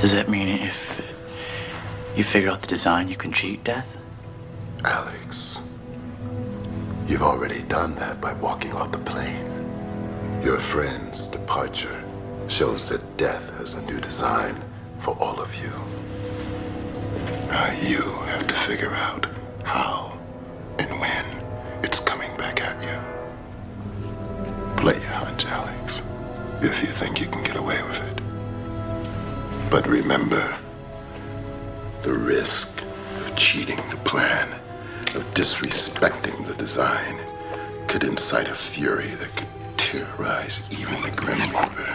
Does that mean if you figure out the design, you can cheat death? Alex, you've already done that by walking off the plane. Your friend's departure shows that death has a new design for all of you. Now Uh, you have to figure out how and when it's coming back at you. Play your hunch, Alex, if you think you can get away with it. But remember, the risk of cheating the plan, of disrespecting the design, could incite a fury that could terrorize even the Grim Reaper.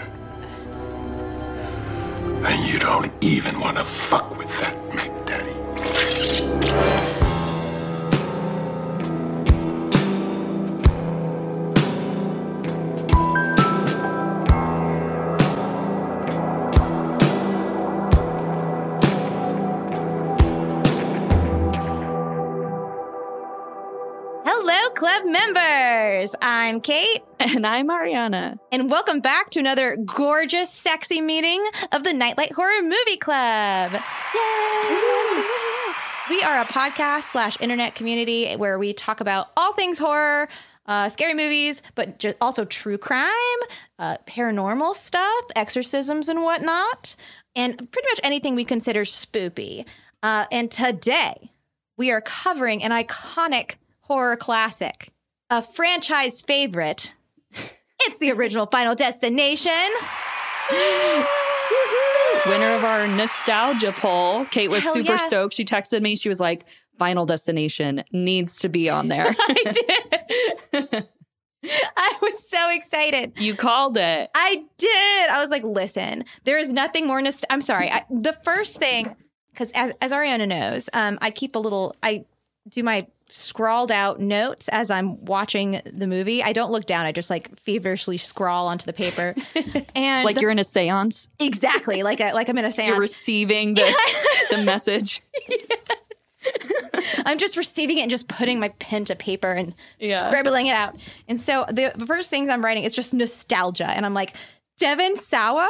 And you don't even want to fuck with that, Mac Daddy. Hello, club members. I'm Kate, And I'm Ariana. and welcome back to another gorgeous, sexy meeting of the Nightlight Horror Movie Club. Yay! We are a podcast slash internet community where we talk about all things horror, uh, scary movies, but ju- also true crime, uh, paranormal stuff, exorcisms, and whatnot, and pretty much anything we consider spoopy. Uh, and today, we are covering an iconic horror classic, a franchise favorite. It's the original Final Destination. Winner of our nostalgia poll. Kate was Hell super yeah. stoked. She texted me. She was like, Final Destination needs to be on there. I did. I was so excited. you called it. I did. I was like, listen, there is nothing more. Nost- I'm sorry. I, the first thing, because as, as Ariana knows, um, I keep a little, I do my scrawled out notes as I'm watching the movie. I don't look down. I just like feverishly scrawl onto the paper. And Like you're in a seance. exactly like I, like I'm in a seance. You're receiving the, the message. I'm just receiving it and just putting my pen to paper and Yeah. scribbling it out. And so the the first things I'm writing is just nostalgia. And I'm like, Devin Sawa,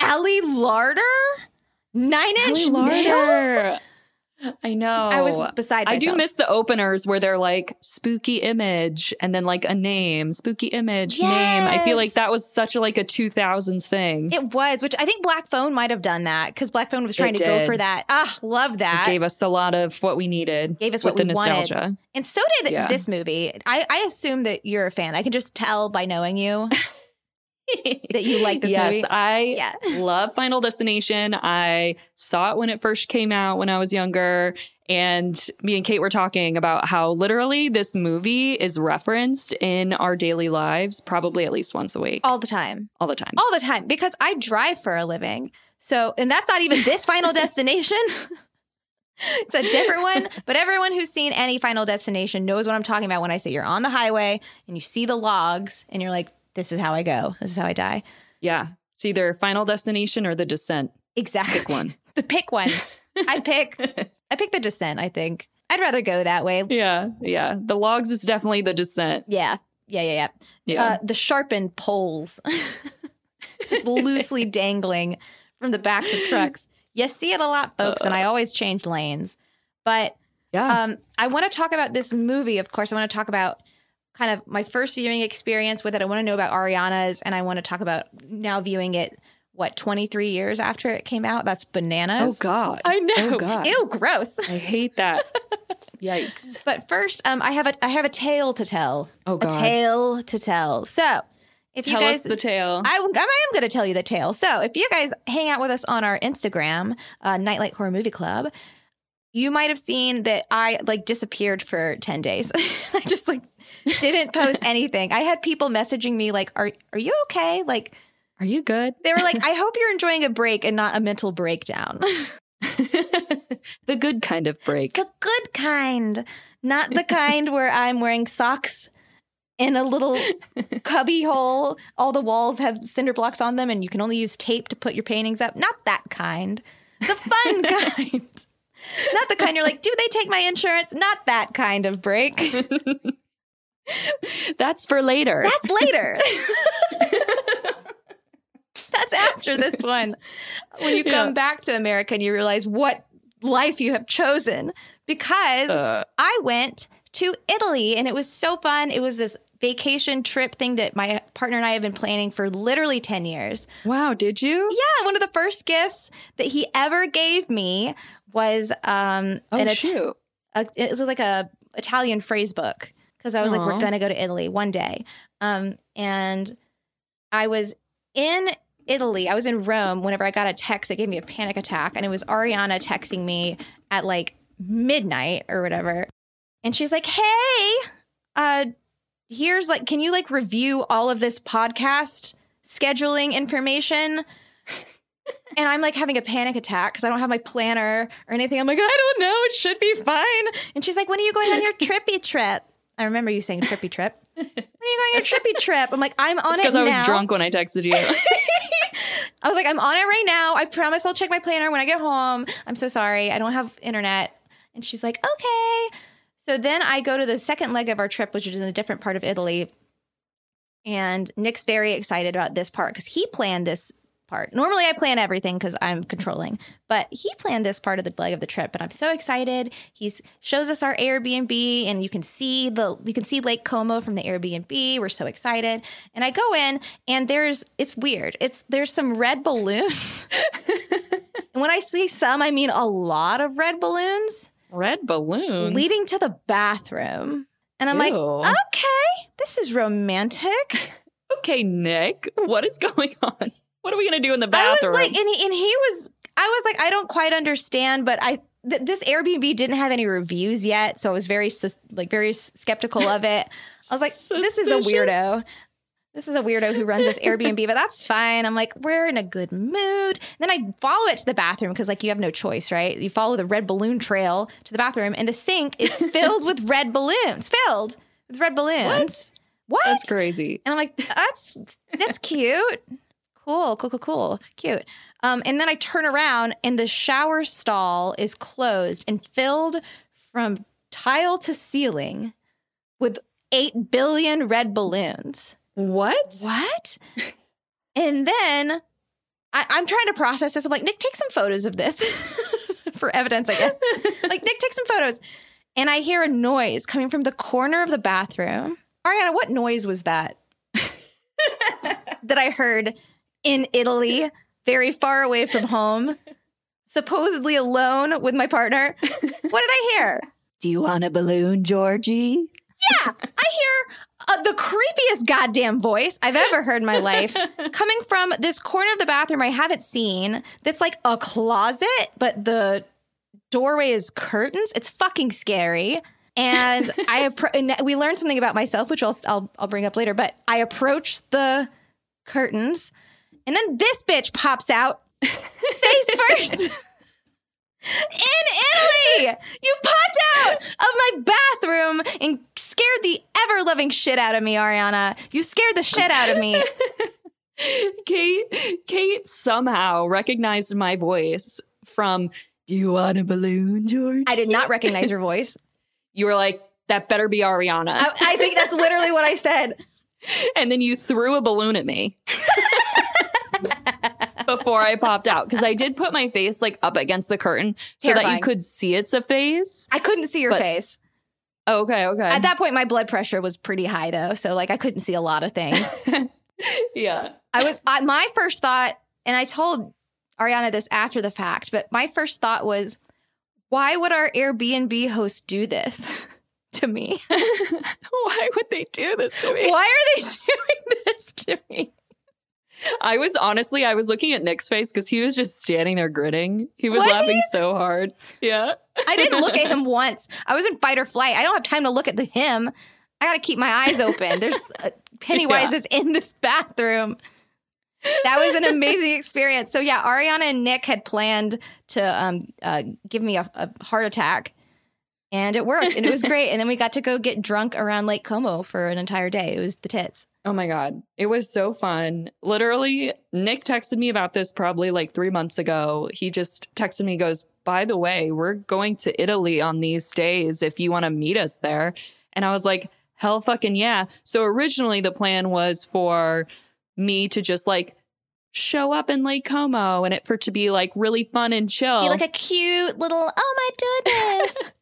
Ali Larder, Nine Inch Nails. I know. I was beside Oh, I do myself. miss the openers where they're like spooky image and then like a name, spooky image, name. I feel Yes. like that was such a like a 2000s thing. It was, which I think Black Phone might have done that because Black Phone was trying It to go did. for that. Ah, love that. gave us a lot of what we needed. Gave us with what the we wanted. nostalgia. and so did Yeah. this movie. I, I assume that you're a fan. I can just tell by knowing you that you like this yes, movie. I Yeah. love Final Destination. I saw it when it first came out when I was younger. And me and Kate were talking about how literally this movie is referenced in our daily lives, probably at least once a week, all, All the time. the time. all the time because I drive for a living. So, and that's not even this final destination. it's a different one, but everyone who's seen any final destination knows what I'm talking about when I say you're on the highway and you see the logs and you're like, this is how I go. This is how I die. yeah. It's either Final Destination or The Descent. Exactly. Pick one. The pick one. I pick I pick the descent, I think. I'd rather go that way. yeah. Yeah. The logs is definitely The Descent. Yeah. Yeah, yeah, yeah. Yeah. Uh, the sharpened poles just loosely dangling from the backs of trucks. You see it a lot, folks, and Uh. I always change lanes. But yeah. um, I want to talk about this movie, of course. I want to talk about kind of my first viewing experience with it. I want to know about Ariana's, and I want to talk about now viewing it, what, 23 years after it came out? That's oh, bananas. God. I know. Oh, God. Ew, gross. I hate that. Yikes. But first, um, I have a I have a tale to tell. Oh, A God. tale to tell. So, if Tell you guys us the tale. I, I am going to tell you the tale. So if you guys hang out with us on our Instagram, uh, Nightlight Horror Movie Club, you might have seen that I like disappeared for ten days. I just like didn't post anything. I had people messaging me like, "Are are you okay?" Like Are you good? they were like, "I hope you're enjoying a break and not a mental breakdown." the good kind of break. the good kind, not the kind where I'm wearing socks in a little cubby hole. All the walls have cinder blocks on them, and you can only use tape to put your paintings up. Not that kind. The fun kind. Not the kind you're like, do they take my insurance? Not that kind of break. That's for later. That's later. That's after this one. When you come Yeah. back to America and you realize what life you have chosen. Because Uh, I went to Italy and it was so fun. It was this vacation trip thing that my partner and I have been planning for literally 10 years. wow, did you? Yeah, one of the first gifts that he ever gave me was um Oh, an Ita- shoot. a, it was like a Italian phrase book because I was like, Aw. we're gonna go to Italy one day. Um, and I was in Italy. I was in Rome whenever I got a text that gave me a panic attack, and it was Ariana texting me at like midnight or whatever, and she's like, "Hey, uh, here's like, can you like review all of this podcast scheduling information?" and I'm like having a panic attack because I don't have my planner or anything. I'm like, I don't know. It should be fine. And she's like, When are you going on your trippy trip? I remember you saying trippy trip. When are you going on your trippy trip? I'm like, I'm on It's it because I was now." drunk when I texted you. I was like, I'm on it right now. I promise I'll check my planner when I get home. I'm so sorry. I don't have internet. And she's like, okay. So then I go to the second leg of our trip, which is in a different part of Italy. And Nick's very excited about this part because he planned this part. Normally I plan everything because I'm controlling, but he planned this part of the leg of the trip. And I'm so excited. He shows us our Airbnb and you can see the you can see Lake Como from the Airbnb. We're so excited. And I go in and there's it's weird. It's there's some red balloons. and when I see some, I mean a lot of red balloons Red balloons. leading to the bathroom. And I'm like, Ew. okay, this is romantic. okay, Nick, what is going on? What are we gonna do in the I was bathroom? like, and he, and he was, I was like, I don't quite understand, but I, th- this Airbnb didn't have any reviews yet. So I was very, sus- like, very s- skeptical of it. I was like, this is a Suspicious. weirdo. This is a weirdo who runs this Airbnb, but that's fine. I'm like, we're in a good mood. Then I follow it to the bathroom because, like, you have no choice, right? You follow the red balloon trail to the bathroom, and the sink is filled with red balloons. Filled with red balloons. What? That's crazy. And I'm like, that's that's cute. Cool, cool, cool, cool, cute. Um, and then I turn around and the shower stall is closed and filled from tile to ceiling with eight billion red balloons. What? What? and then I, I'm trying to process this. I'm like, Nick, take some photos of this for evidence, I guess. like, Nick, take some photos. And I hear a noise coming from the corner of the bathroom. Ariana, what noise was that? that I heard in Italy, very far away from home, supposedly alone with my partner. What did I hear? Do you want a balloon, Georgie? Yeah, I hear uh, the creepiest goddamn voice I've ever heard in my life coming from this corner of the bathroom I haven't seen that's like a closet, but the doorway is curtains. It's fucking scary. And I appro- and we learned something about myself, which I'll, I'll I'll bring up later. But I approach the curtains, and then this bitch pops out face first. In Italy, you popped out of my bathroom and scared the ever loving shit out of me, Ariana. You scared the shit out of me. Kate Kate somehow recognized my voice from Do you want a balloon, Georgie? I did not recognize your voice. You were like, that better be Ariana. I, I think that's literally what I said. and then you threw a balloon at me before I popped out. Because I did put my face like up against the curtain so that Terrifying. you could see it's a face. I couldn't see your But- face. Okay, okay. At that point, my blood pressure was pretty high though, so like I couldn't see a lot of things. yeah. I was I, my first thought, and I told Ariana this after the fact, but my first thought was, why would our Airbnb host do this to me? Why would they do this to me? Why are they doing this to me? I was honestly, I was looking at Nick's face because he was just standing there grinning. He was, Was laughing so hard. Yeah. I didn't look at him once. I was in fight or flight. I don't have time to look at the him. I got to keep my eyes open. There's uh, Pennywise Yeah. is in this bathroom. That was an amazing experience. So yeah, Ariana and Nick had planned to um, uh, give me a, a heart attack, and it worked, and it was great. And then we got to go get drunk around Lake Como for an entire day. It was the tits. Oh my God. It was so fun. Literally, Nick texted me about this probably like three months ago. He just texted me, goes, By the way, we're going to Italy on these days if you want to meet us there. And I was like, Hell fucking yeah. So originally, the plan was for me to just like show up in Lake Como and it for it to be like really fun and chill. Be like a cute little, oh my goodness.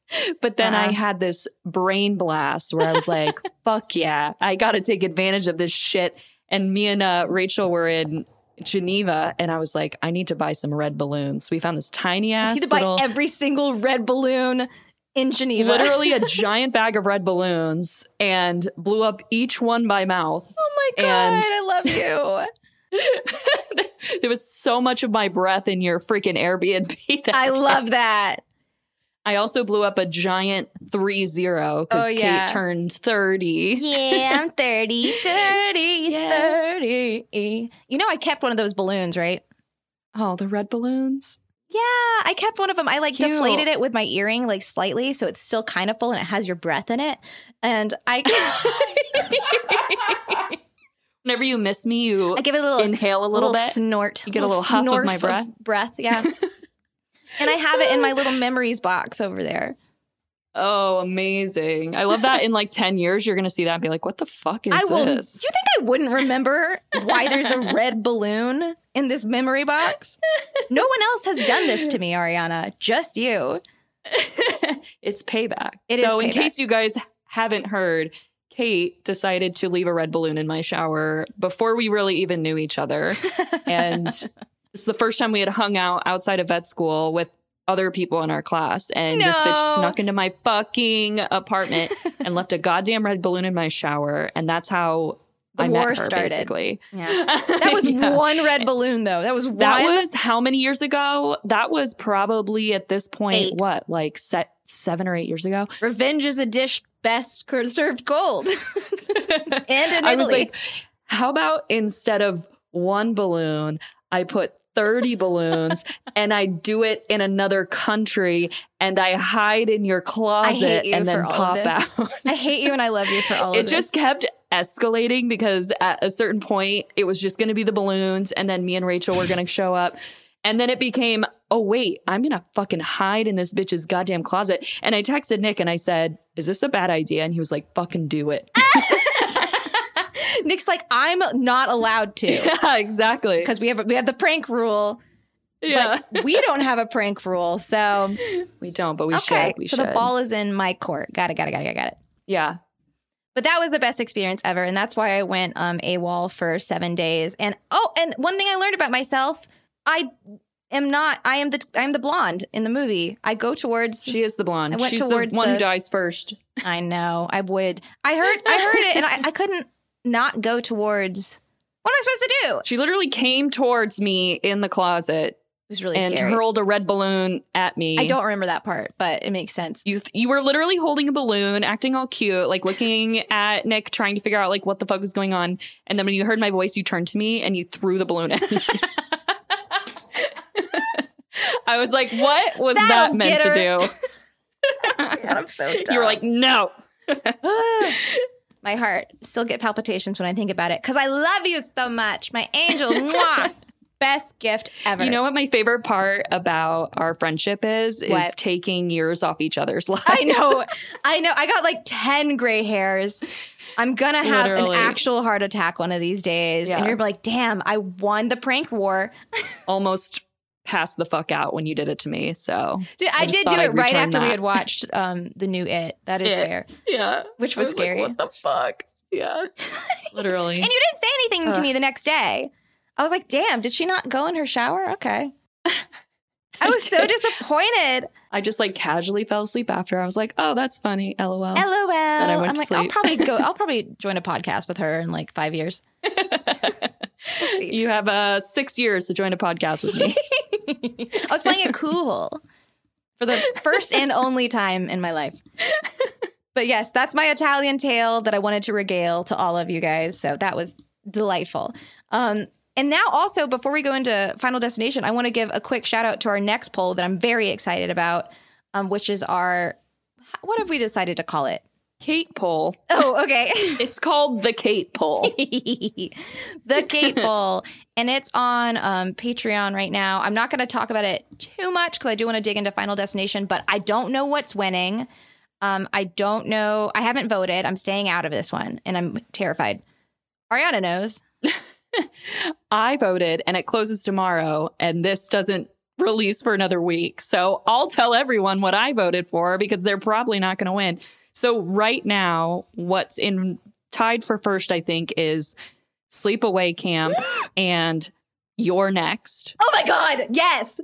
But then I Uh-huh. had this brain blast where I was like, fuck yeah, I got to take advantage of this shit. And me and uh, Rachel were in Geneva and I was like, I need to buy some red balloons. We found this tiny I ass need to buy little, every single red balloon in Geneva. literally a giant bag of red balloons and blew up each one by mouth. Oh my God, and- I love you. there was so much of my breath in your freaking Airbnb. That I day. love that. I also blew up a giant three zero because Oh, yeah. Kate turned 30. Yeah, I'm 30, 30, 30. You know, I kept one of those balloons, right? Oh, the red balloons. Yeah, I kept one of them. I like Cute. deflated it with my earring, like slightly, so it's still kind of full and it has your breath in it. And I, Whenever you miss me, you I give it a little inhale a little, bit. snort. You get a little huff of snorf my breath. breath, yeah. and I have it in my little memories box over there. oh, amazing. I love that. In like 10 years, you're going to see that and be like, what the fuck is I will. this? You think I wouldn't remember why there's a red balloon in this memory box? No one else has done this to me, Ariana. Just you. it's payback. It is so, in payback. case you guys haven't heard, Kate decided to leave a red balloon in my shower before we really even knew each other. And this is the first time we had hung out outside of vet school with other people in our class. And this No. bitch snuck into my fucking apartment and left a goddamn red balloon in my shower. And that's how The I war met her, started. basically. Yeah. That was Yeah. one red balloon, though. That was one. That was how many years ago? That was probably at this point, Eight. what, like set seven or eight years ago? Revenge is a dish best cur- served cold. and in I was Italy. like, how about instead of one balloon, I put 30 balloons and I do it in another country and I hide in your closet you and then for all pop of this. out. I hate you and I love you for all of it this. just kept escalating because at a certain point it was just going to be the balloons and then me and Rachel were going to show up and then it became oh wait I'm going to fucking hide in this bitch's goddamn closet and I texted Nick and I said is this a bad idea and he was like fucking do it Nick's like, I'm not allowed to yeah exactly because we have we have the prank rule, yeah but we don't have a prank rule. So we don't but we okay, should we so should the ball is in my court. Got it. Got it. Got it. Got it. yeah But that was the best experience ever, and that's why I went um AWOL for seven days. And oh, and one thing I learned about myself, I am not. I am the I am the blonde in the movie. I go towards. she is the blonde I went she's towards the one the- who dies first I know. I would. I heard. I heard it, and I, I couldn't not go towards. What am I supposed to do? It she literally came towards me in the closet was really and scary. hurled a red balloon at me I don't remember that part, but it makes sense. you th- you were literally holding a balloon, acting all cute, like looking at Nick, trying to figure out like what the fuck was going on. And then when you heard my voice, you turned to me and you threw the balloon at me. I was like, "What was That'll that meant get to her. do?" God, I'm so. You were like, "No." my heart still get palpitations when I think about it because I love you so much, my angel. Mwah. Best gift ever. You know what my favorite part about our friendship is is What? taking years off each other's lives. I know. I know. I got like 10 gray hairs. I'm going to have Literally. an actual heart attack one of these days. And Yeah. you're like, damn, I won the prank war. Almost passed the fuck out when you did it to me. So Dude, I, I just did thought do it I'd right return after we that. had watched um, the new It. That is It. fair. yeah, Which was, scary. what the fuck? Yeah, literally. and you didn't say anything to Ugh. me the next day. I was like, damn, did she not go in her shower? Okay. I was so did. disappointed. I just like casually fell asleep after. I was like, oh, that's funny. LOL. LOL. I I'm went like, to I'll sleep. probably go, I'll probably join a podcast with her in like five years. you have uh, six years to join a podcast with me. I was playing it cool for the first and only time in my life. But yes, that's my Italian tale that I wanted to regale to all of you guys. So that was delightful. Um, and now, also, before we go into Final Destination, I want to give a quick shout out to our next poll that I'm very excited about, um, which is our what have we decided to call it? Kate poll. Oh, okay. It's called the Kate poll. the Kate Bowl, and it's on um, Patreon right now. I'm not going to talk about it too much because I do want to dig into Final Destination, but I don't know what's winning. Um, I don't know. I haven't voted. I'm staying out of this one, and I'm terrified. Ariana knows. I voted and it closes tomorrow, and this doesn't release for another week. So I'll tell everyone what I voted for because they're probably not going to win. So right now, what's in tied for first, I think, is Sleepaway Camp and You're Next. Oh my God. Yes.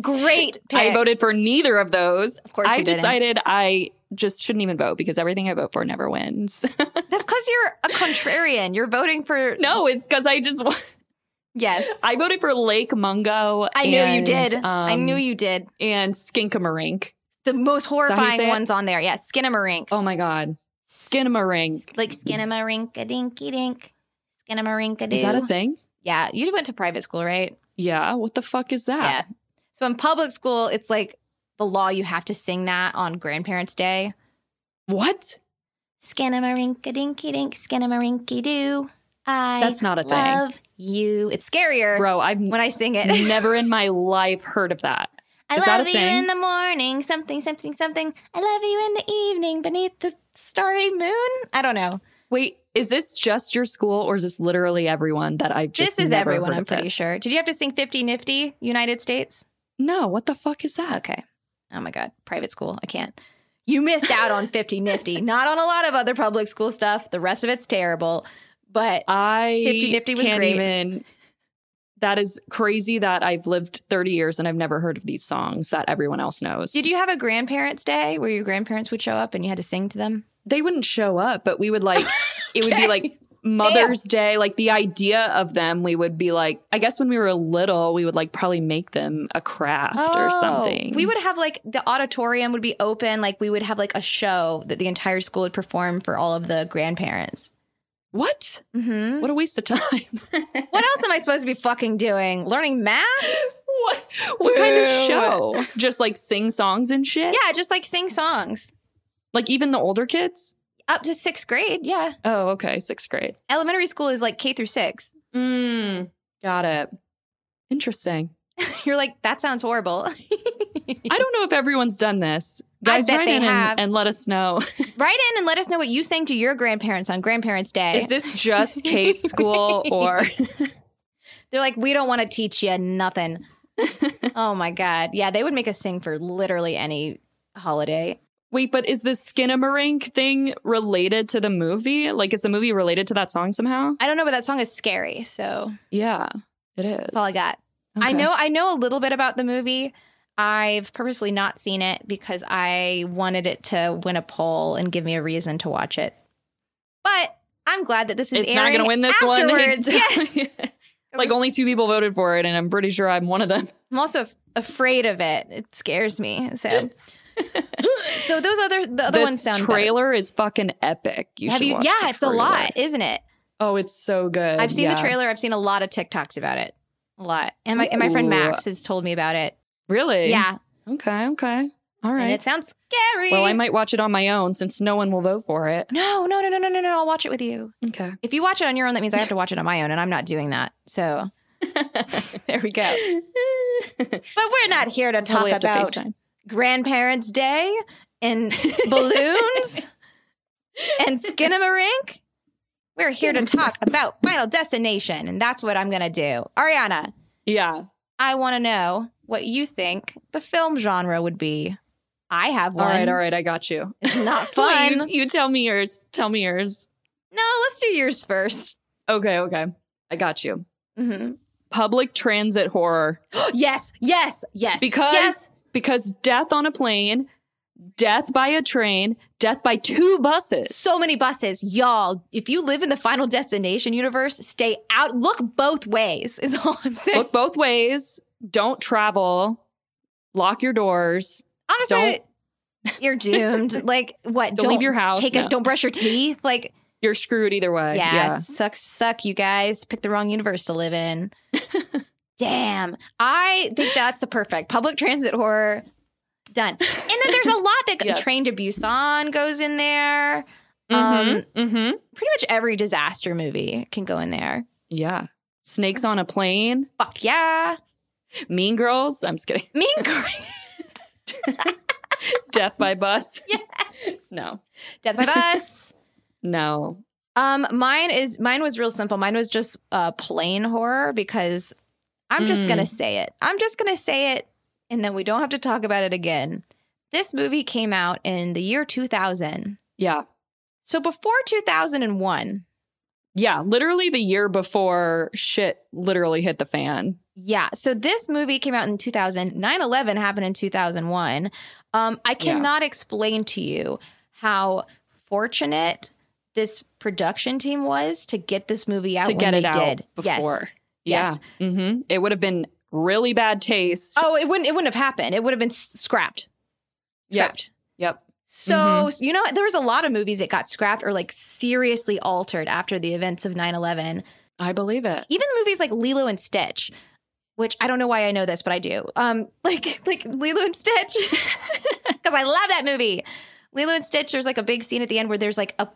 Great pick. I voted for neither of those. Of course, I you didn't. decided I just shouldn't even vote because everything I vote for never wins. That's because you're a contrarian. You're voting for. no, it's because I just wa- Yes. I voted for Lake Mungo. I knew you and, did. I um, knew you did. and Skinkamarink. The most say horrifying it? ones on there. Yes. Skinamarink. Oh my God, Skinamarink. Like skinamarink a dinky dink. Skinamarink a Is that a thing? Yeah. You went to private school, right? Yeah. What the fuck is that? Yeah. So in public school, it's like the law you have to sing that on Grandparents' Day. What? Skinnamarink dinky dink, skinamarinky doo. I That's not a thing, love you. It's scarier bro. I've when I sing it. never in my life heard of that. I is love that a you thing? in the morning, something, something, something. I love you in the evening beneath the starry moon. I don't know. Wait, is this just your school, or is this literally everyone that I've just? this is never everyone, heard I'm of pretty this? sure. Did you have to sing 50 Nifty, United States? No, what the fuck is that? Okay. Oh my God. Private school. I can't. You missed out on 50 nifty, not on a lot of other public school stuff. The rest of it's terrible. But I 50 Nifty was can't great. even. That is crazy that I've lived 30 years and I've never heard of these songs that everyone else knows. did you have a grandparents' day where your grandparents would show up and you had to sing to them? They wouldn't show up, but we would like, it would be Okay. like Mother's Day. Like the idea of them, we would be like, I guess when we were little, we would like probably make them a craft or something. Oh, We would have like the auditorium would be open. Like we would have like a show that the entire school would perform for all of the grandparents. What? hmm What a waste of time. what else am I supposed to be fucking doing? Learning math? what, what kind of Boo. show? Just like sing songs and shit? Yeah, just like sing songs Like even the older kids? up to sixth grade. Yeah. Oh, okay. Sixth grade. Elementary school is like K through six. Mm, got it. Interesting. You're like, that sounds horrible. I don't know if everyone's done this. I Guys, bet write they in and- have. And, let us know. Write in and let us know what you sang to your grandparents on Grandparents' Day. Is this just Kate's school or They're like, we don't want to teach you nothing. oh my God. Yeah, they would make us sing for literally any holiday. wait, but is the Skinamarink thing related to the movie? Like is the movie related to that song somehow? I don't know, but that song is scary. So Yeah, it is. that's all I got. I Okay. know I know a little bit about the movie. I've purposely not seen it because I wanted it to win a poll and give me a reason to watch it. But I'm glad that this is it's not going to win this afterwards. one. Yeah. like only two people voted for it, and I'm pretty sure I'm one of them. I'm also af- afraid of it. It scares me. So, so those other the other ones this sound better. trailer is fucking epic. You Have should you? watch the Yeah, it's a trailer. lot, isn't it? Oh, it's so good. I've seen the Yeah. trailer. I've seen a lot of TikToks about it. A lot. And my and my friend Ooh. Max has told me about it. Really? Yeah, Okay. Okay. All and right. it sounds scary. Well, I might watch it on my own since no one will vote for it. No, no, no, no, no, no, no. I'll watch it with you. Okay. If you watch it on your own, that means I have to watch it on my own, and I'm not doing that. So there we go. But we're not here to talk Probably have to about FaceTime. Grandparents' Day and balloons and skinamarink. We're here to talk about Final Destination, and that's what I'm going to do. Ariana, Yeah. I want to know what you think the film genre would be. I have All one. right. All right. I got you. It's not fun. Fine. you, you tell me yours. Tell me yours. no, let's do yours 1st Okay. Okay. I got you. Mm-hmm. Public transit horror. yes, yes, yes. because Yes. because death on a plane, death by a train, death by two buses. so many buses, y'all. If you live in the Final Destination universe, stay out. Look both ways, is all I'm saying. Look both ways. Don't travel. Lock your doors. Honestly, you're doomed. like what? Don't leave your house, Take no. a, don't brush your teeth. Like You're screwed either way. Uh, yeah, sucks. Suck, you guys. Pick the wrong universe to live in. Damn, I think that's the perfect public transit horror. Done. And then there's a lot that Yes. Train to Busan goes in there. Yeah. Um, Mhm, mhm. Pretty much every disaster movie can go in there. Yeah. Snakes on a plane. Fuck yeah, Mean girls. I'm just kidding. Mean Girls. death by bus. No. Death by Bus. No. Um, mine is mine was real simple. Mine was just uh, plain horror because I'm just Mm. gonna say it. I'm just gonna say it, and then we don't have to talk about it again. This movie came out in the year 2000. Yeah. So before 2001, Yeah. Literally the year before shit literally hit the fan. yeah. So this movie came out in 2000. 9/11 happened in 2001. Um, I Yeah. cannot explain to you how fortunate this production team was to get this movie out to when get it they out did. Yes. before. Yes. Yeah. hmm It would have been really bad taste. Oh, it wouldn't. It wouldn't have happened. It would have been s- scrapped. yep. Scrapped. Yep. So you know, there was a lot of movies that got scrapped or like seriously altered after the events of 9-11. I believe it. Even movies like Lilo and Stitch, which I don't know why I know this, but I do. Um, like like Lilo and Stitch, because I love that movie. Lilo and Stitch. There's like a big scene at the end where there's like a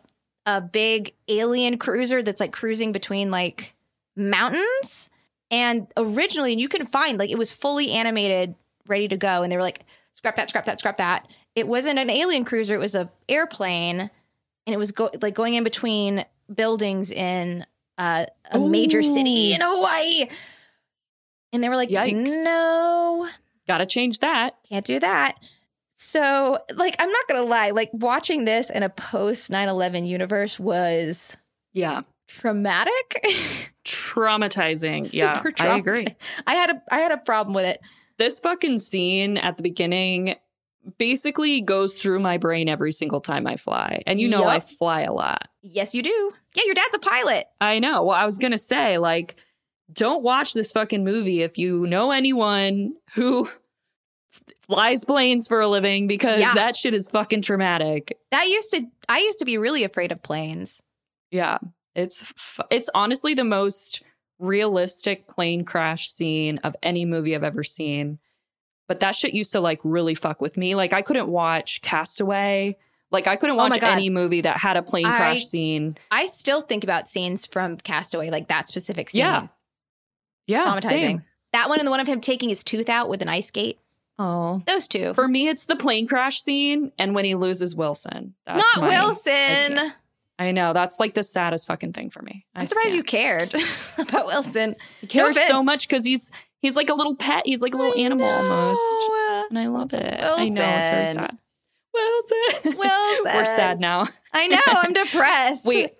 a big alien cruiser that's like cruising between like mountains. And originally, and you can find like it was fully animated, ready to go, and they were like, "Scrap that! Scrap that! Scrap that!" It wasn't an alien cruiser; it was a airplane, and it was go- like going in between buildings in uh, a major city Ooh. in Hawaii. And they were like, Yikes. "No, Got to change that. can't do that. So, like, I'm not gonna lie, like, watching this in a post 9 11 universe was Yeah. traumatic. Traumatizing. yeah. Super I traumatic. agree. I had a I had a problem with it. This fucking scene at the beginning basically goes through my brain every single time I fly. And you know, Yup. I fly a lot. Yes, you do. Yeah, your dad's a pilot. I know. Well, I was going to say, like, don't watch this fucking movie if you know anyone who f- flies planes for a living because Yeah. that shit is fucking traumatic. That used to I used to be really afraid of planes. Yeah. It's f- it's honestly the most realistic plane crash scene of any movie I've ever seen. But that shit used to like really fuck with me. Like I couldn't watch Castaway. Like I couldn't Oh my watch God. any movie that had a plane I- crash scene. I still think about scenes from Castaway, like that specific scene. Yeah. oh, Yeah. Traumatizing. That one and the one of him taking his tooth out with an ice skate. Oh. Those two. For me, it's the plane crash scene and when he loses Wilson. That's Not my- Wilson. can't. I know. That's like the saddest fucking thing for me. I I'm surprised you can't. cared about Wilson. He cares so offense. much because he's he's like a little pet. He's like a little I animal almost. know. And I love it. I know it's very Wilson. sad. Wilson. Wilson. We're sad now. I know. I'm depressed. Wait,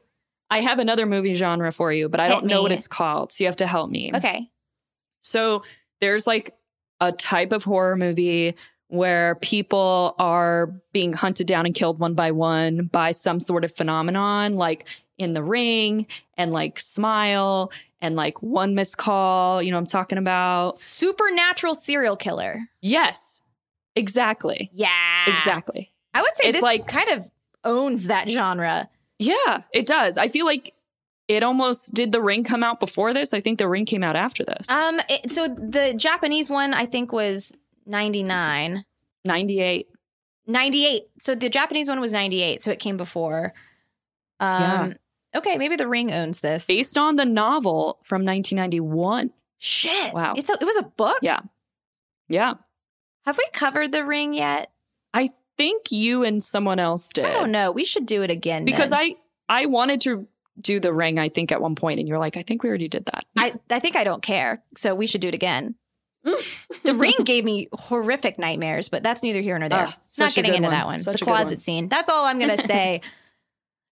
I have another movie genre for you, but I Hit don't know what me. it's called. So you have to help me. Okay. So there's like a type of horror movie where people are being hunted down and killed one by one by some sort of phenomenon, like in the ring and like smile and like one missed call. You know what I'm talking about? Supernatural serial killer. Yes, exactly. Yeah. Exactly. I would say It's this like- like kind of owns that genre. Yeah, it does. I feel like it almost did the ring come out before this? I think the ring came out after this. Um it- so the Japanese one I think was 99. 98. 98. So the Japanese one was 98, so it came before. Um okay, maybe the ring owns this. Based on the novel from 1991. Shit. Wow. It's a, it was a book? Yeah. Yeah. Have we covered the ring yet? I think you and someone else did. I don't know. We should do it again. Because then. I I wanted to do the ring I think at one point and you're like I think we already did that. I, I think I don't care. So we should do it again. the ring gave me horrific nightmares, but that's neither here nor there. Ugh, Not Ah, such a getting good into one. that one. Such the a good one. closet scene. That's all I'm going to say.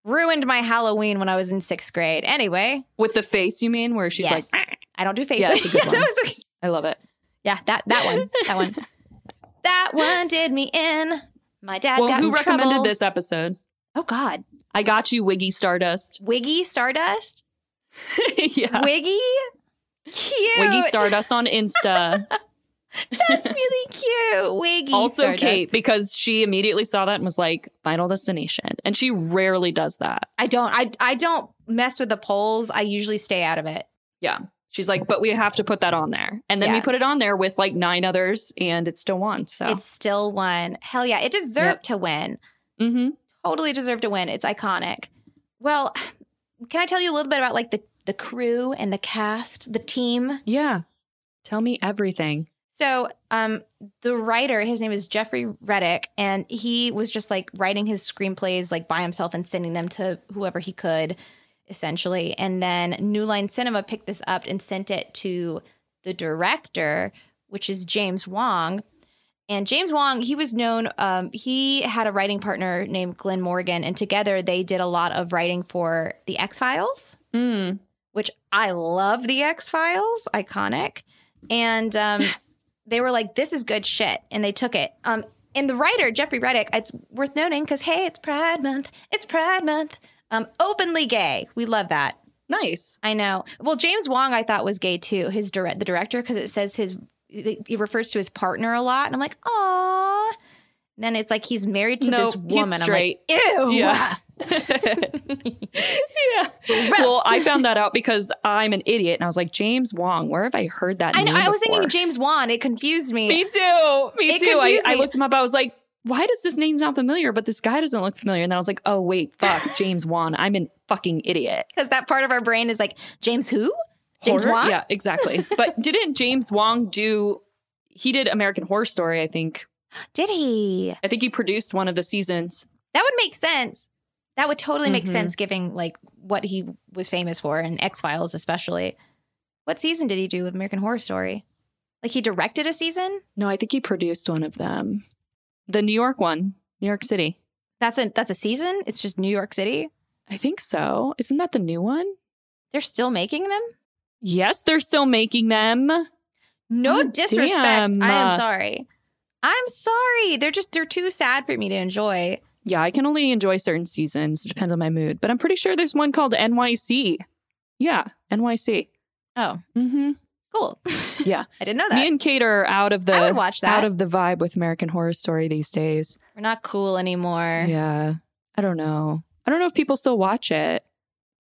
Ruined my Halloween when I was in sixth grade. Anyway, With the face you mean where she's Yes. like "Ah." I don't do faces. Yeah, that's a good one. That was okay. I love it. Yeah, that, that one. That one. that one did me in. My dad well, got who in recommended trouble. this episode? Oh, God. I got you Wiggy Stardust. Wiggy Stardust? yeah. Uh, Wiggy? Cute. Wiggy Stardust on Insta. That's really cute. Wiggy also Stardust. Kate because she immediately saw that and was like Final Destination and she rarely does that. I don't. I I don't mess with the polls. I usually stay out of it. She's like, but we have to put that on there. And then we Yeah. put it on there with like nine others and it still won. So It's still one. Hell yeah! It deserved to win. hmm Totally deserved to win. It's iconic. Well, can I tell you a little bit about like the the crew and the cast, the team? yeah. Tell me everything. So, um, the writer, his name is Jeffrey Reddick, and he was just like writing his screenplays like by himself and sending them to whoever he could, essentially. And then New Line Cinema picked this up and sent it to the director, which is James Wong. And James Wong, he was known, um, he had a writing partner named Glenn Morgan, and together they did a lot of writing for The X Files Mm. which I love the X Files, iconic. And um, they were like, this is good shit. And they took it. Um, and the writer, Jeffrey Reddick, it's worth noting because, hey, it's Pride Month. It's Pride Month. Um, openly gay. We love that. Nice. I know. Well, James Wong, I thought was gay too. His direct, the director, because it says his, he refers to his partner a lot, and I'm like, aw. Then it's like he's married to this Nope, he's woman. straight. I'm like, ew. Yeah. yeah. Well, I found that out because I'm an idiot, and I was like, James Wong. Where have I heard that? I, know, name I was before? thinking James Wan. It confused me. Me too. Me It too. I, confused I me. looked him up. I was like, why does this name sound familiar? But this guy doesn't look familiar. And then I was like, oh wait, fuck, James Wan. I'm an fucking idiot. because that part of our brain is like James who? James Horror? Wan? Yeah, exactly. but didn't James Wong do? He did American Horror Story. I think. Did he? I think he produced one of the seasons. That would make sense. That would totally make Mhm. sense, given like what he was famous for and X Files especially. What season did he do with American Horror Story? Like he directed a season. No, I think he produced one of them. The New York one, New York City. That's a that's a season. It's just New York City. I think so. Isn't that the new one? They're still making them. Yes, they're still making them. No Oh, disrespect. damn. uh, I am sorry. I'm sorry. They're just they're too sad for me to enjoy. Yeah, I can only enjoy certain seasons. It depends on my mood. But I'm pretty sure there's one called NYC. Yeah, NYC. Oh. hmm Cool. Yeah. I didn't know Me that. and Kate are out of I would the watch that. out of the vibe with American Horror Story these days. We're not cool anymore. Yeah, I don't know. I don't know if people still watch it.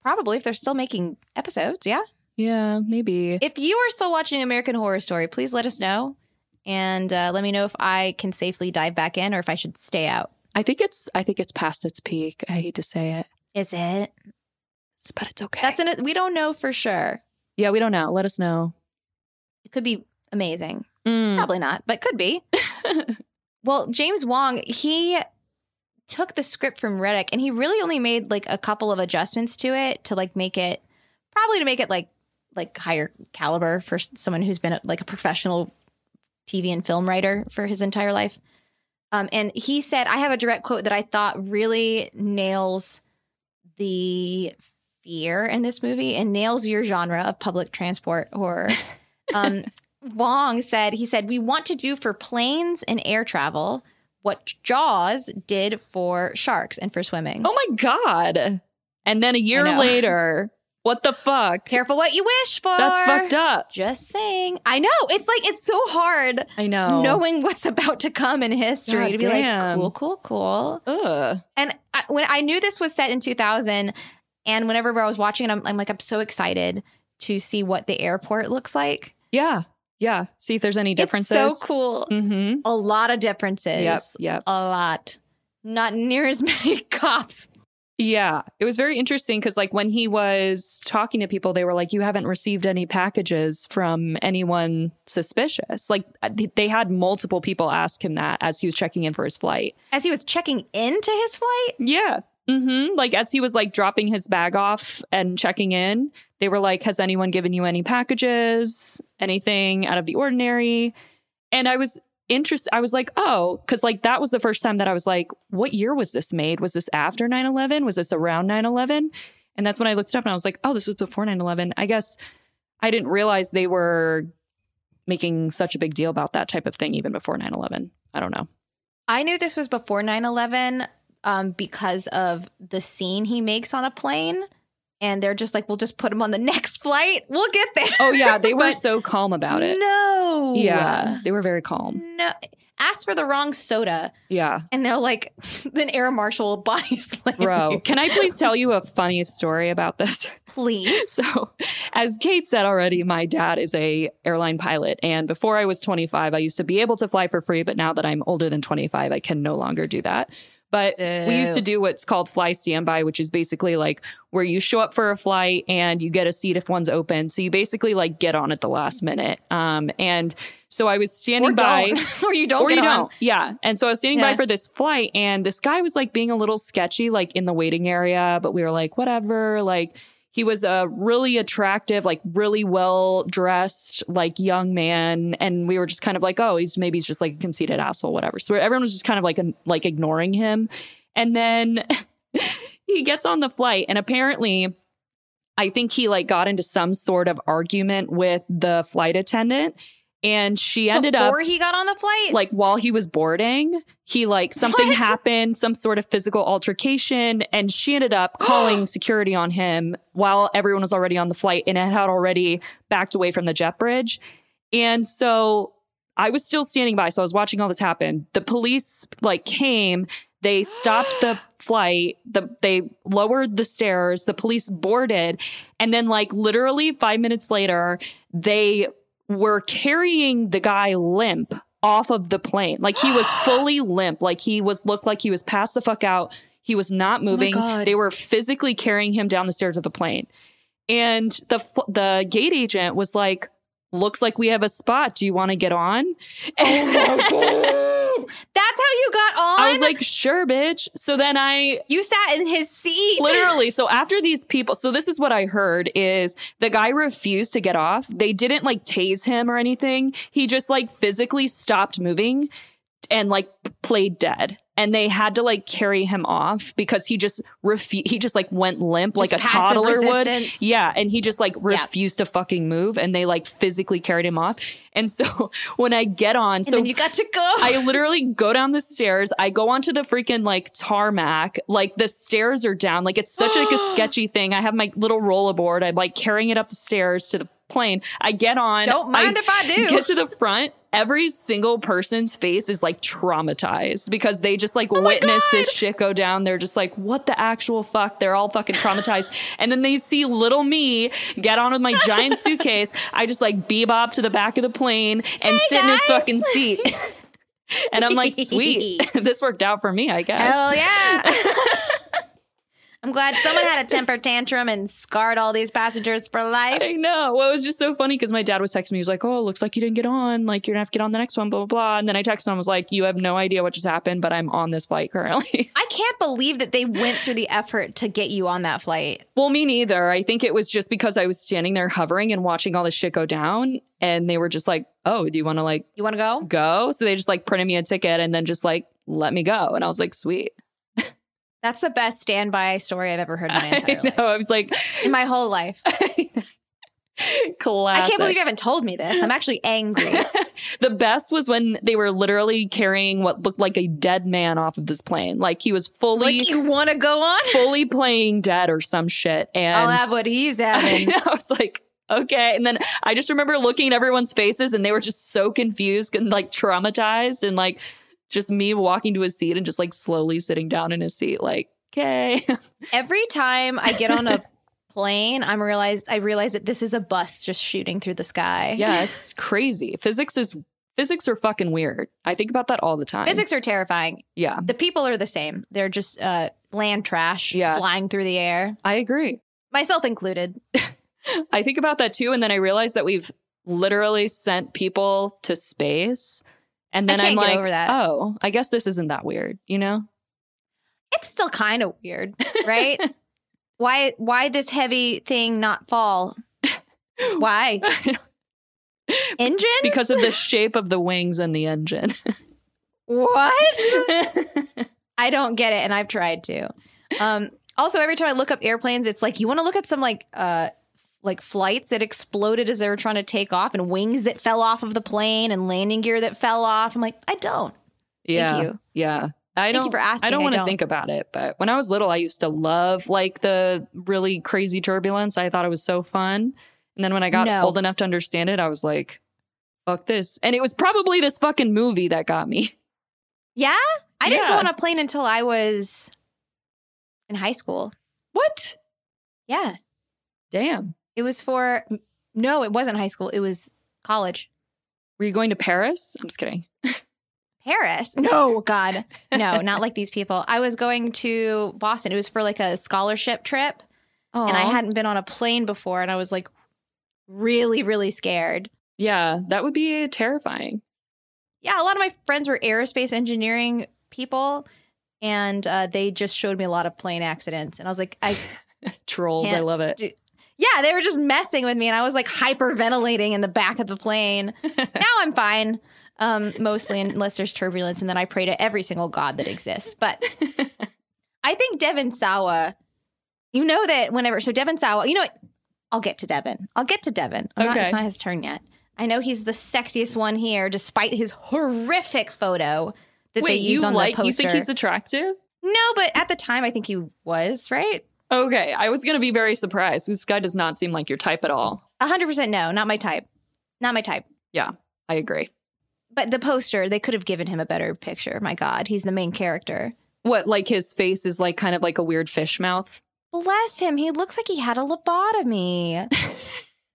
Probably if they're still making episodes. Yeah. Yeah, maybe. If you are still watching American Horror Story, please let us know. And uh, let me know if I can safely dive back in or if I should stay out. I think it's I think it's past its peak. I hate to say it, Is it? It's- but it's okay. That's an. We don't know for sure. yeah, we don't know. Let us know. It could be amazing. Mm. Probably not, but could be. well, James Wong, he took the script from Reddick and he really only made like a couple of adjustments to it to like make it probably to make it like like higher caliber for s- someone who's been a, like a professional TV and film writer for his entire life. Um, and he said, I have a direct quote that I thought really nails the fear in this movie and nails your genre of public transport horror. Um, Wong said, he said, we want to do for planes and air travel what Jaws did for sharks and for swimming. Oh my god! And then a year know. later, what the fuck? Careful what you wish for. That's fucked up. Just saying. I know. It's like, it's so hard I know. knowing what's about to come in history God to be damn. like, cool, cool, cool. Ugh. And I, when I knew this was set in 2000, and whenever I was watching it, I'm, I'm like, I'm so excited to see what the airport looks like. Yeah. Yeah. See if there's any differences. It's so cool. Mm-hmm. A lot of differences. Yep. Yep. A lot. Not near as many cops. Yeah. It was very interesting because, like, when he was talking to people, they were like, "You haven't received any packages from anyone suspicious." Like, th- they had multiple people ask him that as he was checking in for his flight. As he was checking into his flight, Yeah. Mm-hmm. Like, as he was like dropping his bag off and checking in, they were like, "Has anyone given you any packages? Anything out of the ordinary?" And I was interested. I was like, "Oh," because like that was the first time that I was like, "What year was this made? Was this after 9-11? Was this around 9-11? And that's when I looked it up and I was like, "Oh, this was before 9-11. I guess I didn't realize they were making such a big deal about that type of thing even before 9-11. I don't know. I knew this was before 9 11 um, because of the scene he makes on a plane. And they're just like, we'll just put him on the next flight. We'll get there. Oh yeah, they were But so calm about it. No. Yeah, they were very calm. No. Ask for the wrong soda. Yeah, And they'll like, then air marshal will body slam. bro. you. Can I please tell you a funny story about this? Please. So, as Kate said already, my dad is a airline pilot, and before I was 25, I used to be able to fly for free, but now that I'm older than 25, I can no longer do that. But we used Ew. to do what's called fly standby, which is basically like where you show up for a flight and you get a seat if one's open. So you basically like get on at the last minute. Um, and so I was standing Or by don't. or you don't. or get you on. don't. Yeah. And so I was standing Yeah. by for this flight, and this guy was like being a little sketchy, like in the waiting area, but we were like, whatever. Like, he was a really attractive, like really well dressed, like young man, and we were just kind of like, oh, he's maybe he's just like a conceited asshole, whatever. So everyone was just kind of like an- like ignoring him, and then he gets on the flight, and apparently. I think he like got into some sort of argument with the flight attendant and she ended up Before he got on the flight, like while he was boarding, he like something What? happened, some sort of physical altercation, and she ended up calling security on him while everyone was already on the flight and had already backed away from the jet bridge. And so I was still standing by, so I was watching all this happen. The police like came, they stopped the flight, the they lowered the stairs, the police boarded, and then like literally 5 minutes later, they were carrying the guy limp off of the plane. Like he was fully limp. Like he was looked like he was passed the fuck out. He was not moving. God. they were physically carrying him down the stairs of the plane. And the fl- the gate agent was like, "Looks like we have a spot. Do you want to get on?" that's how you got on. I was like, "Sure, bitch." So then I you sat in his seat. literally so after these people so this is what i heard is the guy refused to get off they didn't like tase him or anything he just like physically stopped moving and like played dead and they had to like carry him off because he just refused he just like went limp Just like a passive toddler would resistance. yeah and he just like refused to fucking move and they like physically carried him off and so when i get on and so then you got to go. I literally go down the stairs. I go onto the freaking like tarmac. Like the stairs are down. Like it's such like a sketchy thing. I have my little rollerboard. I'm like carrying it up the stairs to the plane. I get on. Don't mind if I do. Get to the front. Every single person's face is like traumatized because they just Oh like witness this shit go down. They're just like, what the actual fuck? They're all fucking traumatized. and then they see little me get on with my giant suitcase. I just like bebop to the back of the plane and sit in his guys. fucking seat. And I'm like, sweet, this worked out for me, I guess. Hell yeah. I'm glad someone had a temper tantrum and scarred all these passengers for life. I know. Well, it was just so funny because my dad was texting me. He was like, oh, looks like you didn't get on. Like, you're going to have to get on the next one, blah, blah, blah. And then I texted him. I was like, you have no idea what just happened, but I'm on this flight currently. I can't believe that they went through the effort to get you on that flight. well, me neither. I think it was just because I was standing there hovering and watching all this shit go down. And they were just like, oh, do you want to like You want to go? go? So they just like printed me a ticket and then just like let me go. And I was like, sweet. That's the best standby story I've ever heard in my entire I life. know. I was like, In my whole life. classic. I can't believe you haven't told me this. I'm actually angry. The best was when they were literally carrying what looked like a dead man off of this plane. Like he was fully, like, you want to go on? fully playing dead or some shit. And I'll have what he's I, having. know, I was like, okay. And then I just remember looking at everyone's faces and they were just so confused and like traumatized and like just me walking to his seat and just like slowly sitting down in his seat, like, okay. Every time I get on a plane, I'm realize I realize that this is a bus just shooting through the sky. yeah, it's crazy. Physics is physics are fucking weird. I think about that all the time. Physics are terrifying. Yeah. The people are the same. They're just uh, land trash Yeah. flying through the air, I agree. myself included. I think about that too, and then I realize that we've literally sent people to space, and then I can't am get like, over that. oh, I guess this isn't that weird, you know? It's still kind of weird, right? why why this heavy thing not fall? Why? Engine? Because of the shape of the wings and the engine. what? I don't get it and I've tried to. Um also every time I look up airplanes it's like you want to look at some like uh like flights that exploded as they were trying to take off and wings that fell off of the plane and landing gear that fell off. I'm like, I don't. yeah, you. yeah. I Thank you don't. for asking. I don't I want to don't. think about it, but when I was little, I used to love like the really crazy turbulence. I thought it was so fun, and then when I got No. old enough to understand it, I was like, "Fuck this!" And it was probably this fucking movie that got me. Yeah? I didn't go Yeah. on a plane until I was in high school. What? Yeah. Damn. It was for no, it wasn't high school. It was college. Were you going to Paris? I'm just kidding. Paris. No, God. No, not like these people. I was going to Boston. It was for like a scholarship trip, and I Aw. hadn't been on a plane before, and I was like really, really scared. yeah, that would be terrifying. Yeah, a lot of my friends were aerospace engineering people, and uh, they just showed me a lot of plane accidents, and I was like, I Trolls, I Can't love it. do- yeah, they were just messing with me, and I was like hyperventilating in the back of the plane. now I'm fine. Um, mostly unless there's turbulence, and then I pray to every single god that exists. But I think Devin Sawa, you know that whenever so Devin Sawa, you know, what? I'll get to Devin. I'll get to Devin. I'm not, Okay. it's not his turn yet. I know he's the sexiest one here, despite his horrific photo that they Wait, used you on like the poster. you think he's attractive? no, but at the time, I think he was right. Okay, I was gonna be very surprised. This guy does not seem like your type at all. hundred percent. No, not my type. Not my type. I agree. But the poster, they could have given him a better picture. My God, he's the main character. What, like his face is like kind of like a weird fish mouth? Bless him. He looks like he had a lobotomy.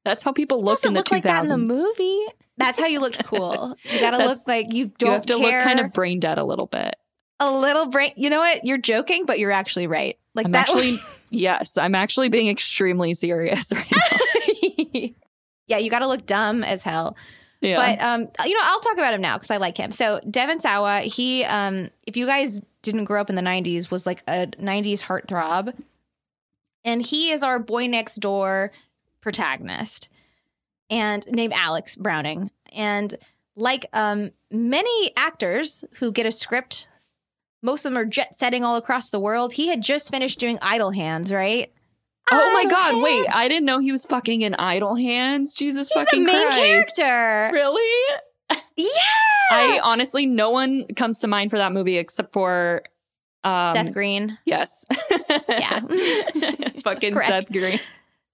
That's how people looked Doesn't in the look 2000s. like that in the movie. That's how you looked cool. You gotta look That's- like you don't you have to care. look kind of brain dead a little bit. a little brain. You know what? You're joking, but you're actually right. Like I'm that. actually, yes, I'm actually being extremely serious right now. yeah, you gotta look dumb as hell. Yeah. But um, you know, I'll talk about him now because I like him. So Devin Sawa, he um, if you guys didn't grow up in the '90s, was like a '90s heartthrob, and he is our boy next door protagonist, and named Alex Browning. And like um, many actors who get a script, most of them are jet setting all across the world. He had just finished doing Idle Hands, right? oh my Idle God, wait, Hands! I didn't know he was fucking in Idle Hands. Jesus He's the fucking main Christ. character. Really? Yeah. I honestly, no one comes to mind for that movie except for um, Seth Green. Yes. Yeah. fucking Correct. Seth Green.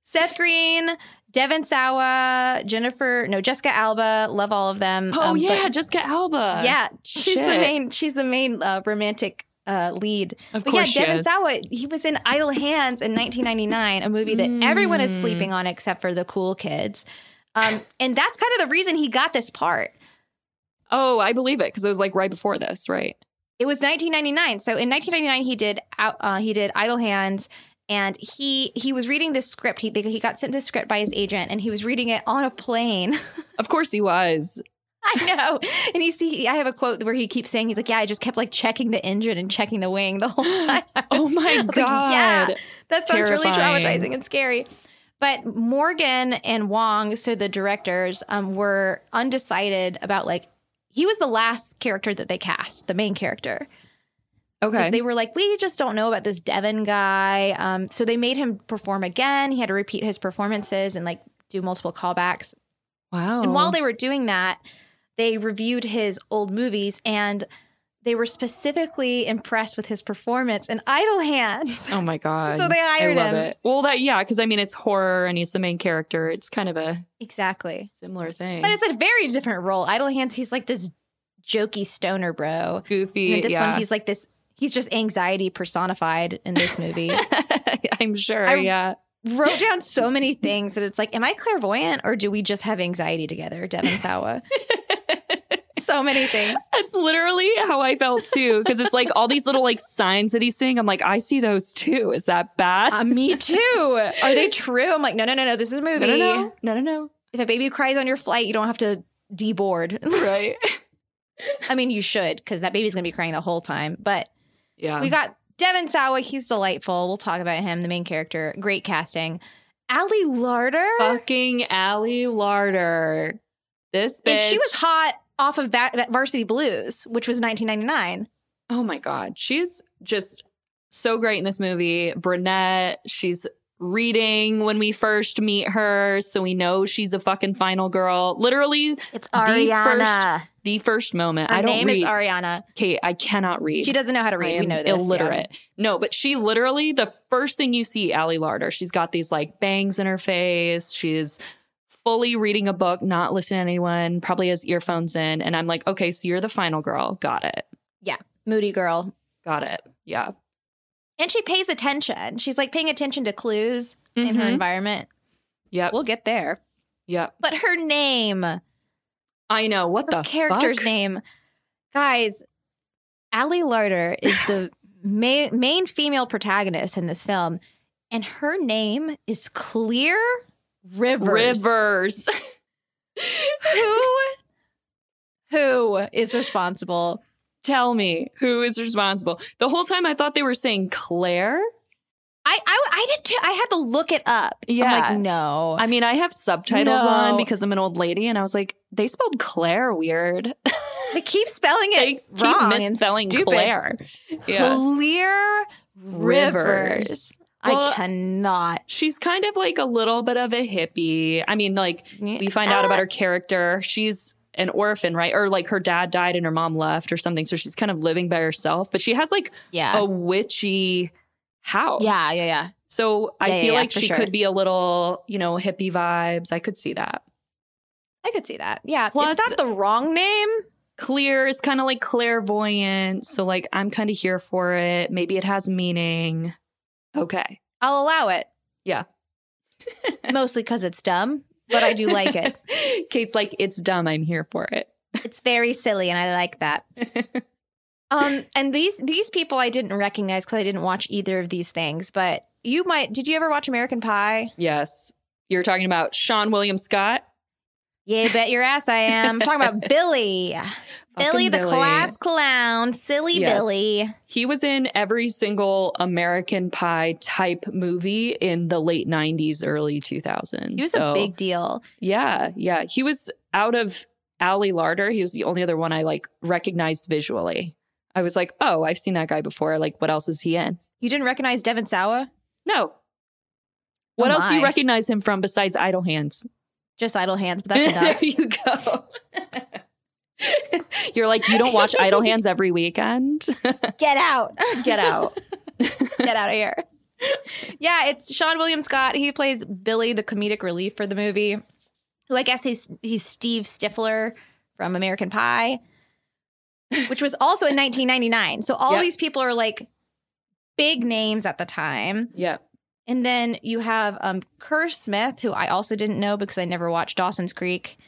Seth Green, Devin Sawa, Jennifer, no, Jessica Alba. Love all of them. Oh Um, yeah, but- Jessica Alba. yeah. She's the shit. main. She's the main uh, romantic uh, lead. Of But yeah, course she Devin is. Sawa. He was in Idle Hands in 1999, a movie that everyone is sleeping on except for the cool kids. Um, and that's kind of the reason he got this part. Oh, I believe it because it was like right before this, right? It was 1999. So in 1999, he did out. Uh, he did Idle Hands, and he he was reading this script. He he got sent this script by his agent, and he was reading it on a plane. Of course he was. I know. And you see, I have a quote where he keeps saying, he's like, yeah, I just kept like checking the engine and checking the wing the whole time. Oh I my was god. like, yeah. That sounds Terrifying. really traumatizing and scary. But Morgan and Wong, so the directors, um, were undecided about like, he was the last character that they cast, the main character. Because Okay. they were like, we just don't know about this Devin guy. Um, so they made him perform again. He had to repeat his performances and like do multiple callbacks. wow. And while they were doing that, they reviewed his old movies and they were specifically impressed with his performance in Idle Hands. Oh my god. So they hired I love him. it. Well, that yeah, because I mean it's horror and he's the main character. It's kind of a Exactly. similar thing. But it's a very different role. Idle Hands, he's like this jokey stoner bro. And goofy. then this yeah. one, he's like this, he's just anxiety personified in this movie. I'm sure. I- yeah. Wrote down so many things that it's like, am I clairvoyant or do we just have anxiety together, Devin Sawa? so many things. That's literally how I felt too. Cause it's like all these little like signs that he's seeing. I'm like, I see those too. Is that bad? Uh, me too. Are they true? I'm like, no, no, no, no. This is a movie. no, no, no. No, no, no. if a baby cries on your flight, you don't have to deboard. Right. I mean, you should because that baby's gonna be crying the whole time. But Yeah. we got Devin Sawa. He's delightful. We'll talk about him, the main character. Great casting. Ali Larder, fucking Allie Larder. This bitch. and she was hot off of Va- Va- Varsity Blues, which was 1999. Oh my God. She's just so great in this movie. Brunette. She's reading when we first meet her. So we know she's a fucking final girl. Literally It's Ariana. the first moment. Her I don't name read. is Ariana. Kate, I cannot read. She doesn't know how to I read. We am know this. yeah. illiterate. No, but she literally the first thing you see, Allie Larder, she's got these like bangs in her face. She's fully reading a book, not listening to anyone, probably has earphones in. And I'm like, okay, so you're the final girl. Got it. Moody girl. Got it. Yeah. And she pays attention. She's like paying attention to clues in her Mhm. environment. Yep. We'll get there. Yep. But her name. I know. What her the character's fuck? name. Guys, Allie Larder is the ma- main female protagonist in this film, and her name is Clear Rivers. Rivers. Who, who is responsible? Tell me who is responsible. The whole time I thought they were saying Claire. I, I, I did too. I had to look it up. I'm Yeah. like, no. I mean, I have subtitles on No. because I'm an old lady, and I was like, they spelled Claire weird. They keep spelling it they keep wrong and misspelling stupid. Claire. Yeah. Clear Rivers. Well, I cannot. She's kind of like a little bit of a hippie. I mean, like Eh, we find out uh, about her character. She's an orphan, right? Or like her dad died and her mom left or something. So she's kind of living by herself, but she has like Yeah. a witchy house. yeah, yeah, yeah. So I Yeah, yeah, feel yeah, like for she sure. could be a little, you know, hippie vibes. I could see that. I could see that. Yeah. Plus- is that the wrong name? Clear is kind of like clairvoyant. So like I'm kind of here for it. Maybe it has meaning. Okay. I'll allow it. Yeah. Mostly because it's dumb, but I do like it. Kate's like, it's dumb. I'm here for it. It's very silly, and I like that. um, and these these people I didn't recognize because I didn't watch either of these things. But you might. Did you ever watch American Pie? Yes. You're talking about Sean William Scott. Yeah, bet your ass I am. I'm talking about Billy. Billy Fucking the class clown, silly Yes. Billy. He was in every single American Pie type movie in the late 90s, early 2000s. He was So, a big deal. Yeah, yeah. He was out of Ally Larder. He was the only other one I like recognized visually. I was like, oh, I've seen that guy before. Like, what else is he in? You didn't recognize Devin Sawa? No. What Oh else do you my. recognize him from besides Idle Hands? Just idle hands, but that's enough. there you go. You're like, you don't watch Idle Hands every weekend. Get out. Get out. Get out of here. yeah, it's Sean William Scott. He plays Billy, the comedic relief for the movie, who I guess he's he's Steve Stifler from American Pie, which was also in 1999. So all Yeah. these people are like big names at the time. Yeah. And then you have um, Kerr Smith, who I also didn't know because I never watched Dawson's Creek.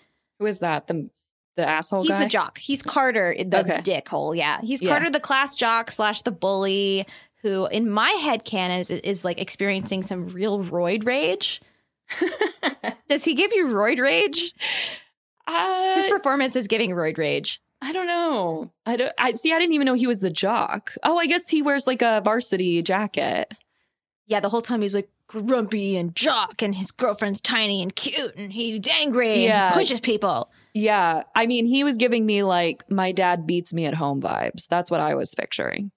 Who is that? The the asshole he's guy. the jock. He's Carter, the Oh, Okay. dick hole. Yeah, he's Yeah. Carter, the class jock slash the bully, who in my head canon is, is like experiencing some real roid rage. Does he give you roid rage? Uh, His performance is giving roid rage. I don't know. I don't. I see. I didn't even know he was the jock. Oh, I guess he wears like a varsity jacket. Yeah, the whole time he's like grumpy and jock, and his girlfriend's tiny and cute, and he's angry Yeah. and he pushes people. Yeah. I mean, he was giving me like my dad beats me at home vibes. That's what I was picturing.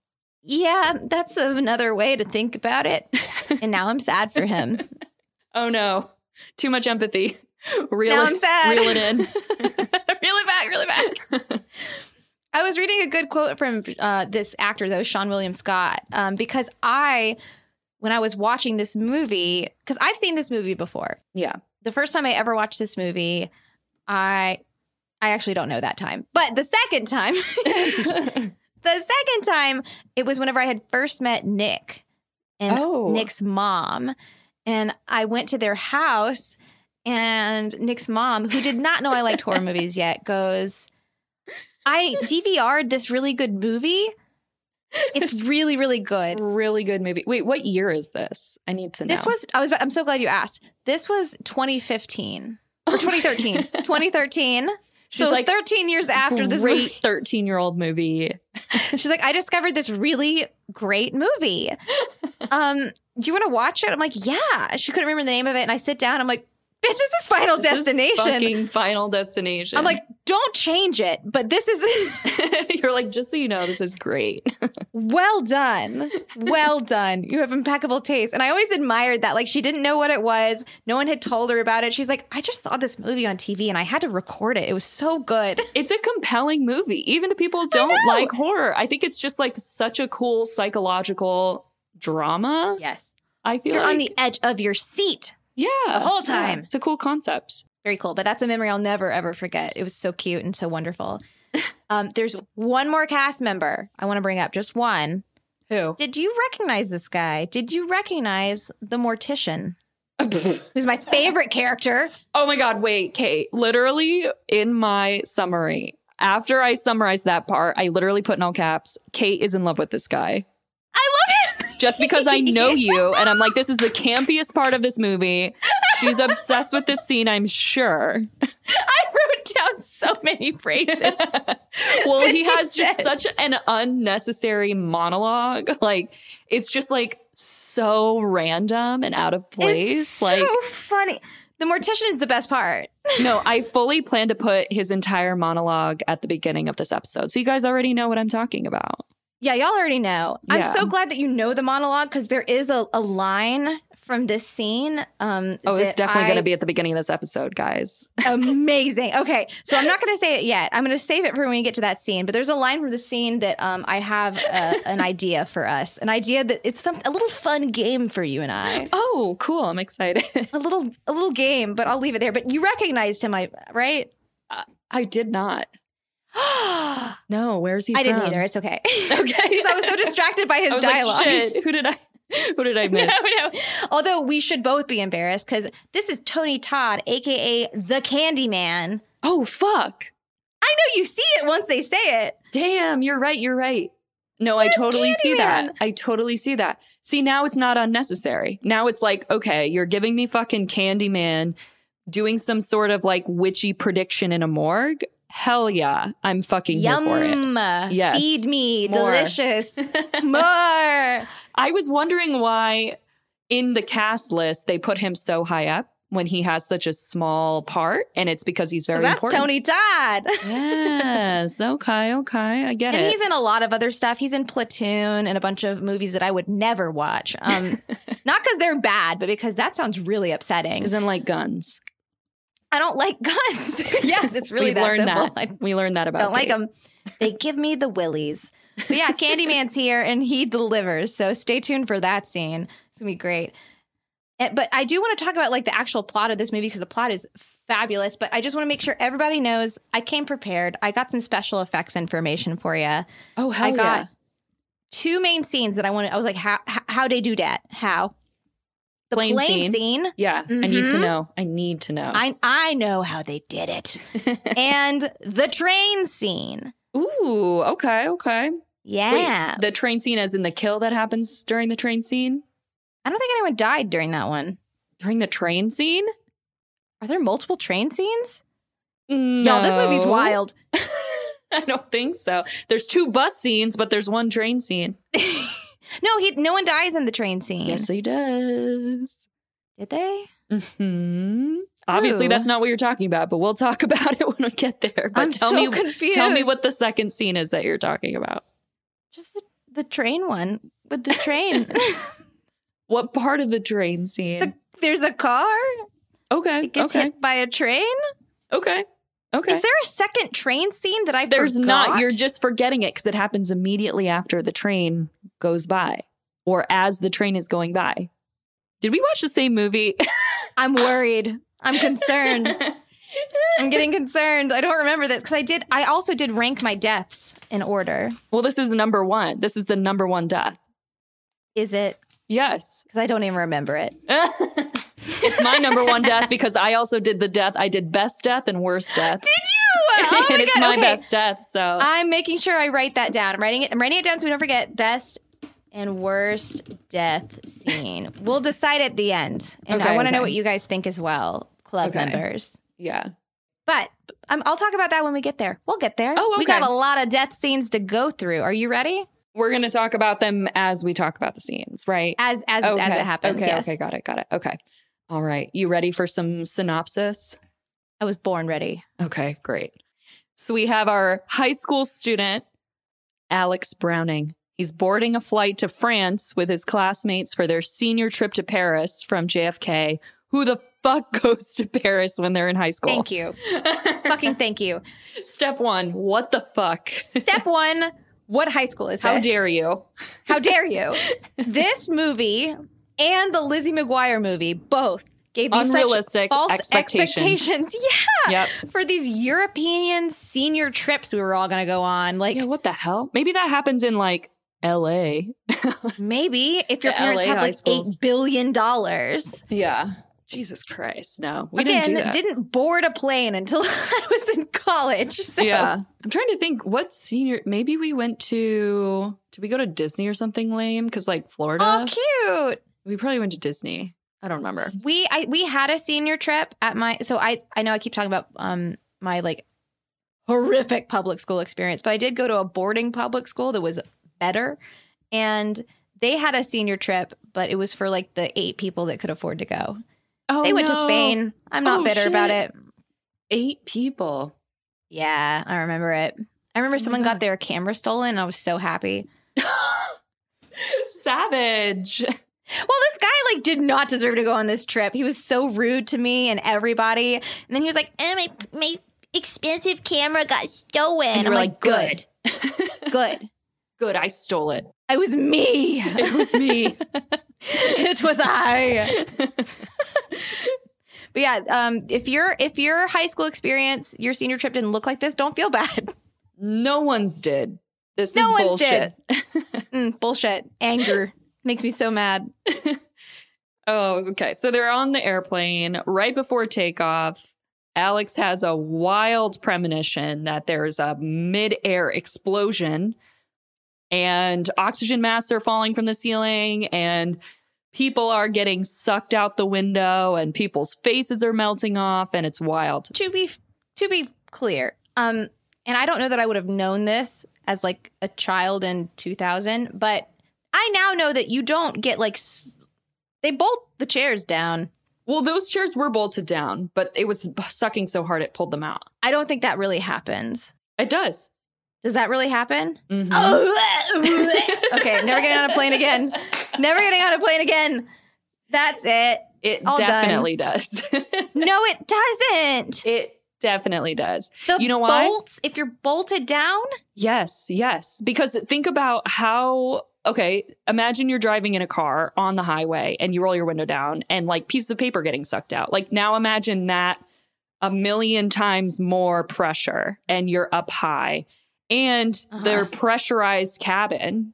Yeah, that's another way to think about it. and now I'm sad for him. Oh no, too much empathy. Reel Now it- I'm sad. Reel it in. really back, really back. I was reading a good quote from uh, this actor, though, Sean William Scott, um, because I, when I was watching this movie, because I've seen this movie before. Yeah. The first time I ever watched this movie, I, I actually don't know that time, but the second time, the second time, it was whenever I had first met Nick and Oh. Nick's mom, and I went to their house and Nick's mom, who did not know I liked horror movies yet, goes, I DVR'd this really good movie. It's really, really good. really good movie. Wait, what year is this? I need to know. This was, I was, I'm so glad you asked. This was 2015 or 2013. 2013. She's so like 13 years after this great movie. thirteen year old movie. She's like, I discovered this really great movie. Um, do you want to watch it? I'm like, yeah. She couldn't remember the name of it. And I sit down. I'm like, bitch, this is Final This is Destination. fucking final destination. I'm like, don't change it, but this is You're like, just so you know, this is great. well done. Well done. You have impeccable taste. And I always admired that. Like, she didn't know what it was, no one had told her about it. She's like, I just saw this movie on TV and I had to record it. It was so good. It's a compelling movie, even if people don't know. like horror. I think it's just like such a cool psychological drama. Yes. I feel You're like on the edge of your seat. yeah the whole time. It's a cool concept. Very cool. But that's a memory I'll never, ever forget. It was so cute and so wonderful. Um, there's one more cast member I want to bring up, just one. Who? Did you recognize this guy? Did you recognize the mortician? Who's my favorite character? oh my god! Wait, Kate. Literally in my summary, After I summarized that part, I literally put in all caps, Kate is in love with this guy. I love him. Just because I know you, and I'm like, this is the campiest part of this movie. She's obsessed with this scene, I'm sure. I wrote down so many phrases. Well, he he has just said. such an unnecessary monologue. Like, it's just like so random and out of place. It's like, so funny. The mortician is the best part. no, I fully plan to put his entire monologue at the beginning of this episode. So you guys already know what I'm talking about. Yeah, y'all already know. I'm Yeah. so glad that you know the monologue because there is a, a line from this scene. Um, Oh, it's that definitely I- going to be at the beginning of this episode, guys. amazing. Okay, so I'm not going to say it yet. I'm going to save it for when we get to that scene. But there's a line from the scene that um, I have uh an idea for us. An idea that it's some a little fun game for you and I. Oh, cool. I'm excited. A little a little game, but I'll leave it there. But you recognized him, I right? I did not. I No, where's he didn't from? either. It's okay. Okay. so I was so distracted by his I was like, dialogue. "Shit, who did I who did I miss? No, no. Although we should both be embarrassed because this is Tony Todd, aka the Candyman. Oh fuck. I know you see it once they say it. Damn, you're right, you're right. No, I totally see that. Candyman. I totally see that. See, now it's not unnecessary. Now it's like, okay, you're giving me fucking Candyman doing some sort of like witchy prediction in a morgue. Hell yeah. I'm fucking Yum. here for it. Yes. Feed me. More. Delicious. More. I was wondering why in the cast list they put him so high up when he has such a small part, and it's because he's very That's important. Tony Todd. yes. Okay. Okay. I get And it. he's in a lot of other stuff. He's in Platoon and a bunch of movies that I would never watch. Um, not because they're bad, but because that sounds really upsetting. He's in like guns. I don't like guns. yeah, it's really we that learned simple. I that. We learned that about. Don't like Kate. them. They give me the willies. But yeah, Candyman's here and he delivers. So stay tuned for that scene. It's gonna be great. And- but I do want to talk about like the actual plot of this movie because the plot is fabulous. But I just want to make sure everybody knows I came prepared. I got some special effects information for you. Oh hell I got yeah. two main scenes that I wanted. I was like, how how how they do that? How the Plane plane, scene. Oh. scene Yeah. I need to Mhm. know. I need to know. I I know how they did it. and the train scene. Ooh. Okay. Okay. Wait, Yeah. the train scene, as in the kill that happens during the train scene. I don't think anyone died during that one. During the train scene. Are there multiple train scenes? No, Y'all, this movie's wild. I don't think so. There's two bus scenes, but there's one train scene. No, he no one dies in the train scene. Yes, he does. Did they? hmm Obviously, Ooh. that's not what you're talking about, but we'll talk about it when we get there. But I'm tell so me, confused. tell me what the second scene is that you're talking about. just the, the train one with the train. What part of the train scene? There's a car. okay, It gets okay, hit by a train. okay, okay. Is there a second train scene that I There's forgot? not. You're just forgetting it because it happens immediately after the train goes by, or as the train is going by. Did we watch the same movie? I'm worried. I'm concerned. I'm getting concerned. I don't remember this because I did. I also did rank my deaths in order. well, this is number one. This is the number one death. Is it? Yes. Because I don't even remember it. Oh it's my number one death because I also did the death. I did best death and worst death. Did you? Oh my and it's God. my Okay. Uh, best death. So I'm making sure I write that down. I'm writing it. I'm writing it down so we don't forget. Best and worst death scene. we'll decide at the end, and Okay, I want to okay. know what you guys think as well, club Okay. members. yeah. But um, I'll talk about that when we get there. We'll get there. Oh, we okay. got a lot of death scenes to go through. Are you ready? We're going to talk about them as we talk about the scenes, right? As as as it happens. Okay. yes. Okay. Got it. Got it. Okay. All right. You ready for some synopsis? I was born ready. Okay. Great. So we have our high school student, Alex Browning. He's boarding a flight to France with his classmates for their senior trip to Paris from JFK. Who the fuck goes to Paris when they're in high school? Thank you. Fucking thank you. Step one, what the fuck? Step one. What high school is How this? dare you? How dare you? this movie and the Lizzie McGuire movie both gave me Unrealistic such false expectation. expectations. Yeah. Yep. For these European senior trips we were all going to go on. Like, Yeah, what the hell? Maybe that happens in like LA. maybe if your The parents LA have high like schools. $8 billion. dollars. Yeah. Jesus Christ, no, we Again, didn't do that. didn't board a plane until I was in college. So. Yeah, I'm trying to think what senior. Maybe we went to. Did we go to Disney or something lame? Because like Florida, Oh, cute. we probably went to Disney. I don't remember. we I we had a senior trip at my so I I know I keep talking about um my like horrific public school experience, but I did go to a boarding public school that was better and they had a senior trip, but it was for like the eight people that could afford to go. Oh, they went to no. Spain. I'm not Oh, bitter about shit. it. Eight people. Yeah, I remember it. I remember Oh my someone God. got their camera stolen and I was so happy. Savage. Well, this guy like did not deserve to go on this trip. He was so rude to me and everybody. And then he was like, "Oh, my my expensive camera got stolen." And you I'm were like, like, "Good, good." Good. I stole it. It was me. It was me. it was I. but yeah, um, if your if your high school experience, your senior trip didn't look like this, don't feel bad. no one's did. This No is one's bullshit. Mm, bullshit. Anger makes me so mad. Oh, okay. So they're on the airplane right before takeoff. Alex has a wild premonition that there's a mid-air explosion and oxygen masks are falling from the ceiling and people are getting sucked out the window and people's faces are melting off and it's wild. To be to be clear, um, and I don't know that I would have known this as like a child in 2000, but I now know that you don't get like s- they bolt the chairs down. Well, those chairs were bolted down, but it was sucking so hard it pulled them out. I don't think that really happens. It does. Does that really happen? Mhm. okay, never getting on a plane again. Never getting on a plane again. That's it. It All done. definitely does. No, it doesn't. it definitely does. The You know why? bolts, if you're bolted down, Yes, yes. Because think about how, okay, imagine you're driving in a car on the highway and you roll your window down and like pieces of paper getting sucked out. Like now imagine that a million times more pressure and you're up high and Uh-huh. their pressurized cabin.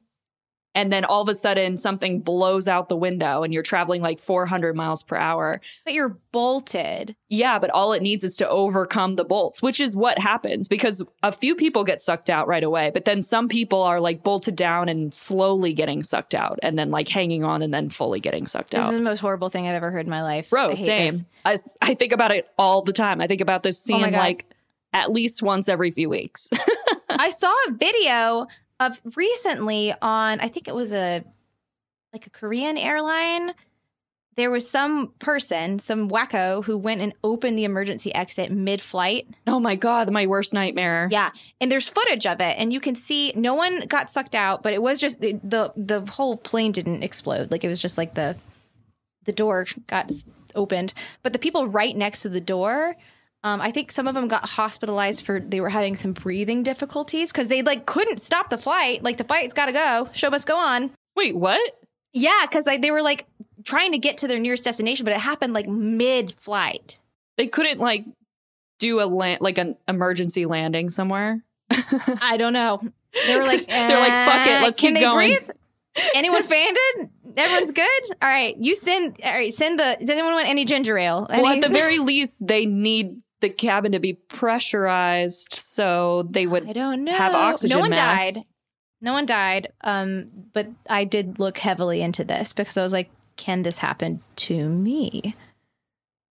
And then all of a sudden something blows out the window and you're traveling like 400 miles per hour. but you're bolted. Yeah, but all it needs is to overcome the bolts, which is what happens because a few people get sucked out right away, but then some people are like bolted down and slowly getting sucked out and then like hanging on and then fully getting sucked This out. is the most horrible thing I've ever heard in my life. I Bro, hate this. same. I, s- I think about it all the time. I think about this Oh scene my God. like at least once every few weeks. I saw a video of recently on I think it was a like a Korean airline. There was some person, some wacko, who went and opened the emergency exit mid-flight. oh my God, my worst nightmare. Yeah, and there's footage of it, and you can see no one got sucked out, but it was just the the, the whole plane didn't explode. Like it was just like the the door got s- opened, but the people right next to the door. Um, I think some of them got hospitalized for they were having some breathing difficulties because they like couldn't stop the flight. Like the flight's got to go, show must go on. Wait, what? Yeah, because like, they were like trying to get to their nearest destination, but it happened like mid flight. They couldn't like do a land, like an emergency landing somewhere. I don't know. They were like, They're like, "Fuck it, "Uh, let's can keep they going." Breathe? Anyone fainted? Everyone's good. All right, you send. All right, send the. Does anyone want any ginger ale? Well, Any- at the very least, they need the cabin to be pressurized so they I would. don't know. have oxygen No one masks. died. No one died. Um, but I did look heavily into this because I was like, can this happen to me?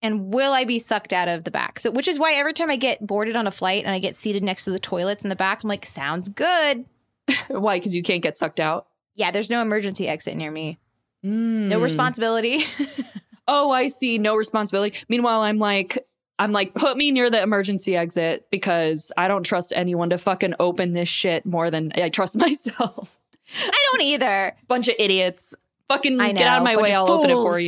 And will I be sucked out of the back? So, which is why every time I get boarded on a flight and I get seated next to the toilets in the back, I'm like, sounds good. Why? Because you can't get sucked out. Yeah, there's no emergency exit near me. No Hmm. responsibility. Oh, I see. No responsibility. Meanwhile, I'm like, I'm like, put me near the emergency exit because I don't trust anyone to fucking open this shit more than I trust myself. I don't either. Bunch of idiots. Fucking I get out of know, my bunch way. I'll of open it for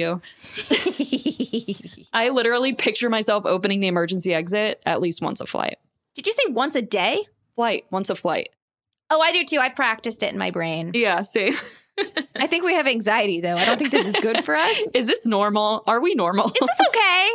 fools. you. I literally picture myself opening the emergency exit at least once a flight. Did you say once a day? Flight, once a flight. Oh, I do too. I've practiced it in my brain. Yeah, see. I think we have anxiety though. I don't think this is good for us. Is this normal? Are we normal? Is this okay?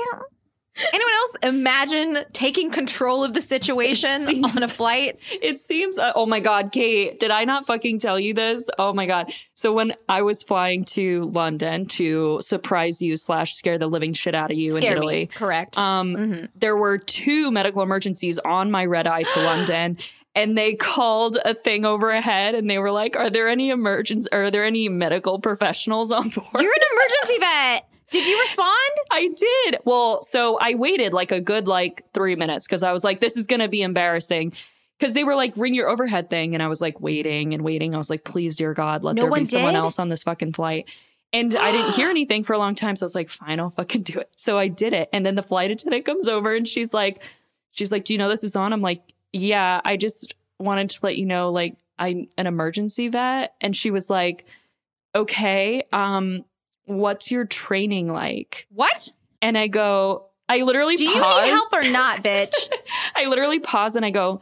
Anyone else imagine taking control of the situation seems- on a flight? It seems, uh, oh my God, Kate, did I not fucking tell you this? Oh my God. So when I was flying to London to surprise you slash scare the living shit out of you in Scare Italy. me. Mm-hmm. Correct. Um, There were two medical emergencies on my red eye to London, and they called a thing overhead, and they were like, "Are there any emergence? Are there any medical professionals on board?" You're an emergency vet. Did you respond? I did. Well, so I waited like a good like three minutes because I was like, "This is gonna be embarrassing." Because they were like, ring your overhead thing. And I was like, waiting and waiting. I was like, please, dear God, let No there one be someone did? else on this fucking flight. And I didn't hear anything for a long time. So I was like, fine, I'll fucking do it. So I did it. And then the flight attendant comes over and she's like, she's like, do you know this is on? I'm like, yeah, I just wanted to let you know, like, I'm an emergency vet. And she was like, okay, um, what's your training like? What? And I go, I literally Do you pause. need help or not, bitch? I literally pause and I go,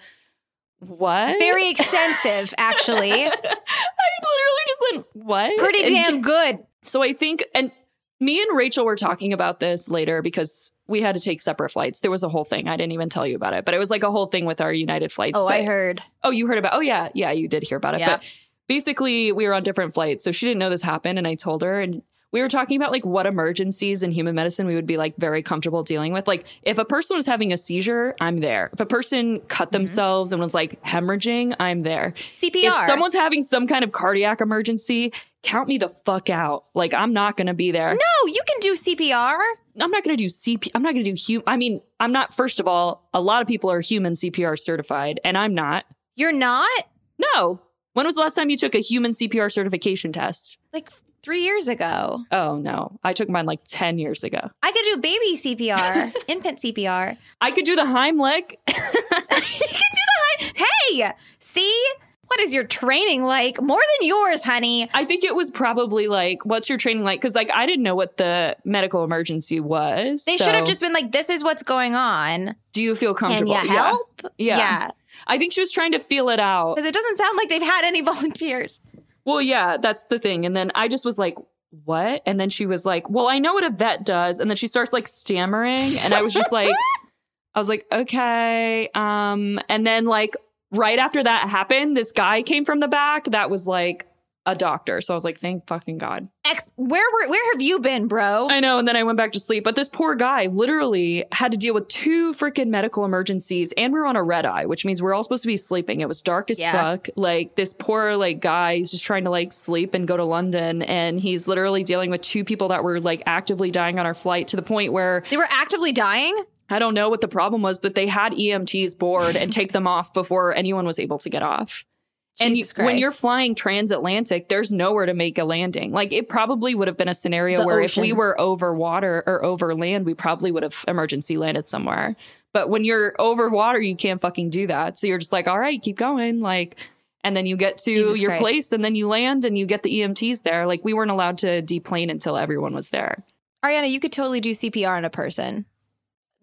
what? Very extensive, actually. I literally just went, what? Pretty And damn good. So I think, and me and Rachel were talking about this later because we had to take separate flights. There was a whole thing. I didn't even tell you about it, but it was like a whole thing with our United flights. Oh, I but- heard. Oh, you heard about? Oh, yeah, yeah, you did hear about it. Yeah. But basically, we were on different flights, so she didn't know this happened, and I told her and. We were talking about like what emergencies in human medicine we would be like very comfortable dealing with. Like if a person was having a seizure, I'm there. If a person cut themselves and was like hemorrhaging, I'm there. CPR. If someone's having some kind of cardiac emergency, count me the fuck out. Like I'm not gonna be there. no, you can do CPR. I'm not gonna do CP. I'm not gonna do human. I mean, I'm not. First of all, a lot of people are human CPR certified, and I'm not. You're not? No. When was the last time you took a human CPR certification test? Like three years ago. Oh no, I took mine like ten years ago. I could do baby CPR, infant CPR. I could do the Heimlich. Hey, see? What is your training like? More than yours, honey. I think it was probably like, what's your training like? Because like I didn't know what the medical emergency was. They should have so just been like, this is what's going on. Do you feel Can comfortable? you Yeah. help? Yeah. I think she was trying to feel it out. Because it doesn't sound like they've had any volunteers. Well, yeah, that's the thing. And then I just was like, what? And then she was like, well, I know what a vet does. And then she starts like stammering. And I was just like, I was like, okay. Um, and then like right after that happened, this guy came from the back that was like a doctor. So I was like, thank fucking God. Ex, where were, where have you been, bro? I know. And then I went back to sleep. But this poor guy literally had to deal with two freaking medical emergencies. And we were on a red eye, which means we are all supposed to be sleeping. It was dark as Yeah. fuck. Like this poor like guy is just trying to like sleep and go to London. And he's literally dealing with two people that were like actively dying on our flight to the point where They were actively dying. I don't know what the problem was, but they had EMTs board and take them off before anyone was able to get off. and you- Jesus when Christ. you're flying transatlantic, there's nowhere to make a landing. Like it probably would have been a scenario The where if we ocean. were over water or over land, we probably would have emergency landed somewhere. But when you're over water, you can't fucking do that. So you're just like, all right, keep going. Like, and then you get to Jesus your Christ. place and then you land and you get the EMTs there. Like we weren't allowed to deplane until everyone was there. Ariana, you could totally do CPR on a person.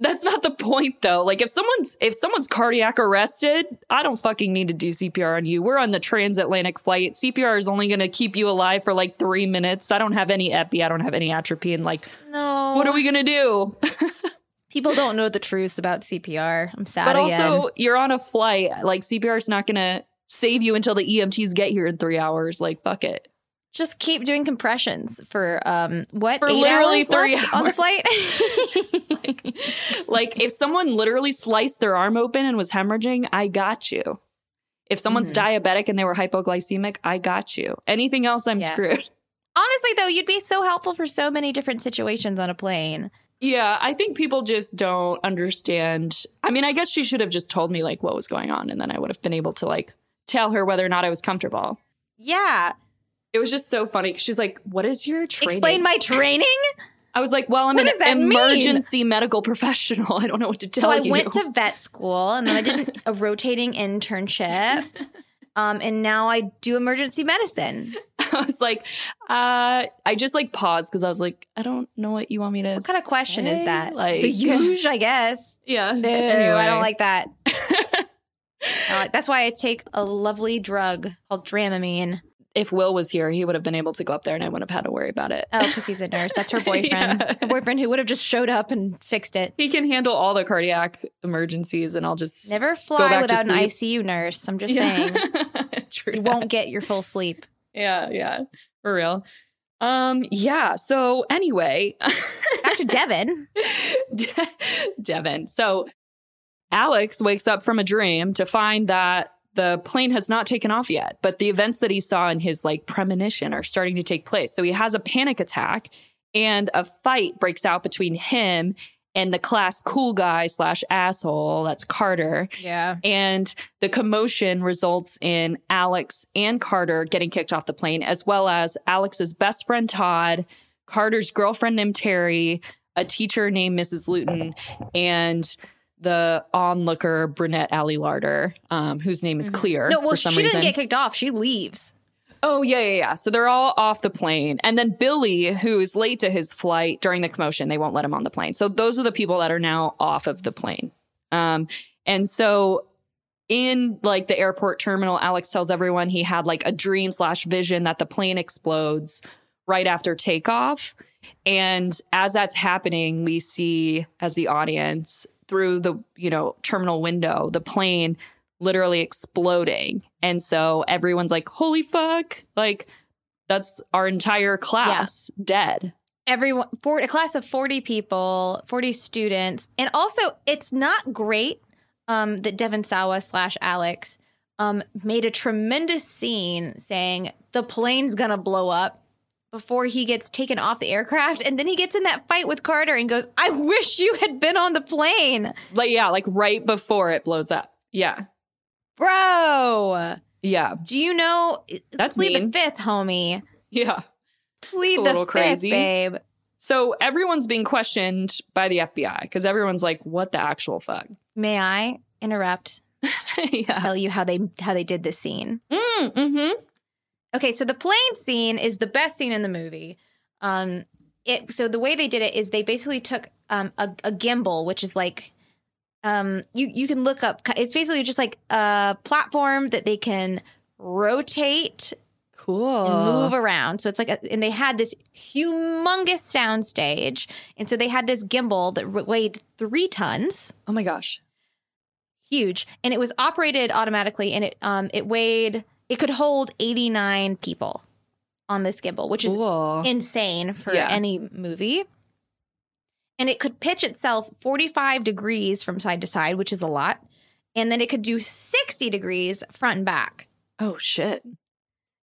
That's not the point though. Like if someone's if someone's cardiac arrested, I don't fucking need to do CPR on you. We're on the transatlantic flight. CPR is only going to keep you alive for like 3 minutes. I don't have any epi, I don't have any atropine. Like No. what are we going to do? People don't know the truths about CPR. I'm sad. But again. also you're on a flight. Like CPR is not going to save you until the EMTs get here in 3 hours. Like fuck it. just keep doing compressions for um what For eight literally hours three left on the hours. flight. Like if someone literally sliced their arm open and was hemorrhaging, I got you. If someone's diabetic and they were hypoglycemic, I got you. Anything else, I'm Yeah. screwed. Honestly, though, you'd be so helpful for so many different situations on a plane. Yeah, I think people just don't understand. I mean, I guess she should have just told me like what was going on and then I would have been able to like tell her whether or not I was comfortable. Yeah, It was just so funny cuz she's like, "What is your training?" explain my training. I was like, "Well, I'm What an does that mean?" emergency medical professional. I don't know what to so tell I you." went to vet school, and then I did a rotating internship, um, and now I do emergency medicine. I was like, uh, I just like paused cuz I was like, "I don't know what you want me to What kind of question is say, that? Like the huge, I guess. Yeah. No, I don't like that. I don't like- that's why I take a lovely drug called Dramamine. if Will was here, he would have been able to go up there and I wouldn't have had to worry about it. Oh, because he's a nurse. That's her boyfriend. Yeah. Her boyfriend who would have just showed up and fixed it. He can handle all the cardiac emergencies and I'll just Never back fly to without an sleep. ICU nurse. I'm just Yeah. saying. True You that. won't get your full sleep. Yeah, yeah. For real. Um, yeah. So anyway, Back to Devin. De- Devin. So Alex wakes up from a dream to find that the plane has not taken off yet, but the events that he saw in his like premonition are starting to take place. So he has a panic attack and a fight breaks out between him and the class cool guy slash asshole. That's Carter. Yeah. And the commotion results in Alex and Carter getting kicked off the plane, as well as Alex's best friend Todd, Carter's girlfriend named Terry, a teacher named Mrs. Luton, and the onlooker brunette Allie Larder, um, whose name is Mhm. Clear No, well, for she some didn't reason. get kicked off. She leaves. Oh, yeah, yeah, yeah. So they're all off the plane. And then Billy, who is late to his flight during the commotion, they won't let him on the plane. So those are the people that are now off of the plane. Um, and so in like the airport terminal, Alex tells everyone he had like a dream slash vision that the plane explodes right after takeoff. And as that's happening, we see as the audience through the, you know, terminal window, the plane literally exploding. And so everyone's like, holy fuck. Like, that's our entire class dead. everyone for a class of 40 people 40 students and also it's not great um, that devin sawa slash alex um, made a tremendous scene saying the plane's gonna blow up before he gets taken off the aircraft and then he gets in that fight with carter and goes i wish you had been on the plane Like, yeah, like right before it blows up. Yeah. bro Yeah. do you know That's plead mean. the fifth homie Yeah. plead a the little fifth crazy. babe So everyone's being questioned by the FBI because everyone's like, what the actual fuck? may i interrupt yeah. tell you how they how they did this scene Mm, hmm Okay, so the plane scene is the best scene in the movie. Um, it so the way they did it is they basically took um, a, a gimbal, which is like um, you you can look up. It's basically just like a platform that they can rotate Cool. and move around. So it's like, a, and they had this humongous soundstage, and so they had this gimbal that weighed three tons Oh my gosh. huge and it was operated automatically and it um it weighed it could hold 89 people on this gimbal which is Cool. insane for Yeah. any movie and it could pitch itself 45 degrees from side to side which is a lot and then it could do 60 degrees front and back oh shit.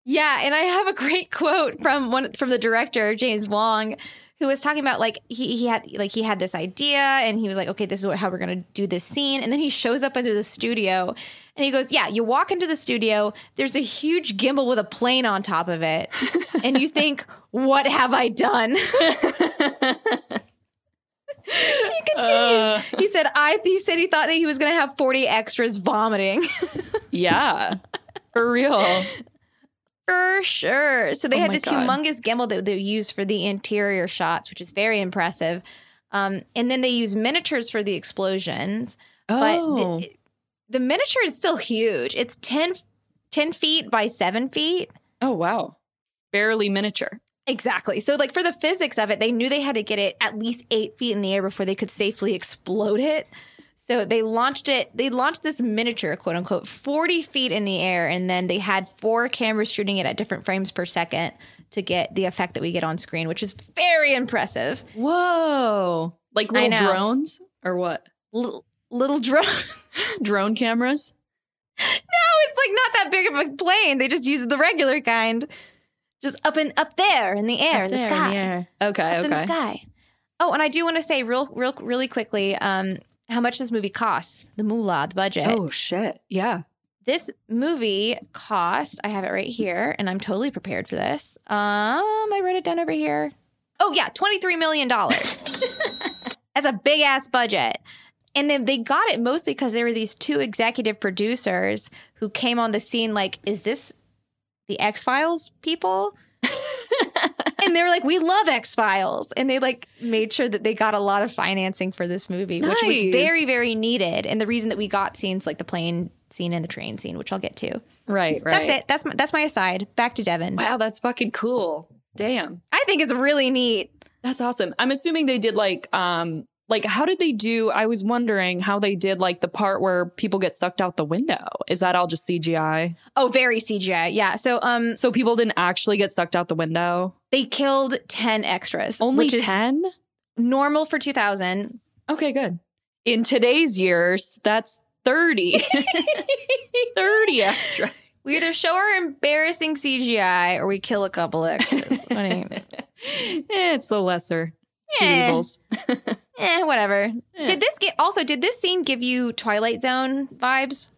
yeah, and I have a great quote from one from the director James Wong, who was talking about like he he had like he had this idea and he was like, okay, this is what, how we're gonna do this scene, and then he shows up into the studio, and he goes, yeah, you walk into the studio, there's a huge gimbal with a plane on top of it, and you think, what have I done? he continues. Uh, he said, I he said he thought that he was gonna have forty extras vomiting. yeah. For real. For sure. So they Oh had my this God. humongous gimbal that they used for the interior shots, which is very impressive. Um, and then they use miniatures for the explosions, but Oh. the, the miniature is still huge. It's 10, 10 feet by seven feet. oh wow. Barely miniature. Exactly. So, like for the physics of it, they knew they had to get it at least eight feet in the air before they could safely explode it. So they launched it. They launched this miniature, quote unquote, forty feet in the air, and then they had four cameras shooting it at different frames per second to get the effect that we get on screen, which is very impressive. Whoa. Like little know. drones or what? L- little drone. no, Drone cameras? it's like not that big of a plane. They just used the regular kind, just up and up there in the air, in the sky. Okay, Up in the okay. sky. Oh, and I do want to say real, real, really quickly, um, how much this movie costs? The moolah, the budget. Oh shit. Yeah. This movie cost. I have it right here, and I'm totally prepared for this. Um, I wrote it down over here. Oh yeah, twenty three million dollars. That's a big ass budget. And then they got it mostly because there were these two executive producers who came on the scene like, is this the X Files people? and they were like, we love X Files. And they like made sure that they got a lot of financing for this movie, which was Nice. very, very needed. And the reason that we got scenes like the plane scene and the train scene, which I'll get to. Right, right. That's it. That's my, that's my aside. Back to Devin. Wow, that's fucking cool. Damn. I think it's really neat. That's awesome. I'm assuming they did like um like how did they do I was wondering how they did like the part where people get sucked out the window. Is that all just CGI? Oh, very CGI. Yeah. So um, So people didn't actually get sucked out the window? they killed ten extras. Only which is 10? normal for two thousand. Okay, good. In today's years, that's 30. 30 extras. We either show our embarrassing CGI or we kill a couple extras. I mean, Eh, it's the lesser two eh, evils. eh, whatever. Eh. Did this get also? Did this scene give you Twilight Zone vibes?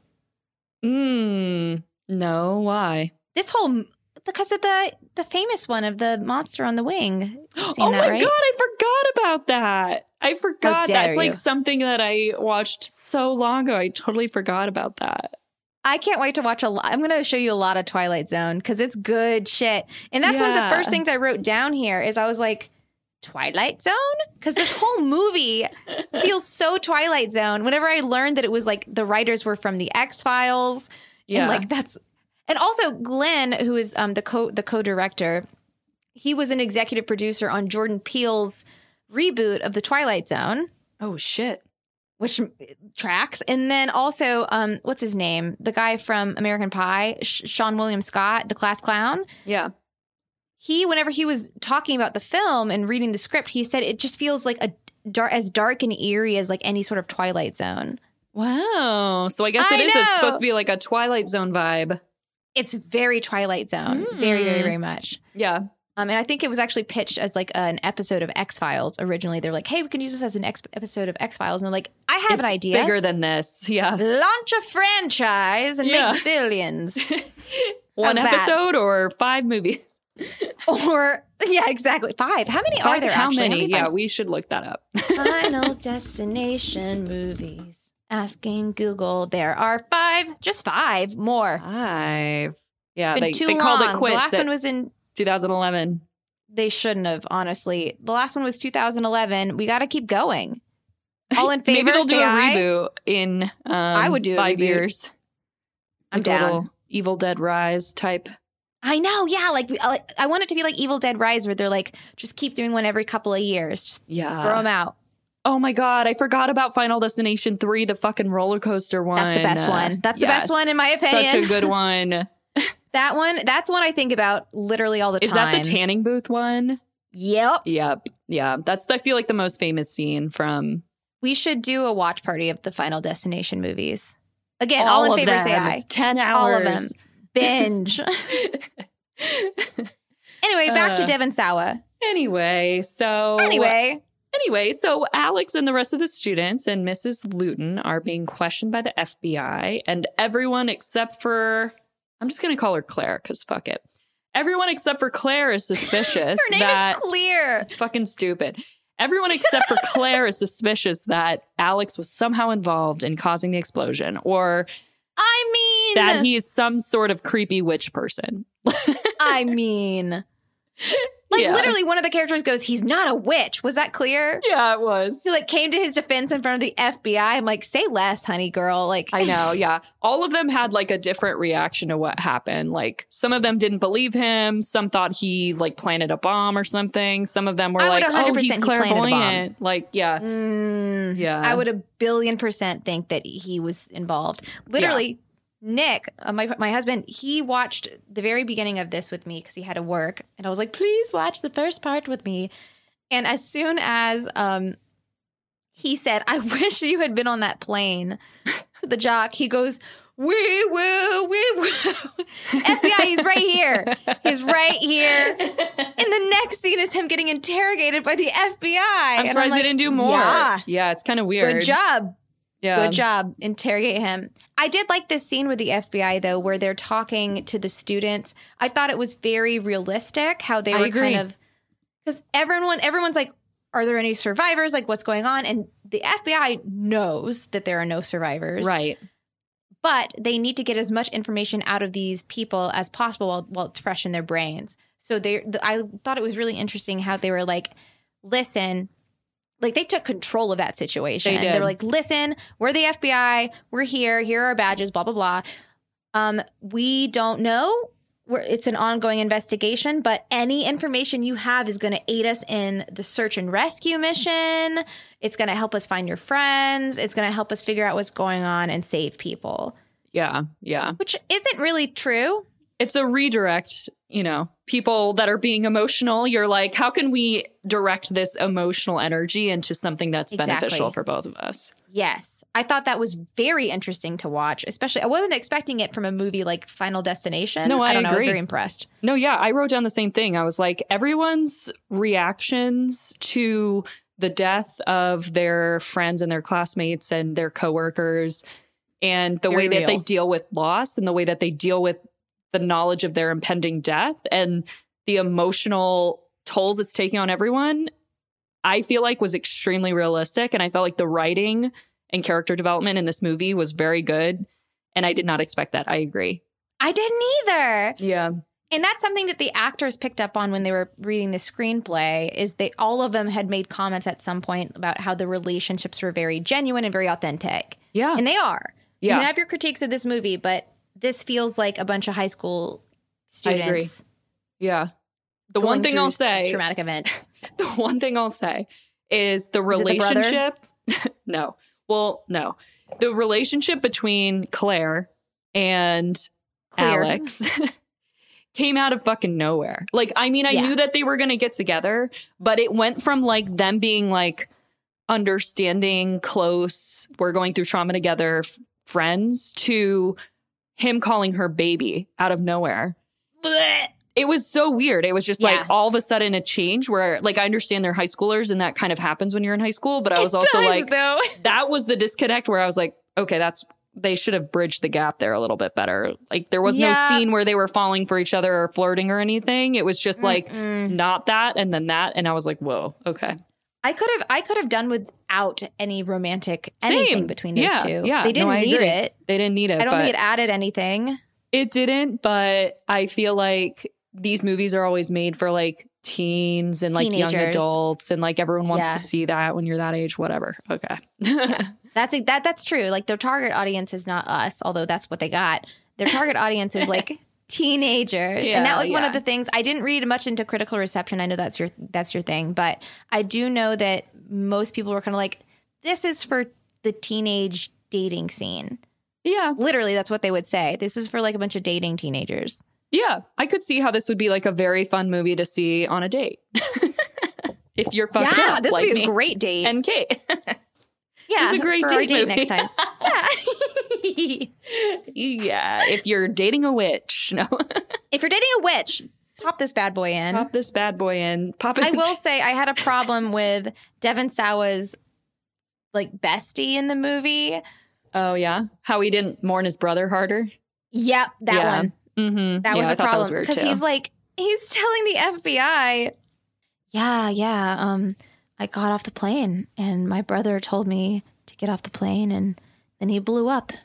Mm, no, why? This whole because of the the famous one of the monster on the wing. You've seen oh that, my right? god, I forgot about that. I forgot dare that's you. like something that I watched so long ago. I totally forgot about that. I can't wait to watch a lot. I'm going to show you a lot of Twilight Zone because it's good shit. And that's one of Yeah. the first things I wrote down here is I was like, Twilight Zone? Because this whole movie feels so Twilight Zone. Whenever I learned that it was like the writers were from the X Files, Yeah. and like that's and also Glenn, who is um the co the co director, he was an executive producer on Jordan Peele's reboot of the Twilight Zone oh shit. which m- tracks. And then also, um, what's his name? The guy from American Pie, Sh- Sean William Scott, the class clown. Yeah. He, whenever he was talking about the film and reading the script, he said it just feels like a dark, as dark and eerie as like any sort of Twilight Zone. Wow. So I guess I it is. It's know. supposed to be like a Twilight Zone vibe. It's very Twilight Zone, very, Hmm. very, very much. Yeah. Um, and I think it was actually pitched as like an episode of X Files originally. They're like, hey, we can use this as an ex- episode of X Files. And they're like, I have it's an idea. bigger than this. Yeah. Launch a franchise and Yeah. make billions. One that? episode or five movies. or yeah, exactly five. How many are Five- there? How actually? many? yeah, How we should look that up. many find- Final Destination movies. Asking Google, there are five, just five more. Five. Yeah, Been Uh, they, too they long. called it the quits last at one was in. 2011. They shouldn't have, honestly. The last one was 2011. We got to keep going. All in favor? Maybe they'll do say a aye. reboot in um, I would do a five reboot. years. I'm Like a down. little Evil Dead Rise type. I know. Yeah, like we- I like- I want it to be like Evil Dead Rise, where they're like just keep doing one every couple of years, just throw Yeah. them out. Oh my god, I forgot about Final Destination 3, the fucking roller coaster one. That's the best Uh, one. That's the best one in my Such a opinion. good one. That one, that's one I think about literally all the Is time. that the tanning booth one? Yep. Yep. Yeah. That's I feel like the most famous scene from We should do a watch party of the Final Destination movies. Again, all, in of favor them. say aye. 10 hours. All of them. Binge. anyway, back to Uh, oh, Devon Sawa. Anyway, so Anyway, Anyway, so Alex and the rest of the students and Mrs. Luton are being questioned by the FBI, and everyone except for I'm just going to call her Claire because fuck it. Everyone except for Claire is suspicious her name that is Clear. it's fucking stupid. Everyone except for Claire is suspicious that Alex was somehow involved in causing the explosion or I mean, that he is some sort of creepy witch person. I mean, like Yeah. literally one of the characters goes, "He's not a witch." Was that clear? Yeah, it was. He like came to his defense in front of the FBI. I'm like, "Say less, honey girl." Like, I know, yeah. All of them had like a different reaction to what happened. Like some of them didn't believe him, some thought he like planted a bomb or something. Some of them were I would like, "Oh, 100% he's he planted a bomb. clairvoyant." Like, yeah. Mm, Yeah. I would a billion percent think that he was involved. Literally, Nick, uh, my my husband, he watched the very beginning of this with me because he had to work, and I was like, "Please watch the first part with me." And as soon as um, he said, "I wish you had been on that plane," to the jock, he goes. Wee woo, wee woo. FBI, he's right here. He's right here. And the next scene is him getting interrogated by the FBI. I'm And surprised like, they didn't do more. Yeah. it's kind of Good weird. job. Yeah. Good job. Interrogate him. I did like this scene with the FBI though, where they're talking to the students. I thought it was very realistic how they I were agree. kind of because everyone everyone's like, are there any survivors? Like what's going on? And the FBI knows that there are no survivors. Right. But they need to get as much information out of these people as possible while, while it's fresh in their brains. So they, the, I thought it was really interesting how they were like, listen, like they took control of that situation. They did. were like, listen, we're the FBI. We're here. Here are our badges. Blah blah blah. Um, we don't know. We're, it's an ongoing investigation, but any information you have is going to aid us in the search and rescue mission. It's going to help us find your friends. It's going to help us figure out what's going on and save people, Yeah. Yeah. which isn't really true. It's a redirect, you know, people that are being emotional. You're like, how can we direct this emotional energy into something that's beneficial Exactly. for both of us? Yes. I thought that was very interesting to watch, especially I wasn't expecting it from a movie like Final Destination. No, I don't know. I was agree. very impressed. No, yeah, I wrote down the same thing. I was like, everyone's reactions to the death of their friends and their classmates and their coworkers, and the Very way that they real. deal with loss and the way that they deal with the knowledge of their impending death and the emotional tolls it's taking on everyone, I feel like was extremely realistic. And I felt like the writing and character development in this movie was very good. And I did not expect that. I agree. I didn't either. Yeah. And that's something that the actors picked up on when they were reading the screenplay is they all of them had made comments at some point about how the relationships were very genuine and very authentic. Yeah. And they are. You Yeah. can have your critiques of this movie, but this feels like a bunch of high school I agree. students. Yeah. The one going thing through I'll this say, traumatic event. the one thing I'll say is the Is it the brother? relationship. no. Well, no. The relationship between Claire and Clear. Alex came out of fucking nowhere. Like, I mean, I Yeah. knew that they were going to get together, but it went from like them being like understanding, close, we're going through trauma together, f- friends, to him calling her baby out of nowhere Blech. it was so weird. It was just Yeah. like all of a sudden a change where like I understand they're high schoolers and that kind of happens when you're in high school, but I was It also does, like though. that was the disconnect where I was like, okay, that's they should have bridged the gap there a little bit better. Like there was Yeah. no scene where they were falling for each other or flirting or anything. It was just like Mm-mm. not that and then that and I was like, whoa, okay. I could have I could have done without any romantic anything Same. between those Yeah, two. yeah. They didn't No, I need agree. it. They didn't need it. I don't but think it added anything. It didn't, but I feel like these movies are always made for like teens and like young Teenagers. adults and like everyone wants Yeah. to see that when you're that age, whatever. Okay. That's that that's true. Like their target audience is not us, although that's what they got. Their target audience is like teenagers. and that Yeah, was one of yeah. the things I didn't read much into critical reception. I know that's your that's your thing, but I do know that most people were kind of like this is for the teenage dating scene. yeah. Literally that's what they would say. This is for like a bunch of dating teenagers. Yeah. I could see how this would be like a very fun movie to see on a date. if you're fucked yeah, up this like would be me a great date. and Kate. yeah, is a great for our date date movie. next time. yeah. yeah. Uh, If you're dating a witch, no. if you're dating a witch, pop this bad boy in. Pop this bad boy in. Pop it. I will say I had a problem with Devon Sawa's like bestie in the movie. Oh yeah. How he didn't mourn his brother harder. Yep, that Yeah. one. Mm-hmm. That yeah, was I a thought that was problem weird because too. he's like he's telling the FBI, yeah, yeah, um, I got off the plane and my brother told me to get off the plane and then he blew up. And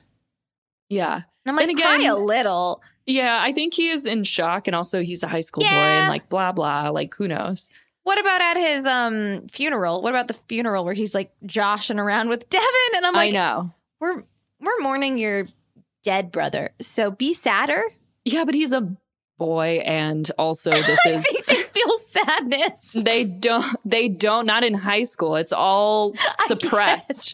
yeah. I'm Then like, cry again- a little. Yeah, I think he is in shock, and also he's a high school boy, Yeah. and like blah blah, like who knows? What about at his um funeral? What about the funeral where he's like joshing around with Devin? And I'm I like, know. we're we're mourning your dead brother, so be sadder. Yeah, but he's a boy, and also this is they feel sadness. they don't they don't not in high school. It's all suppressed.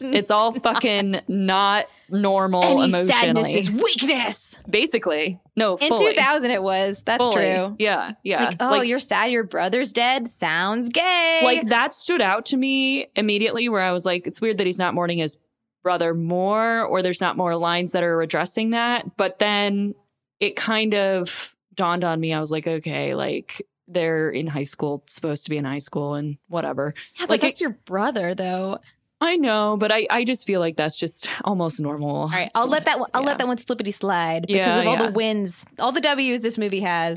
guess It's all fucking not normal emotionally. weakness. Basically, no, In fully. 2000, it was. That's Fully. true. Yeah, yeah. Like, oh, you're sad. Your brother's dead. Sounds gay. like that stood out to me immediately where i was like it's weird that he's not mourning his brother more or there's not more lines that are addressing that but then it kind of dawned on me i was like okay like they're in high school supposed to be in high school and whatever yeah, but like that's your brother, though. i know but i i just feel like that's just almost normal all All right, I'll let that. One, I'll let that one slippity slide because Yeah, of all yeah. the wins, all the W's this movie has.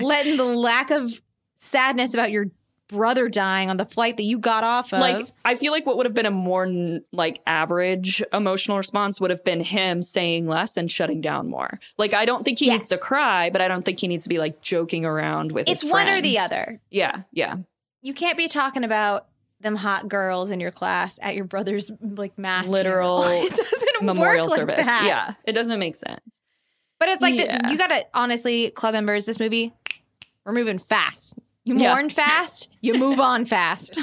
Letting the lack of sadness about your brother dying on the flight that you got off of. like i feel like what would have been a more n- like average emotional response would have been him saying less and shutting down more like i don't think he needs Yes. to cry but i don't think he needs to be like joking around with it's his one or the friends. other. yeah yeah You can't be talking about them hot girls in your class at your brother's like mass Literal funeral. it doesn't memorial work like service. that. Yeah, it doesn't make sense. but it's like the- Yeah. you gotta honestly, club members. This movie, we're moving fast. You Yeah. mourn fast, you move on fast.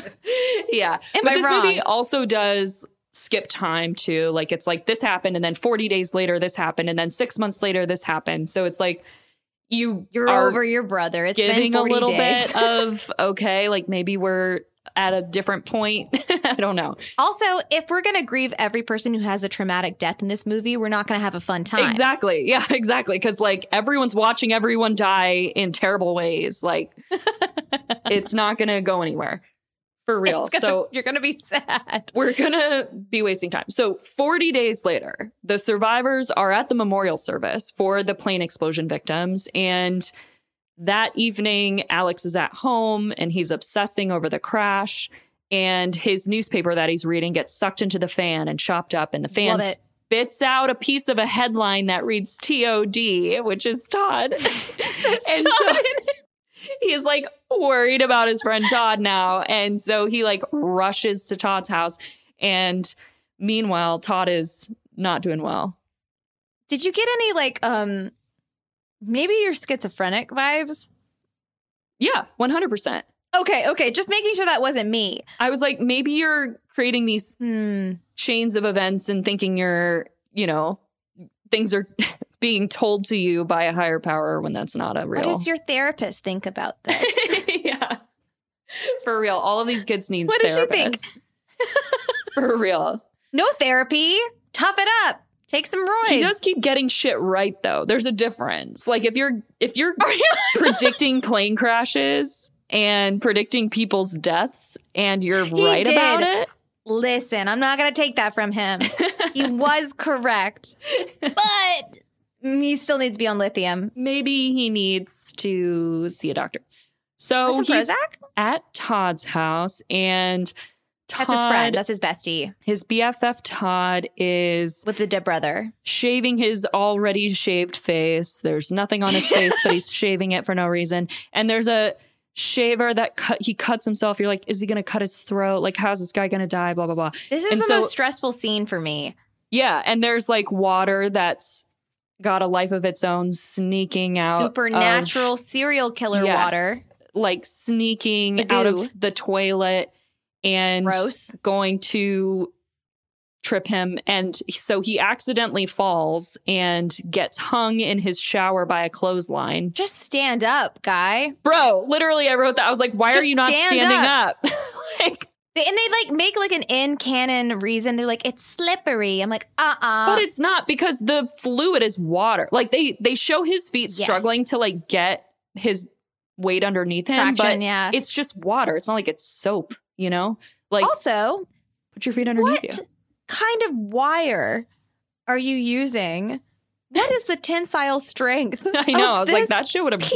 yeah. Am I but this wrong? movie also does skip time too. Like it's like this happened and then 40 days later this happened and then 6 months later this happened. So it's like you You're are over your brother. It's been giving a 40 little days. bit of okay, like maybe we're at a different point. I don't know. Also, if we're gonna grieve every person who has a traumatic death in this movie, we're not gonna have a fun time. Exactly. Yeah, exactly cuz like everyone's watching everyone die in terrible ways. Like it's not going to go anywhere. For real. It's gonna- so you're gonna be sad. we're gonna be wasting time. So, 40 days later, the survivors are at the memorial service for the plane explosion victims. And that evening, Alex is at home and he's obsessing over the crash. And his newspaper that he's reading gets sucked into the fan and chopped up, and the fan Love it. spits out a piece of a headline that reads TOD, which is Todd. and so he's like worried about his friend Todd now. And so he like rushes to Todd's house. And meanwhile, Todd is not doing well. Did you get any like um maybe your schizophrenic vibes? Yeah, 100%. Okay, okay, just making sure that wasn't me. I was like, maybe you're creating these Hmm. chains of events and thinking you're, you know, things are being told to you by a higher power when that's not a real. What does your therapist think about this? yeah. For real. All of these kids need What does she think? therapists. For real. no therapy. Tough it up. Take some roids. He does keep getting shit right though. There's a difference. Like if you're if you're predicting plane crashes and predicting people's deaths and you're right did. about it. Listen, I'm not gonna take that from him. he was correct, but he still needs to be on lithium. Maybe he needs to see a doctor. Oh, So That's he's Prozac. at Todd's house and Todd, That's his friend. That's his bestie his BFF Todd is with the dead brother. shaving his already shaved face. There's nothing on his face, but he's shaving it for no reason. And there's a shaver that cut, he cuts himself. You're like, is he going to cut his throat? Like, how's this guy going to die? Blah, blah, blah. This is And the so- most stressful scene for me. Yeah. And there's like water that's got a life of its own sneaking out. of- Supernatural serial killer Yes. water. Like sneaking The out goo. of the toilet and Gross. going to trip him and so he accidentally falls and gets hung in his shower by a clothesline Just stand up, guy. bro literally i wrote that i was like why Just are you not stand standing up. up, like They, and they like make like an in canon reason. They're like, it's slippery. I'm like, uh uh but it's not because the fluid is water like they they show his feet Yes. struggling to like get his weight underneath him Traction, but yeah. it's just water it's not like it's soap you know like also, put your feet underneath what you kind of wire are you using? What is the tensile strength? i know of i was like this that shit would have Piece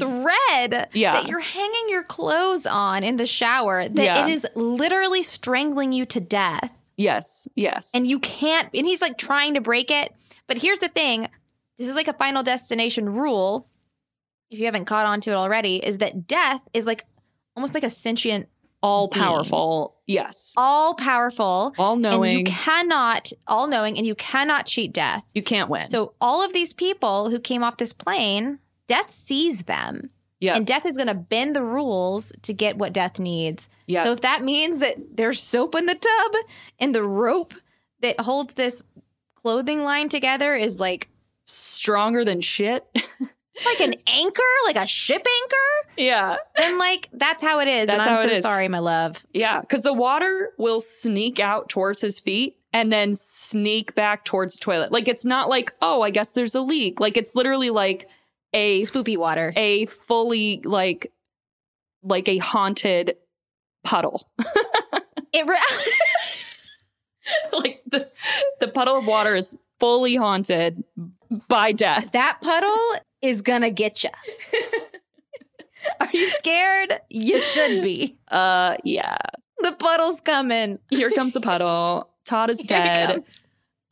of thread Yeah. that you're hanging your clothes on in the shower that Yeah. it is literally strangling you to death. yes yes and you can't and he's like trying to break it but here's the thing this is like a final destination rule if you haven't caught on to it already is that death is like almost like a sentient all powerful yes all powerful all knowing and you cannot all knowing and you cannot cheat death you can't win so all of these people who came off this plane death sees them yeah and death is going to bend the rules to get what death needs yeah So if that means that there's soap in the tub and the rope that holds this clothing line together is like stronger than shit like an anchor, like a ship anchor, yeah then like that's how it is. That's and I'm how so it is. sorry, my love. Yeah, because the water will sneak out towards his feet and then sneak back towards the toilet. Like it's not like, oh, I guess there's a leak. Like it's literally like a Spoopy water. a fully like like a haunted puddle. It re- like the the puddle of water is fully haunted by death. that puddle is gonna get you. Are you scared? You should be. Uh yeah. The puddle's coming. Here comes the puddle. Todd is Here it dead. comes.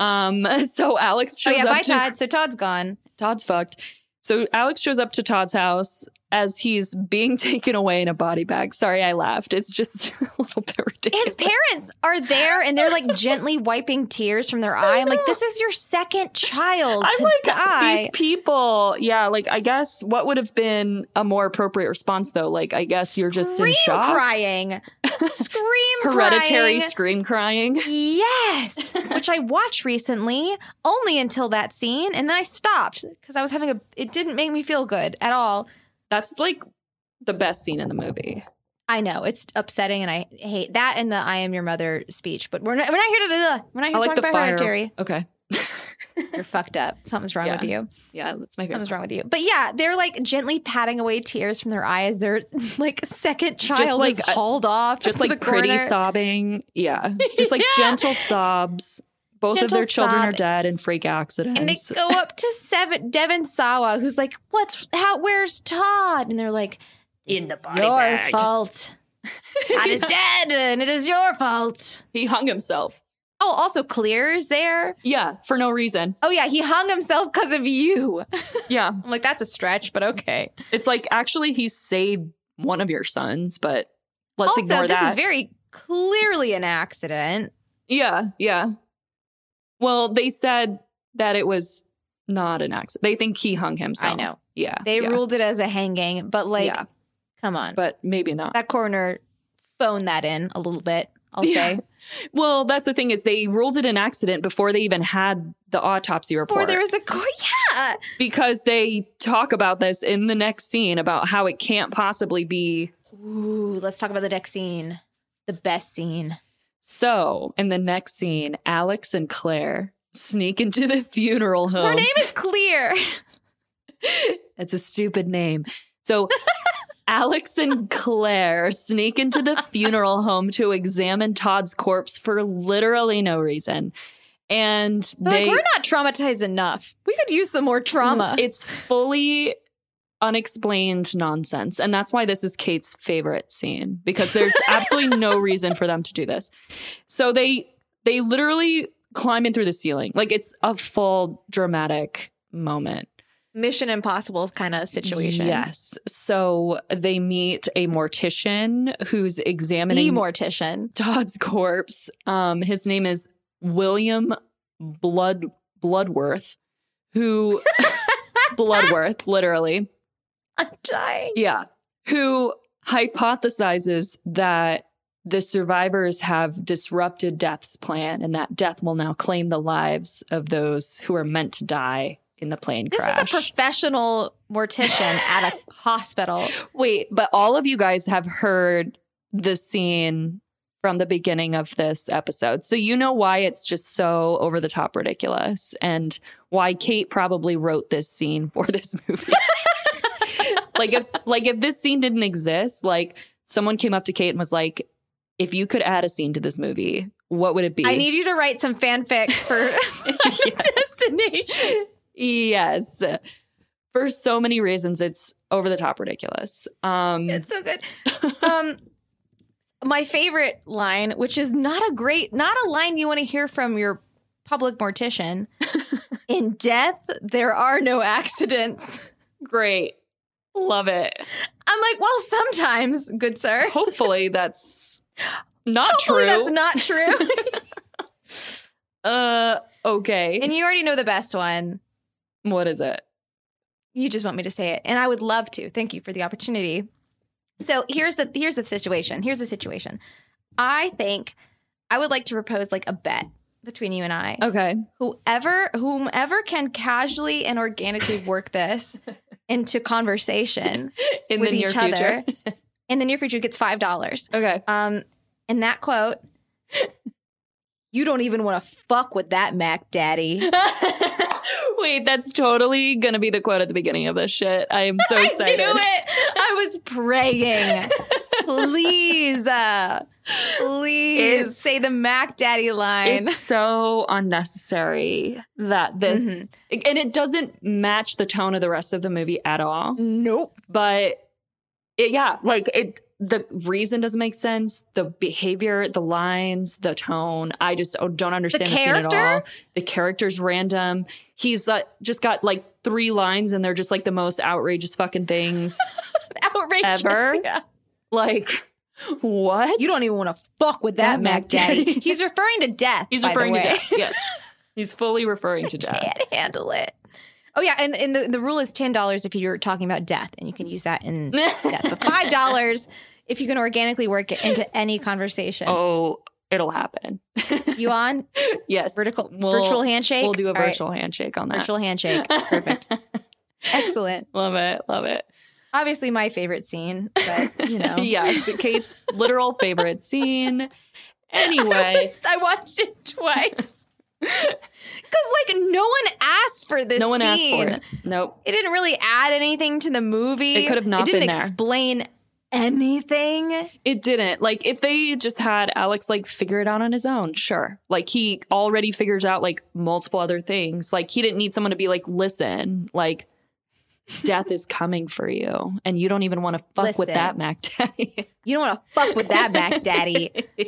Um so Alex Oh shows yeah, up bye to Todd. So Todd's gone. Todd's fucked. So Alex shows up to Todd's house as he's being taken away in a body bag. Sorry, I laughed. It's just a little bit ridiculous. His parents are there and they're like gently wiping tears from their eye. I'm like, this is your second child I'm to like die. these people. Yeah, like I guess what would have been a more appropriate response though? Like I guess you're just in Scream shock. crying. Scream Hereditary crying. scream crying. Yes, which I watched recently, only until that scene, and then I stopped because I was having a. It didn't make me feel good at all. That's like the best scene in the movie. I know it's upsetting, and I hate that and the "I am your mother" speech. But we're not. We're not here to. do We're not here I to like talk the about fire. hereditary. Okay. You're fucked up. Something's wrong with Yeah. you. Yeah, that's my favorite. Something's wrong with you. But yeah, they're like gently patting away tears from their eyes. Their like second child like is a- hauled off. Just to like the pretty corner. sobbing. Yeah. Just like Yeah. gentle sobs. Both of Gentle their children are sob. dead in freak And they accidents. go up to Seven Devin Sawa, who's like, "What's how? Where's Todd?" And they're like, In the "It's body your bag." fault. Todd is dead, and it is your fault." he hung himself. Oh, also Clear's there. Yeah, for no reason. Oh yeah, he hung himself because of you. Yeah. I'm like, that's a stretch, but okay. It's like actually he saved one of your sons, but let's also, ignore this that. is very clearly an accident. yeah, yeah. Well, they said that it was not an accident. They think he hung himself. I know. Yeah. They yeah, ruled it as a hanging, but like, yeah, come on, but maybe not. that coroner phoned that in a little bit. I'll Yeah. say. Well, that's the thing is they ruled it an accident before they even had the autopsy report. Or there was a cor- yeah. because they talk about this in the next scene about how it can't possibly be Ooh, let's talk about the next scene. The best scene. so. In the next scene, Alex and Claire sneak into the funeral home. Her name is Clear. It's a stupid name. So Alex and Claire sneak into the funeral home to examine Todd's corpse for literally no reason. And They're they like, we're not traumatized enough. We could use some more trauma. It's fully unexplained nonsense. And that's why this is Kate's favorite scene because there's absolutely no reason for them to do this. So they they literally climb in through the ceiling. Like it's a full dramatic moment. Mission Impossible kind of situation. Yes. So they meet a mortician who's The examining mortician. Todd's corpse. Um, his name is William Blood Bloodworth, who Bloodworth, literally. I'm dying. Yeah. Who hypothesizes that the survivors have disrupted death's plan and that death will now claim the lives of those who are meant to die in the plane This is crash. a professional mortician at a hospital. Wait, but all of you guys have heard the scene from the beginning of this episode. So you know why it's just so over the top ridiculous and why Kate probably wrote this scene for this movie. like if like if this scene didn't exist, like someone came up to Kate and was like, "If you could add a scene to this movie, what would it be?" I need you to write some fanfic for Destination. yes. For so many reasons it's over the top ridiculous. Um It's so good. Um, my favorite line, which is not a great, not a line you want to hear from your public mortician. In death, there are no accidents. great. Love it. I'm like, well, sometimes, good sir. Hopefully that's not Hopefully true. that's not true. uh okay. and you already know the best one. what is it? You just want me to say it, and I would love to. Thank you for the opportunity. So here's the here's the situation. Here's the situation. I think I would like to propose like a bet between you and I. Okay. whoever whomever can casually and organically work this into conversation In with the near each future. other in the near future gets five dollars Okay. um and that quote you don't even want to fuck with that mac daddy Wait, that's totally gonna be the quote at the beginning of this shit. I am so excited. i knew it i was praying please uh, please It's- say the mac daddy line It's so unnecessary that this Mm-hmm. and it doesn't Mm-hmm. match the tone of the rest of the movie at all. nope But it, yeah, like it the reason doesn't make sense. The behavior, the lines, the tone. I just oh, don't understand the, scene at all. character? The character's random. He's uh, just got like three lines, and they're just like the most outrageous fucking things. Outrageous. Ever? Yeah. like, what? You don't even want to fuck with that, Mac Daddy. He's referring to death. He's by the referring to way. death. Yes. He's fully referring to death. Can't handle it. Oh yeah, and, and the, the rule is ten dollars if you're talking about death, and you can use that in death. But five dollars if you can organically work it into any conversation. Oh, it'll happen. You on Yes. vertical We'll- virtual handshake? We'll do a All right, virtual handshake on that. virtual handshake. Perfect. Excellent. love it. Love it. Obviously, my favorite scene, but you know, yes. Kate's literal favorite scene. Anyway, I watched it twice because like no one asked for this. no one asked for scene. it. Nope. It didn't really add anything to the movie. It could have not It didn't been there. explain anything. It didn't. Like if they just had Alex like figure it out on his own, sure. Like he already figures out like multiple other things. Like he didn't need someone to be like, listen, like death is coming for you. And you don't even want to fuck with Listen. that Mac Daddy. You don't want to fuck with that Mac Daddy.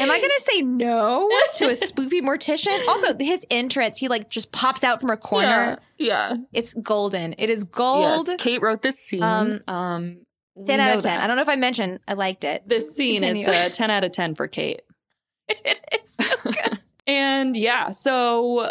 Am I going to say no to a spoopy mortician? Also, his entrance, he like just pops out from a corner. Yeah. It's golden. It is Yes. gold. Kate wrote this scene. Um, Um, we 10 out know of 10. that. I don't know if I mentioned I liked it. This scene is Continue. uh, 10 out of 10 for Kate. it is. And yeah, so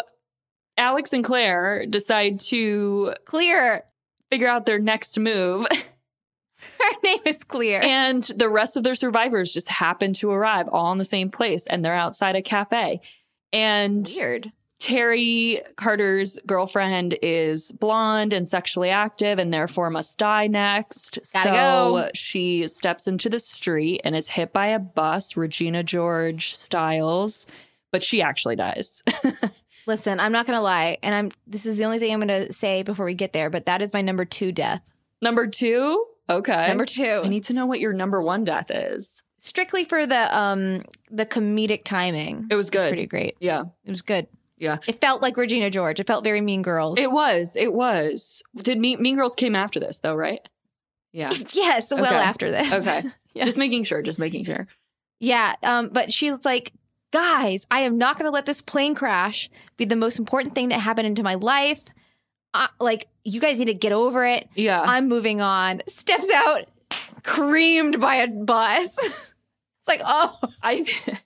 Alex and Claire decide to Clear. figure out their next move. Her name is Clear. And the rest of their survivors just happen to arrive all in the same place and they're outside a cafe. And Weird. Terry Carter's girlfriend is blonde and sexually active and therefore must die next. Gotta so go. she steps into the street and is hit by a bus, Regina George styles, but she actually dies. Listen, I'm not going to lie. And I'm this is the only thing I'm going to say before we get there, but that is my number 2 death. Number two. Okay. Number 2. I need to know what your number one death is. Strictly for the um the comedic timing. It was It's good. pretty great. yeah. It was good. Yeah. It felt like Regina George. It felt very Mean Girls. It was. It was. Did mean, mean Girls came after this though, right? Yeah. yes, well Okay. after this. Okay. Yeah. Just making sure. Just making sure. Yeah. Um, but she's like, guys, I am not going to let this plane crash be the most important thing that happened into my life. I, like, you guys need to get over it. Yeah. I'm moving on. Steps out, creamed by a bus. it's like, oh, I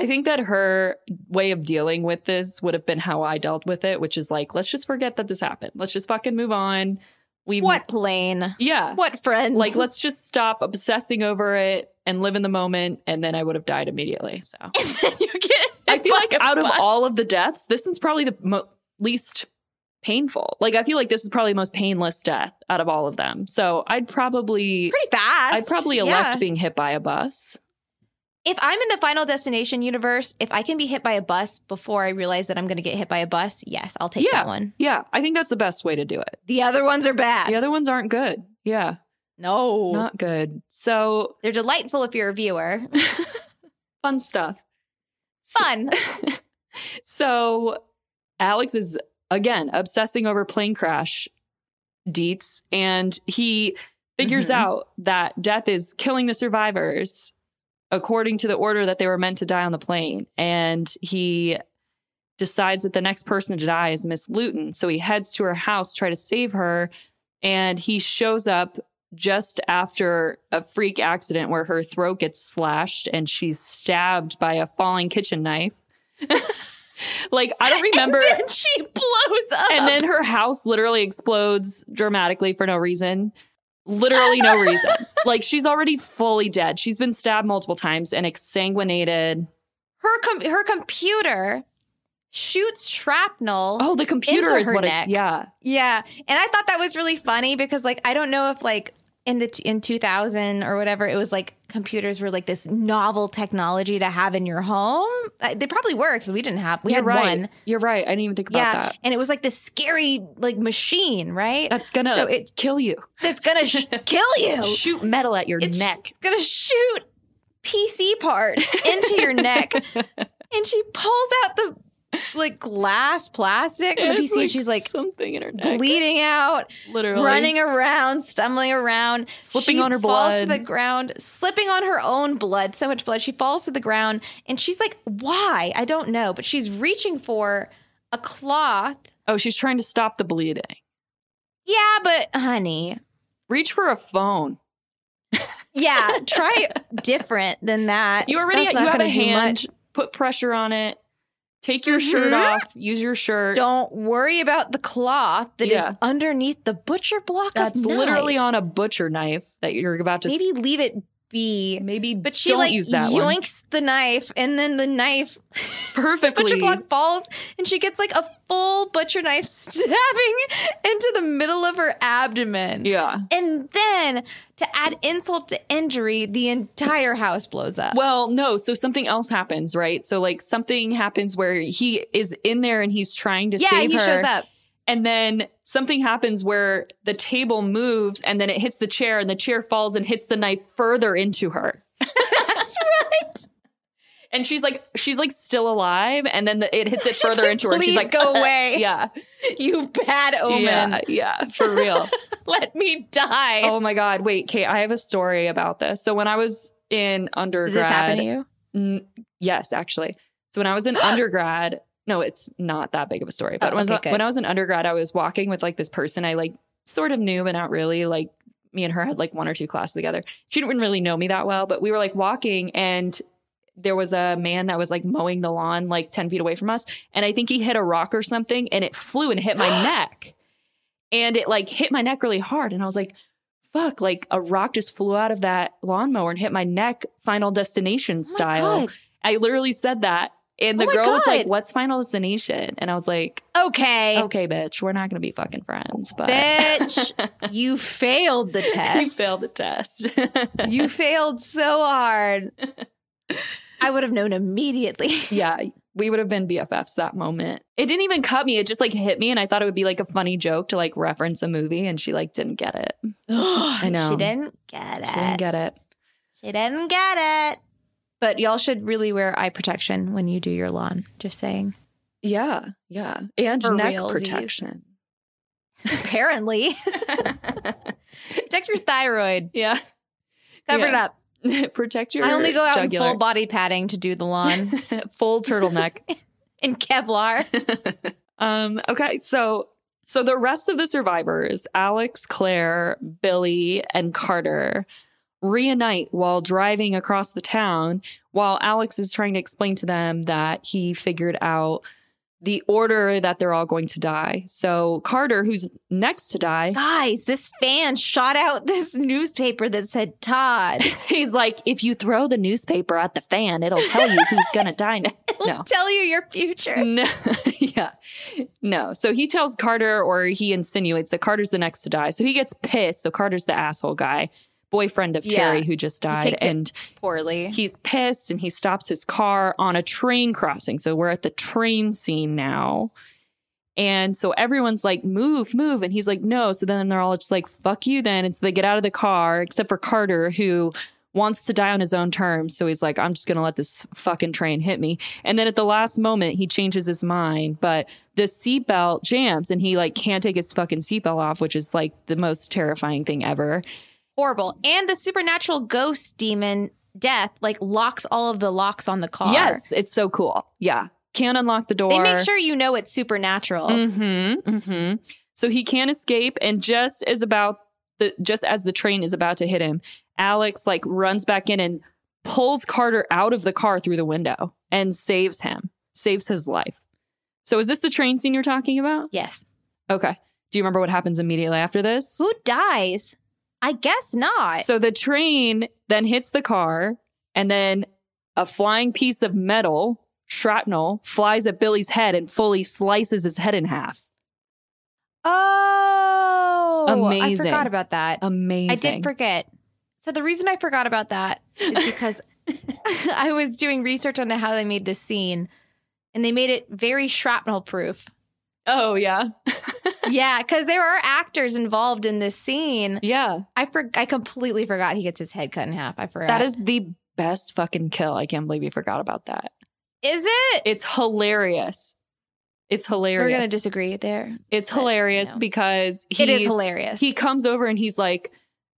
I think that her way of dealing with this would have been how I dealt with it, which is like, let's just forget that this happened. Let's just fucking move on. We what plane? Yeah. What friends? Like let's just stop obsessing over it and live in the moment and then I would have died immediately. So you get I feel like Fuck a out of bus. all of the deaths, this one's probably the mo- least painful. Like I feel like this is probably the most painless death out of all of them. So I'd probably pretty fast. I'd probably elect being hit by a bus. if I'm in the final destination universe, if I can be hit by a bus before I realize that I'm going to get hit by a bus, yes, I'll take Yeah. that one. Yeah, I think that's the best way to do it. The other ones are bad. The other ones aren't good. Yeah. no. Not good. So They're delightful if you're a viewer. fun stuff. Fun. So Alex is again obsessing over plane crash deets, and he figures Mhm. out that death is killing the survivors according to the order that they were meant to die on the plane. And he decides that the next person to die is Miss Luton. So he heads to her house, to try to save her, and he shows up just after a freak accident where her throat gets slashed and she's stabbed by a falling kitchen knife. like I don't remember And then she blows up. and then her house literally explodes dramatically for no reason. Literally no reason. like she's already fully dead. She's been stabbed multiple times and exsanguinated. her com- her computer shoots shrapnel. Oh, the computer Into is her what. it- neck. yeah, Yeah, and I thought that was really funny because like I don't know if like in the t- in 2000 or whatever it was like computers were like this novel technology to have in your home. Uh, They probably were because we didn't have we you're had right. one. You're right. I didn't even think about Yeah, that. and it was like this scary like machine, right? That's gonna So it- kill you. That's gonna sh- kill you. Shoot metal at your It's neck. gonna shoot PC parts into your neck. And she pulls out the like glass plastic from the It's PC. she's like something in her neck, bleeding out, literally running around, stumbling around, Slipping She on her falls to blood. the ground, slipping on her own blood. So much blood, she falls to the ground, and she's like, "Why? I don't know." But she's reaching for a cloth. Oh, she's trying to stop the bleeding. Yeah, but honey, Reach for a phone. yeah, try different than that. You already That's you not have a gonna do hand. much. Put pressure on it. Take your shirt Mhm. off. Use your shirt. Don't worry about the cloth that is Yeah. underneath the butcher block. That's of literally knives. on a butcher knife that you're about to. Maybe leave it be. maybe But she don't like use that one. yoinks the knife, and then the knife butcher Perfectly. block falls, and she gets like a full butcher knife stabbing into the middle of her abdomen. Yeah. And then to add insult to injury, the entire house blows up. Well, no. So something else happens, right? So like something happens where he is in there and he's trying to yeah, save he her. shows up. And then something happens where the table moves and then it hits the chair and the chair falls and hits the knife further into her. That's right. And she's like, she's like still alive. And then the, it hits it further like, into her. And she's "Please like, go away." Oh, Yeah. You bad omen. Yeah. Yeah. For real. Let me die. oh my God. Wait, Kate, I have a story about this. So when I was in undergrad. Did this happen to you? N- yes, actually. So when I was in undergrad, no, it's not that big of a story. But Oh, when, I was- okay, good. when I was in undergrad, I was walking with like this person I like sort of knew, but not really. Like me and her had like one or two classes together. She didn't really know me that well, but we were like walking and there was a man that was like mowing the lawn like 10 feet away from us. And I think he hit a rock or something and it flew and hit my neck. And it like hit my neck really hard. And I was like, fuck, like a rock just flew out of that lawnmower and hit my neck, final destination style. Oh my I literally said that. And the Oh my girl was like, God. What's Final Destination? And I was like, God. Okay. Okay, bitch, we're not going to be fucking friends. But Bitch, you failed the test. you failed the test. You failed so hard. I would have known immediately. yeah, we would have been BFFs that moment. It didn't even cut me. It just like hit me. And I thought it would be like a funny joke to like reference a movie. And she like didn't get it. I know. She didn't get it. She didn't get it. she didn't get it. But y'all should really wear eye protection when you do your lawn. Just saying. Yeah, yeah. And For neck realsies. protection. Apparently. Protect your thyroid. Yeah. Cover Yeah. it up. Protect your I only go out in jugular. full body padding to do the lawn full turtleneck. in Kevlar. Um, okay, so so the rest of the survivors, Alex, Claire, Billy, and Carter, reunite while driving across the town while Alex is trying to explain to them that he figured out the order that they're all going to die. So Carter, who's next to die, Guys, this fan shot out this newspaper that said Todd. he's like, if you throw the newspaper at the fan, it'll tell you who's gonna die next. No. Tell you your future. No, yeah, no. So he tells Carter, or he insinuates that Carter's the next to die. So he gets pissed. So Carter's the asshole guy, boyfriend of Yeah. Terry who just died, takes it- and Poorly. he's pissed and he stops his car on a train crossing. So we're at the train scene now. And so everyone's like, move, move. And he's like, no. So then they're all just like, fuck you then. And so they get out of the car, except for Carter, who wants to die on his own terms. So he's like, I'm just going to let this fucking train hit me. And then at the last moment, he changes his mind, but the seatbelt jams and he like can't take his fucking seatbelt off, which is like the most terrifying thing ever. Horrible. And the supernatural ghost demon death like locks all of the locks on the car. Yes, it's so cool. Yeah. Can't unlock the door. They make sure you know it's supernatural. Mm-hmm. Mm-hmm. So he can't escape, and just as about the just as the train is about to hit him, Alex like runs back in and pulls Carter out of the car through the window and saves him, saves his life. So is this the train scene you're talking about? Yes. Okay. Do you remember what happens immediately after this? Who dies? I guess not. So the train then hits the car, and then a flying piece of metal, shrapnel, flies at Billy's head and fully slices his head in half. oh, Amazing. I forgot about that. Amazing. I did forget. So the reason I forgot about that is because I was doing research on how they made this scene, and they made it very shrapnel proof. Oh yeah. yeah, because there are actors involved in this scene. Yeah. I for- I completely forgot he gets his head cut in half. I forgot. That is the best fucking kill. I can't believe you forgot about that. is it? It's hilarious. It's We're hilarious. going to disagree there. it's but, you hilarious know. because he's, it is hilarious. he comes over and he's like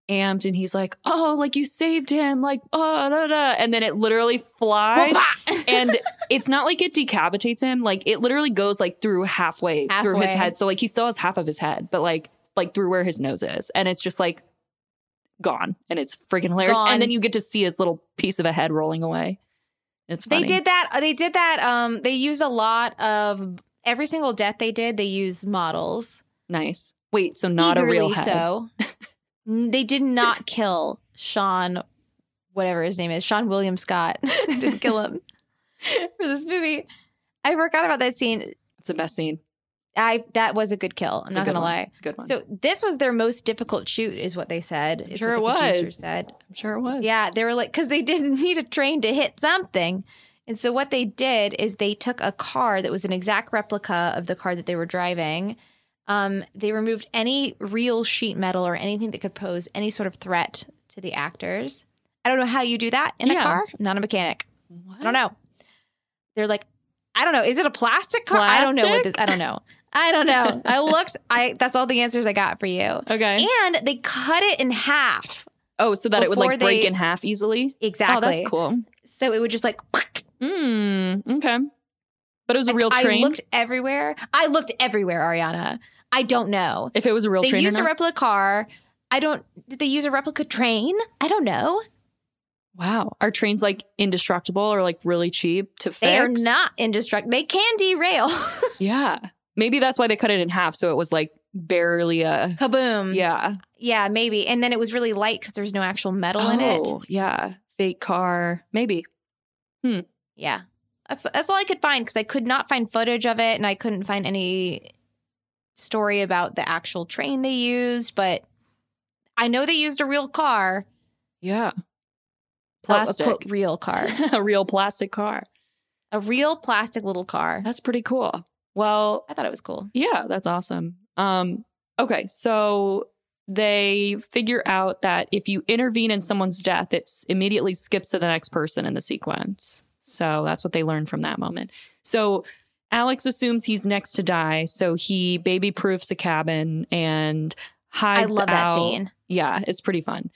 amped and he's like, oh, like you saved him, like oh, da, da. and then it literally flies. and it's not like it decapitates him; like it literally goes like through halfway, through his Halfway. head. So like he still has half of his head, but like like through where his nose is, and it's just like gone, and it's freaking hilarious. Gone. And then you get to see his little piece of a head rolling away. It's They funny. did that. uh, They did that. Um, they used a lot of every single death they did. They used models. nice. Wait, so not a real Eagerly head. So they did not kill Sean, whatever his name is, Sean William Scott. Didn't kill him for this movie. I forgot about that scene. It's the best scene. I that was a good kill. I'm It's a not good gonna one. lie. It's a good one. So this was their most difficult shoot, is what they said. is sure what it the producer was. Said. I'm sure it was. Yeah, they were like, because they didn't need a train to hit something. And so what they did is they took a car that was an exact replica of the car that they were driving. Um, they removed any real sheet metal or anything that could pose any sort of threat to the actors. I don't know how you do that in Yeah. a car. I'm not a mechanic. What? I don't know. They're like, I don't know. Is it a plastic car? I don't know what this. I don't know. I don't know. I looked. I that's all the answers I got for you. Okay. And they cut it in half. Oh, so that it would like Before break they- in half easily. Exactly. Oh, that's cool. So it would just like Mm, okay. But it was a real I- train. I looked everywhere. I looked everywhere, Ariana. I don't know. if it was a real They train or used a not. replica car. I don't. Did they use a replica train? I don't know. wow. Are trains like indestructible or like really cheap to fix? They are not indestructible. They can derail. Yeah. Maybe that's why they cut it in half. So it was like barely a. Kaboom. Yeah. Yeah, maybe. And then it was really light because there's no actual metal in it. oh, yeah. Fake car. Maybe. Yeah. That's that's all I could find because I could not find footage of it and I couldn't find any story about the actual train they used, but I know they used a real car. Yeah. Oh, a Plastic. quote, real car. a real plastic car. a real plastic little car. That's pretty cool. Well, I thought it was cool. Yeah, that's awesome. Um, okay, so they figure out that if you intervene in someone's death, it s- immediately skips to the next person in the sequence. So that's what they learn from that moment. So Alex assumes he's next to die, so he baby proofs a cabin and I hides love that out. scene. Yeah, it's pretty fun.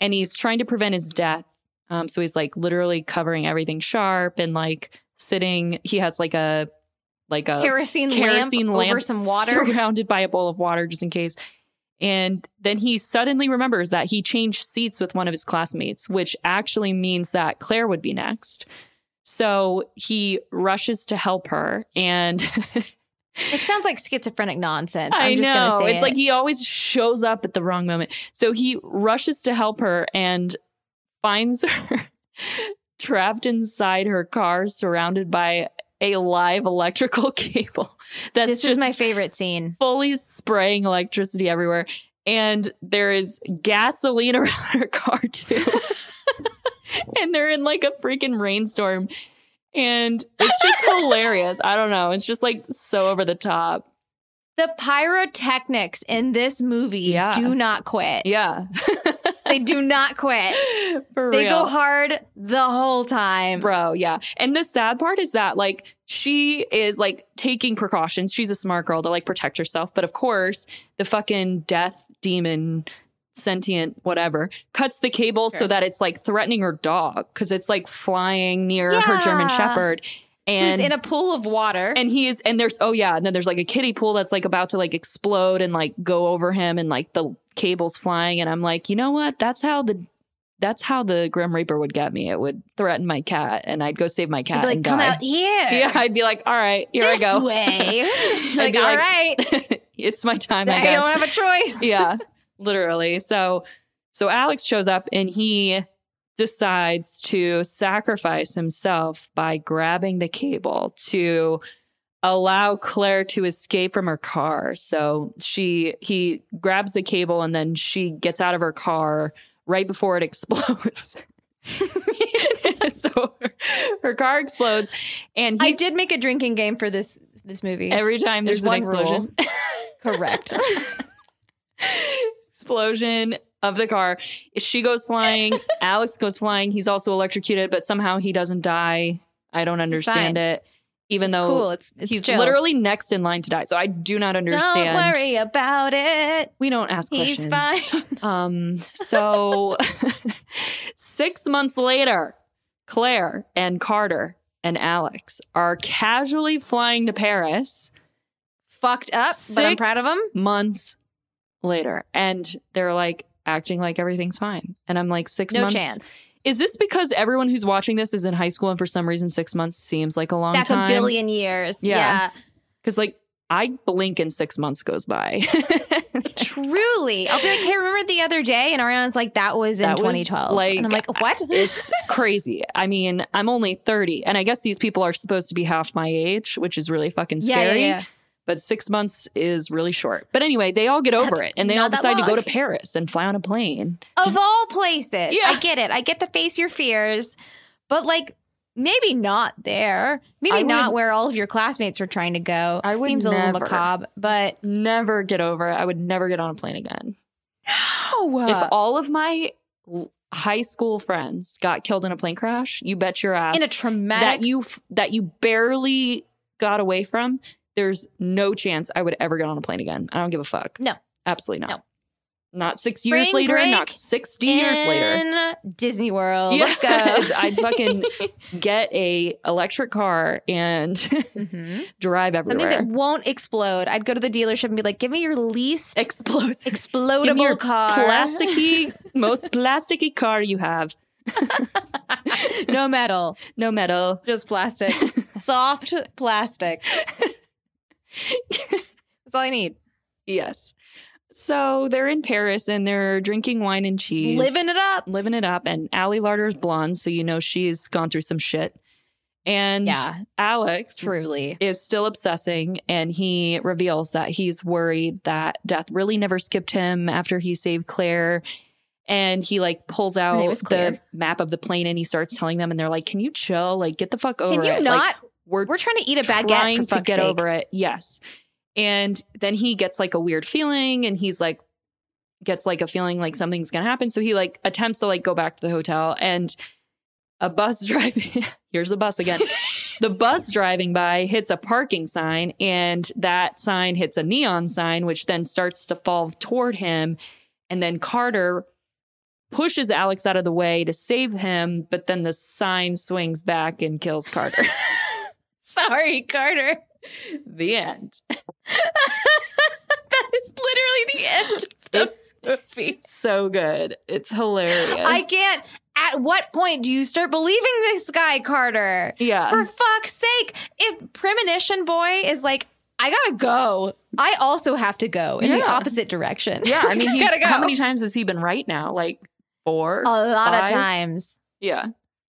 And he's trying to prevent his death. Um, so he's like literally covering everything sharp and like sitting. He has like a like a Kerosene, kerosene lamp, lamp over some water. surrounded by a bowl of water just in case. And then he suddenly remembers that he changed seats with one of his classmates, which actually means that Claire would be next. So he rushes to help her and It sounds like schizophrenic nonsense. I I'm just know. gonna say it's it. like he always shows up at the wrong moment. So he rushes to help her and finds her trapped inside her car, surrounded by a live electrical cable. That's this just is my favorite scene. fully spraying electricity everywhere. And there is gasoline around her car, too. and they're in like a freaking rainstorm. And it's just hilarious. I don't know. It's just like so over the top. The pyrotechnics in this movie Yeah. do not quit. Yeah. They do not quit. For They real. go hard the whole time. Bro, yeah. And the sad part is that like she is like taking precautions. She's a smart girl to like protect herself. But of course, the fucking death demon sentient whatever cuts the cable so Sure. that it's like threatening her dog because it's like flying near her German Yeah. shepherd. Who's And in a pool of water. and he is and there's oh yeah, and then there's like a kiddie pool that's like about to like explode and like go over him and like the cable's flying. And I'm like, you know what? That's how the that's how the Grim Reaper would get me. It would threaten my cat and I'd go save my They'd cat. be like, and come die. out here. Yeah, I'd be like, all right, here this I go. way. like, be all like, right. it's my time, I I guess. don't have a choice. yeah, literally. So so Alex shows up and he decides to sacrifice himself by grabbing the cable to allow Claire to escape from her car. So she he grabs the cable and then she gets out of her car right before it explodes. so her, her car explodes and I he's did make a drinking game for this this movie. Every time there's, an one explosion, rule. Correct. explosion of the car. She goes flying. Alex goes flying. He's also electrocuted, but somehow he doesn't die. I don't fine. understand it. even though cool. It's, it's he's chill. literally next in line to die. So I do not understand. Don't worry about it. We don't ask He's questions. fine. Um, so six months later, Claire and Carter and Alex are casually flying to Paris Fucked up, but I'm Six proud of him. months later. And they're like acting like everything's fine. And I'm like, six No months. chance. Is this because everyone who's watching this is in high school and for some reason six months seems like a long That's time? a billion years. Yeah. Yeah. Because like I blink and six months goes by. Truly. I'll be like, hey, remember the other day? And Ariana's like, that was in That was, 2012. like, and I'm like, what? it's crazy. I mean, I'm only 30, and I guess these people are supposed to be half my age, which is really fucking Yeah, yeah, scary. yeah. But six months is really short. But anyway, they all get over That's it and they not all that decide to go long. to Paris and fly on a plane. of all places. Yeah. I get it. I get the face your fears, but like maybe not there. Maybe I would- not where all of your classmates were trying to go. I would Seems a little never. macabre, but Never get over it. I would never get on a plane again. no. if all of my l- high school friends got killed in a plane crash, you bet your ass in a traumatic that you f- that you barely got away from, there's no chance I would ever get on a plane again. I don't give a fuck. No. Absolutely not. No. Not six years Spring later, break not 60 years later. in Disney World. Let's Yeah. go. I'd fucking get a electric car and Mhm. drive Something everywhere. that won't explode. I'd go to the dealership and be like, give me your least Explosive. explodable Give me your car. plasticky, most plasticky car you have. no metal, No metal. just plastic. Soft plastic. That's all I need. Yes. So they're in Paris and they're drinking wine and cheese. Living it up. living it up. And Allie Larder's blonde, so you know she's gone through some shit. And Yeah, Alex truly. is still obsessing, and he reveals that he's worried that death really never skipped him after he saved Claire. And he like pulls out name is the Claire. map of the plane and he starts telling them, and they're like, "Can you chill? Like, get the fuck over Can you it. not? Like, we're We're trying to eat a baguette trying for to fuck's get sake. over it. Yes. And then he gets like a weird feeling and he's like gets like a feeling like something's going to happen so he like attempts to like go back to the hotel and a bus driving here's a bus again. the bus driving by hits a parking sign and that sign hits a neon sign which then starts to fall toward him and then Carter pushes Alex out of the way to save him but then the sign swings back and kills Carter. Sorry, Carter. the end. That is literally the end of this It's movie. so good. It's hilarious. I can't. At what point do you start believing this guy, Carter? Yeah. For fuck's sake. If Premonition Boy is like, I gotta go, I also have to go in Yeah. the opposite direction. yeah. I mean, he's, gotta go. Uh, how many times has he been right now? Like four. A lot Five? of times. yeah.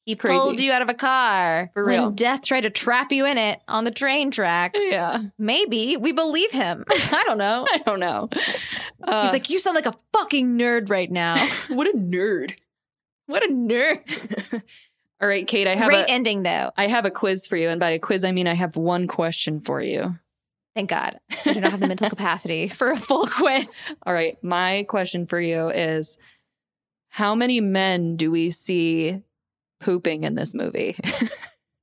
He Crazy. pulled you out of a car For real. when death tried to trap you in it on the train tracks. Yeah. Maybe we believe him. I don't know. I don't know. Uh, He's like, you sound like a fucking nerd right now. what a nerd. what a nerd. All right, Kate. I have Great a, ending, though. I have a quiz for you, and by a quiz I mean I have one question for you. Thank God. I do not have the mental capacity for a full quiz. All right, my question for you is: How many men do we see pooping in this movie?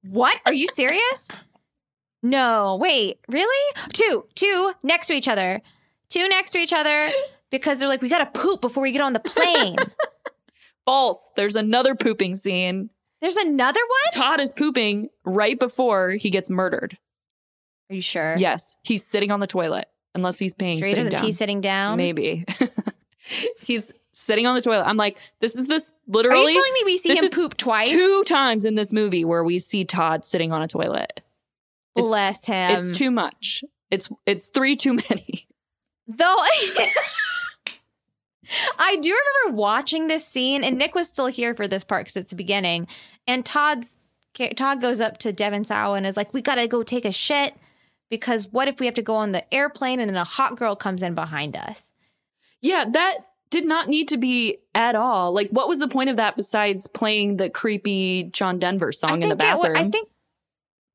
What? Are you serious? No, wait, really? Two, two next to each other. Two next to each other because they're like, we gotta poop before we get on the plane. False. There's another pooping scene. There's another one? Todd is pooping right before he gets murdered. Are you sure? Yes, he's sitting on the toilet unless he's paying Sure, he sitting doesn't down. pee sitting down. Maybe he's sitting on the toilet. I'm like, this is this Are you literally telling me we see This him is poop twice? two times in this movie where we see Todd sitting on a toilet. It's, Bless him. it's too much. It's it's three too many. Though I do remember watching this scene, and Nick was still here for this part because it's the beginning. And Todd's Todd goes up to Devin Sow and is like, "We gotta go take a shit because what if we have to go on the airplane and then a hot girl comes in behind us?" Yeah, that did not need to be at all. Like, what was the point of that besides playing the creepy John Denver song in the it wa- bathroom? I think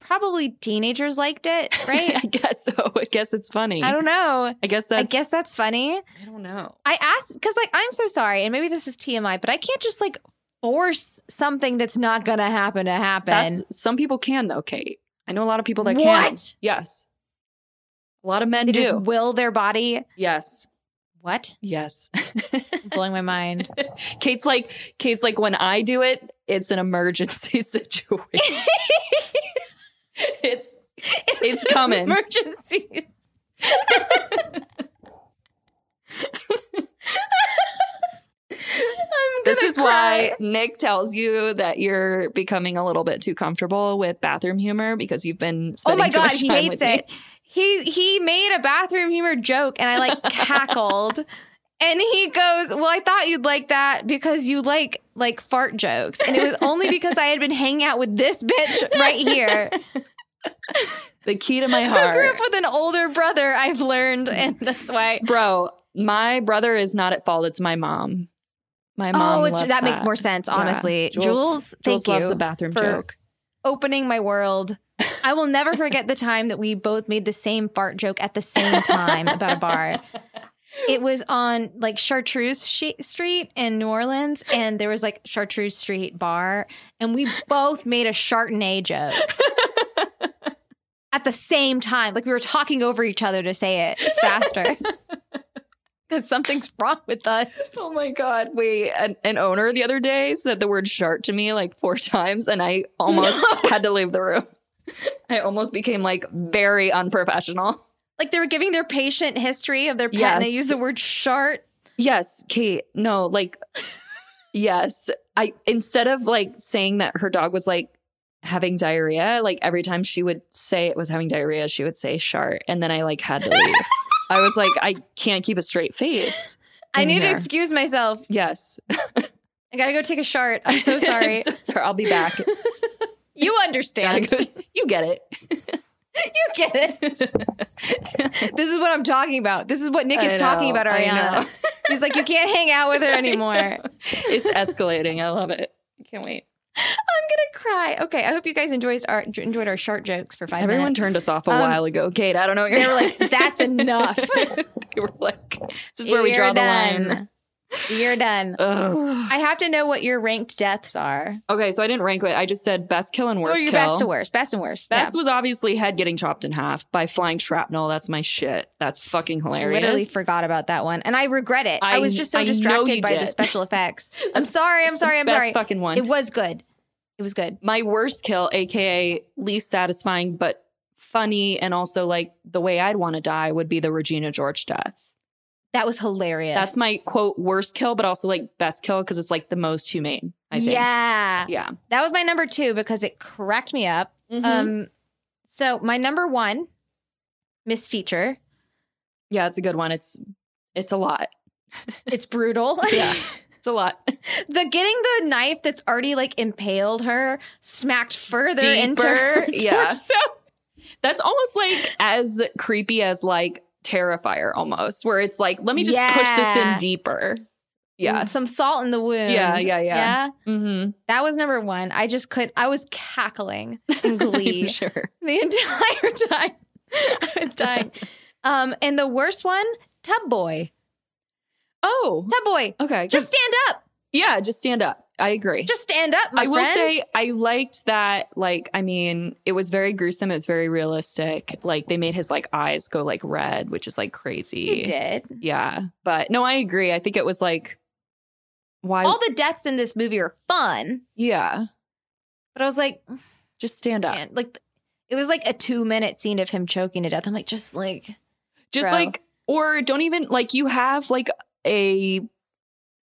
probably teenagers liked it, right? I guess so. I guess it's funny. I don't know. I guess that's. I guess that's funny. I don't know. I asked because, like, I'm so sorry, and maybe this is TMI, but I can't just like force something that's not gonna happen to happen. That's some people can though, Kate. I know a lot of people that what? can. Yes. A lot of men They do. just will their body. yes. What? Yes. Blowing my mind. Kate's like Kate's like when I do it, it's an emergency situation. it's It's, an coming. Emergency. this gonna is why Nick tells you that you're becoming a little bit too comfortable with bathroom humor because you've been Oh spending my too god, much he time hates with me. it. He he made a bathroom humor joke and I like cackled. And he goes, "Well, I thought you'd like that because you like like fart jokes." And it was only because I had been hanging out with this bitch right here. The key to my I grew heart. up with an older brother, I've learned, and that's why Bro, my brother is not at fault. It's my mom. My mom. Oh, it's, loves that, makes more sense, Yeah. honestly. Jules, thank Jules loves you a bathroom for- joke. opening my world. I will never forget the time that we both made the same fart joke at the same time about a bar. It was on like Chartreuse Sh- Street in New Orleans, and there was like Chartreuse Street bar, and we both made a Chardonnay joke at the same time. Like we were talking over each other to say it faster because something's wrong with us. Oh my god! We an, an owner the other day said the word "shart" to me like four times, and I almost had to leave the room. I almost became like very unprofessional. Like they were giving their patient history of their pet, and they Yes. used the word "shart." Yes, Kate. No, like yes. I instead of like saying that her dog was like having diarrhea, like every time she would say it was having diarrhea, she would say "shart," and then I like had to leave. I was like, I can't keep a straight face. I in need to here. excuse myself. Yes. I gotta go take a shart. I'm so sorry. so sorry. I'll be back. you understand. Gotta go- you get it. you get it. this is what I'm talking about. This is what Nick I is talking know, about, I know. Ariana. He's like, you can't hang out with her anymore. I'm gonna it's escalating. I love it. Can't wait. cry. Okay, I hope you guys enjoyed our enjoyed our shart jokes for five Everyone minutes. turned us off a Um, while ago. Kate, I don't know. They were like, "That's enough." they were like, this is where we You're draw the done. line. You're done. Ugh. I have to know what your ranked deaths are. Okay, so I didn't rank it. I just said best kill and Or worst your kill. best to worst. Best and worst. Best was obviously head getting chopped in half by flying shrapnel. That's my shit. That's fucking I hilarious. literally forgot about that one. And I regret it. I, I- was just so I know distracted you by the did. special effects. I'm sorry, I'm sorry, I'm best sorry. fucking one. It was good. It was good. my worst kill, aka least satisfying but funny, and also like the way I'd want to die would be the Regina George death. That was hilarious. That's my quote worst kill, but also like best kill because it's like the most humane. I think. Yeah. Yeah. That was my number two because it cracked me up. Mm-hmm. Um, so my number one, Miss Teacher. yeah, it's a good one. It's it's a lot. It's brutal. Yeah. It's a lot. the getting the knife that's already like impaled her smacked further into Deeper. her. Yeah. torso. That's almost like as creepy as like Terrifier almost, where it's like, let me just push this Yeah. in deeper. Yeah. Some salt in the wound. Yeah, yeah, yeah. Mm-hmm. That was number one. I just could I was cackling in glee. sure. the entire time. I was dying. Um, and the worst one, Tub Boy. Oh, Tub Boy. okay. Just Just stand up. yeah, just stand up. I agree. Just stand up, my I will friend. say I liked that. Like, I mean, it was very gruesome. It was very realistic. Like, they made his like eyes go like red, which is like crazy. you did. Yeah, but no, I agree. I think it was like why? All the deaths in this movie are fun, yeah, but I was like, just stand up. man, like it was like a two minute scene of him choking to death. I'm like, just like Just bro. like, or don't even like you have like a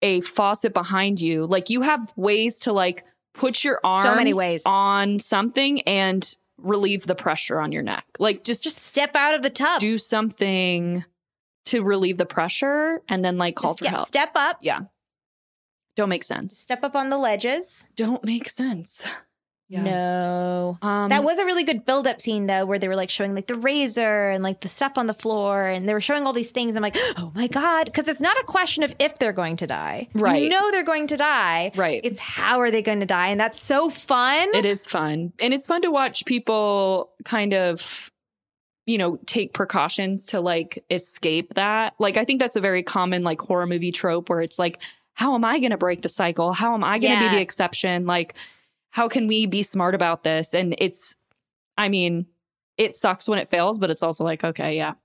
a faucet behind you. Like you have ways to like put your arms So many ways. on something and relieve the pressure on your neck. Like just just step out of the tub. do something to relieve the pressure and then like call Just for get- help. Step up. Don't make sense. Step up on the ledges. Don't make sense. No. Um, that was a really good build up scene though, where they were like showing like the razor and like the stuff on the floor, and they were showing all these things. I'm like, oh my god, because it's not a question of if they're going to die. Right. You know they're going to die. right. It's how are they going to die, and that's so fun. It is fun. And it's fun to watch people kind of, you know, take precautions to like escape that. Like, I think that's a very common like horror movie trope where it's like, how am I going to break the cycle? How am I going to Yeah. be the exception? Like, how can we be smart about this? And it's, I mean, it sucks when it fails, but it's also like, okay, yeah.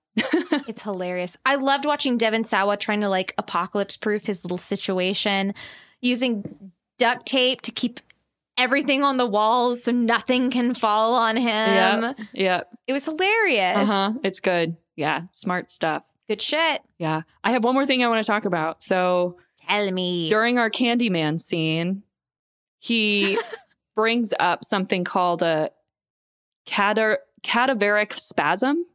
It's hilarious. I loved watching Devin Sawa trying to like apocalypse proof his little situation using duct tape to keep everything on the walls so nothing can fall on him. Yeah. Yeah. It was hilarious. Uh huh. It's good. Yeah. Smart stuff. Good shit. Yeah. I have one more thing I want to talk about. So Tell me. during our Candyman scene, he brings up something called a cadaver- cadaveric spasm.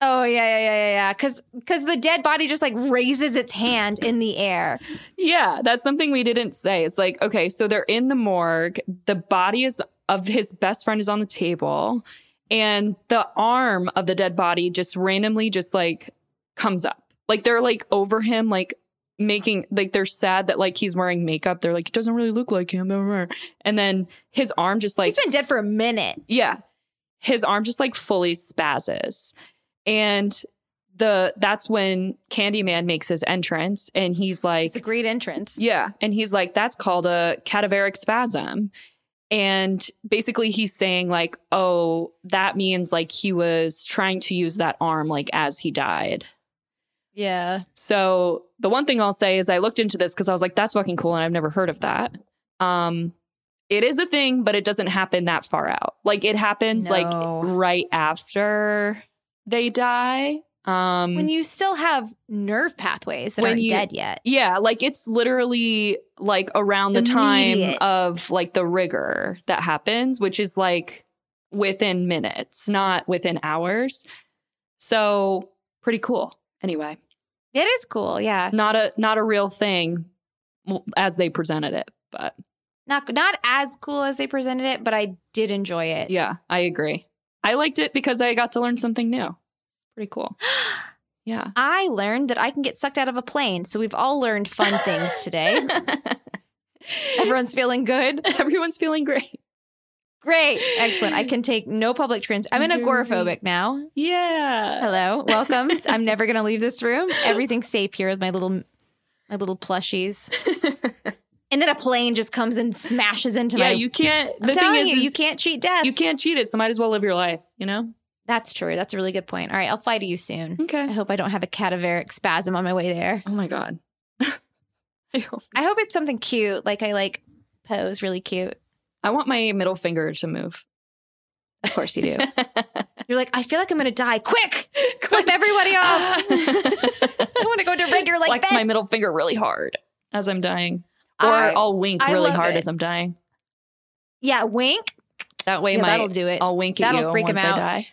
oh yeah, yeah, yeah, yeah, yeah. Cause cause the dead body just like raises its hand in the air. Yeah, that's something we didn't say. It's like, okay, so they're in the morgue. The body is of his best friend is on the table, and the arm of the dead body just randomly just like comes up. Like they're like over him, like making like they're sad that like he's wearing makeup. They're like, it doesn't really look like him. And then his arm just like He's been dead for a minute. yeah. His arm just like fully spazzes. And the that's when Candyman makes his entrance and he's It's a like great entrance. yeah. And he's like, that's called a cadaveric spasm. And basically, he's saying, like, oh, that means like he was trying to use that arm like as he died. Yeah. So, the one thing I'll say is I looked into this because I was like, that's fucking cool. And I've never heard of that. Um, it is a thing, but it doesn't happen that far out. Like, it happens like No. right after they die. Um, When you still have nerve pathways that When aren't you- dead yet. Yeah, like it's literally like around the time Immediate. of like the rigor that happens, which is like within minutes, not within hours. So pretty cool. Anyway, It is cool, yeah. not a not a real thing well, as they presented it, but Not not as cool as they presented it, but I did enjoy it. yeah, I agree. I liked it because I got to learn something new. Pretty cool. Yeah. I learned that I can get sucked out of a plane, so we've all learned fun things today. Everyone's feeling good. Everyone's feeling great. Great. Excellent. I can take no public transit. I'm an You're right. agoraphobic now. Yeah. Hello. Welcome. I'm never going to leave this room. Everything's safe here with my little my little plushies. and then a plane just comes and smashes into Yeah, my you can't. I'm The thing telling is, you, you is- can't cheat death. you can't cheat it, so might as well live your life, you know? That's true. That's a really good point. All right, I'll fly to you soon. I Okay. hope I don't have a cadaveric spasm on my way there. Oh my god. I, hope- I hope it's something cute, like I like pose really cute. I want my middle finger to move. Of course you do. You're like, I feel like I'm gonna die. Quick, flip everybody off. I want to go to regular like Flex this. my middle finger really hard as I'm dying, or I- I'll wink I really love hard it. as I'm dying. yeah, wink. That way, Yeah, my that'll do it. I'll wink at That'll you freak 'em once out. I die.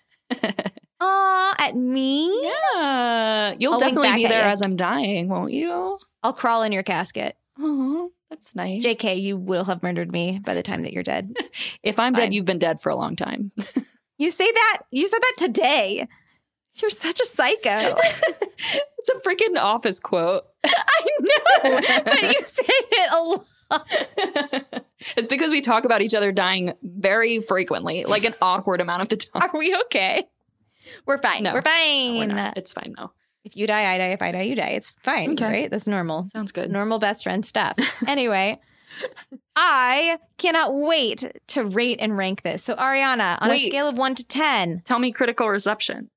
Aw, at me. Yeah, you'll I'll wink definitely back be at there you. as I'm dying, won't you? I'll crawl in your casket. Oh, that's nice. Jk, you will have murdered me by the time that you're dead. if I'm fine. dead, you've been dead for a long time. You say that. You said that today. You're such a psycho. it's a freaking office quote. I know, but you say it a lot. it's because we talk about each other dying very frequently, like an awkward amount of the time. Are we okay? We're fine. No. We're fine. We're not. It's fine though. If you die, I die. If I die, you die. It's fine, Okay. right? That's normal. Sounds good. Normal best friend stuff. anyway, I cannot wait to rate and rank this. So, Ariana, on a Wait. scale of one to 10, Tell me critical reception.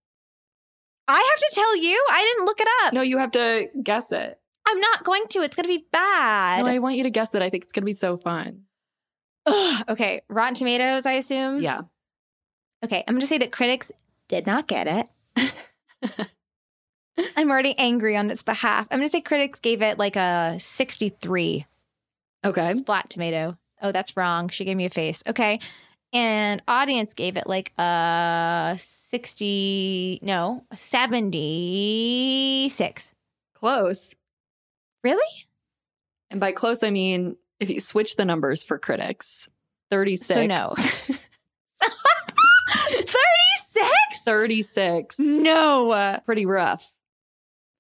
I have to tell you, I didn't look it up. No, you have to guess it. I'm not going to. It's going to be No, bad. I want you to guess it. I think it's gonna be so fun. Ugh. okay. Rotten Tomatoes, I assume. Yeah. Okay. I'm going to say that critics did not get it. I'm already angry on its behalf. I'm going to say critics gave it like a 63. Okay. Splat tomato. Oh, that's wrong. She gave me a face. Okay. And audience gave it like a 60, no, 76. Close. Really? And by close I mean if you switch the numbers for critics. 36. So no. 36? 36. No. Pretty rough.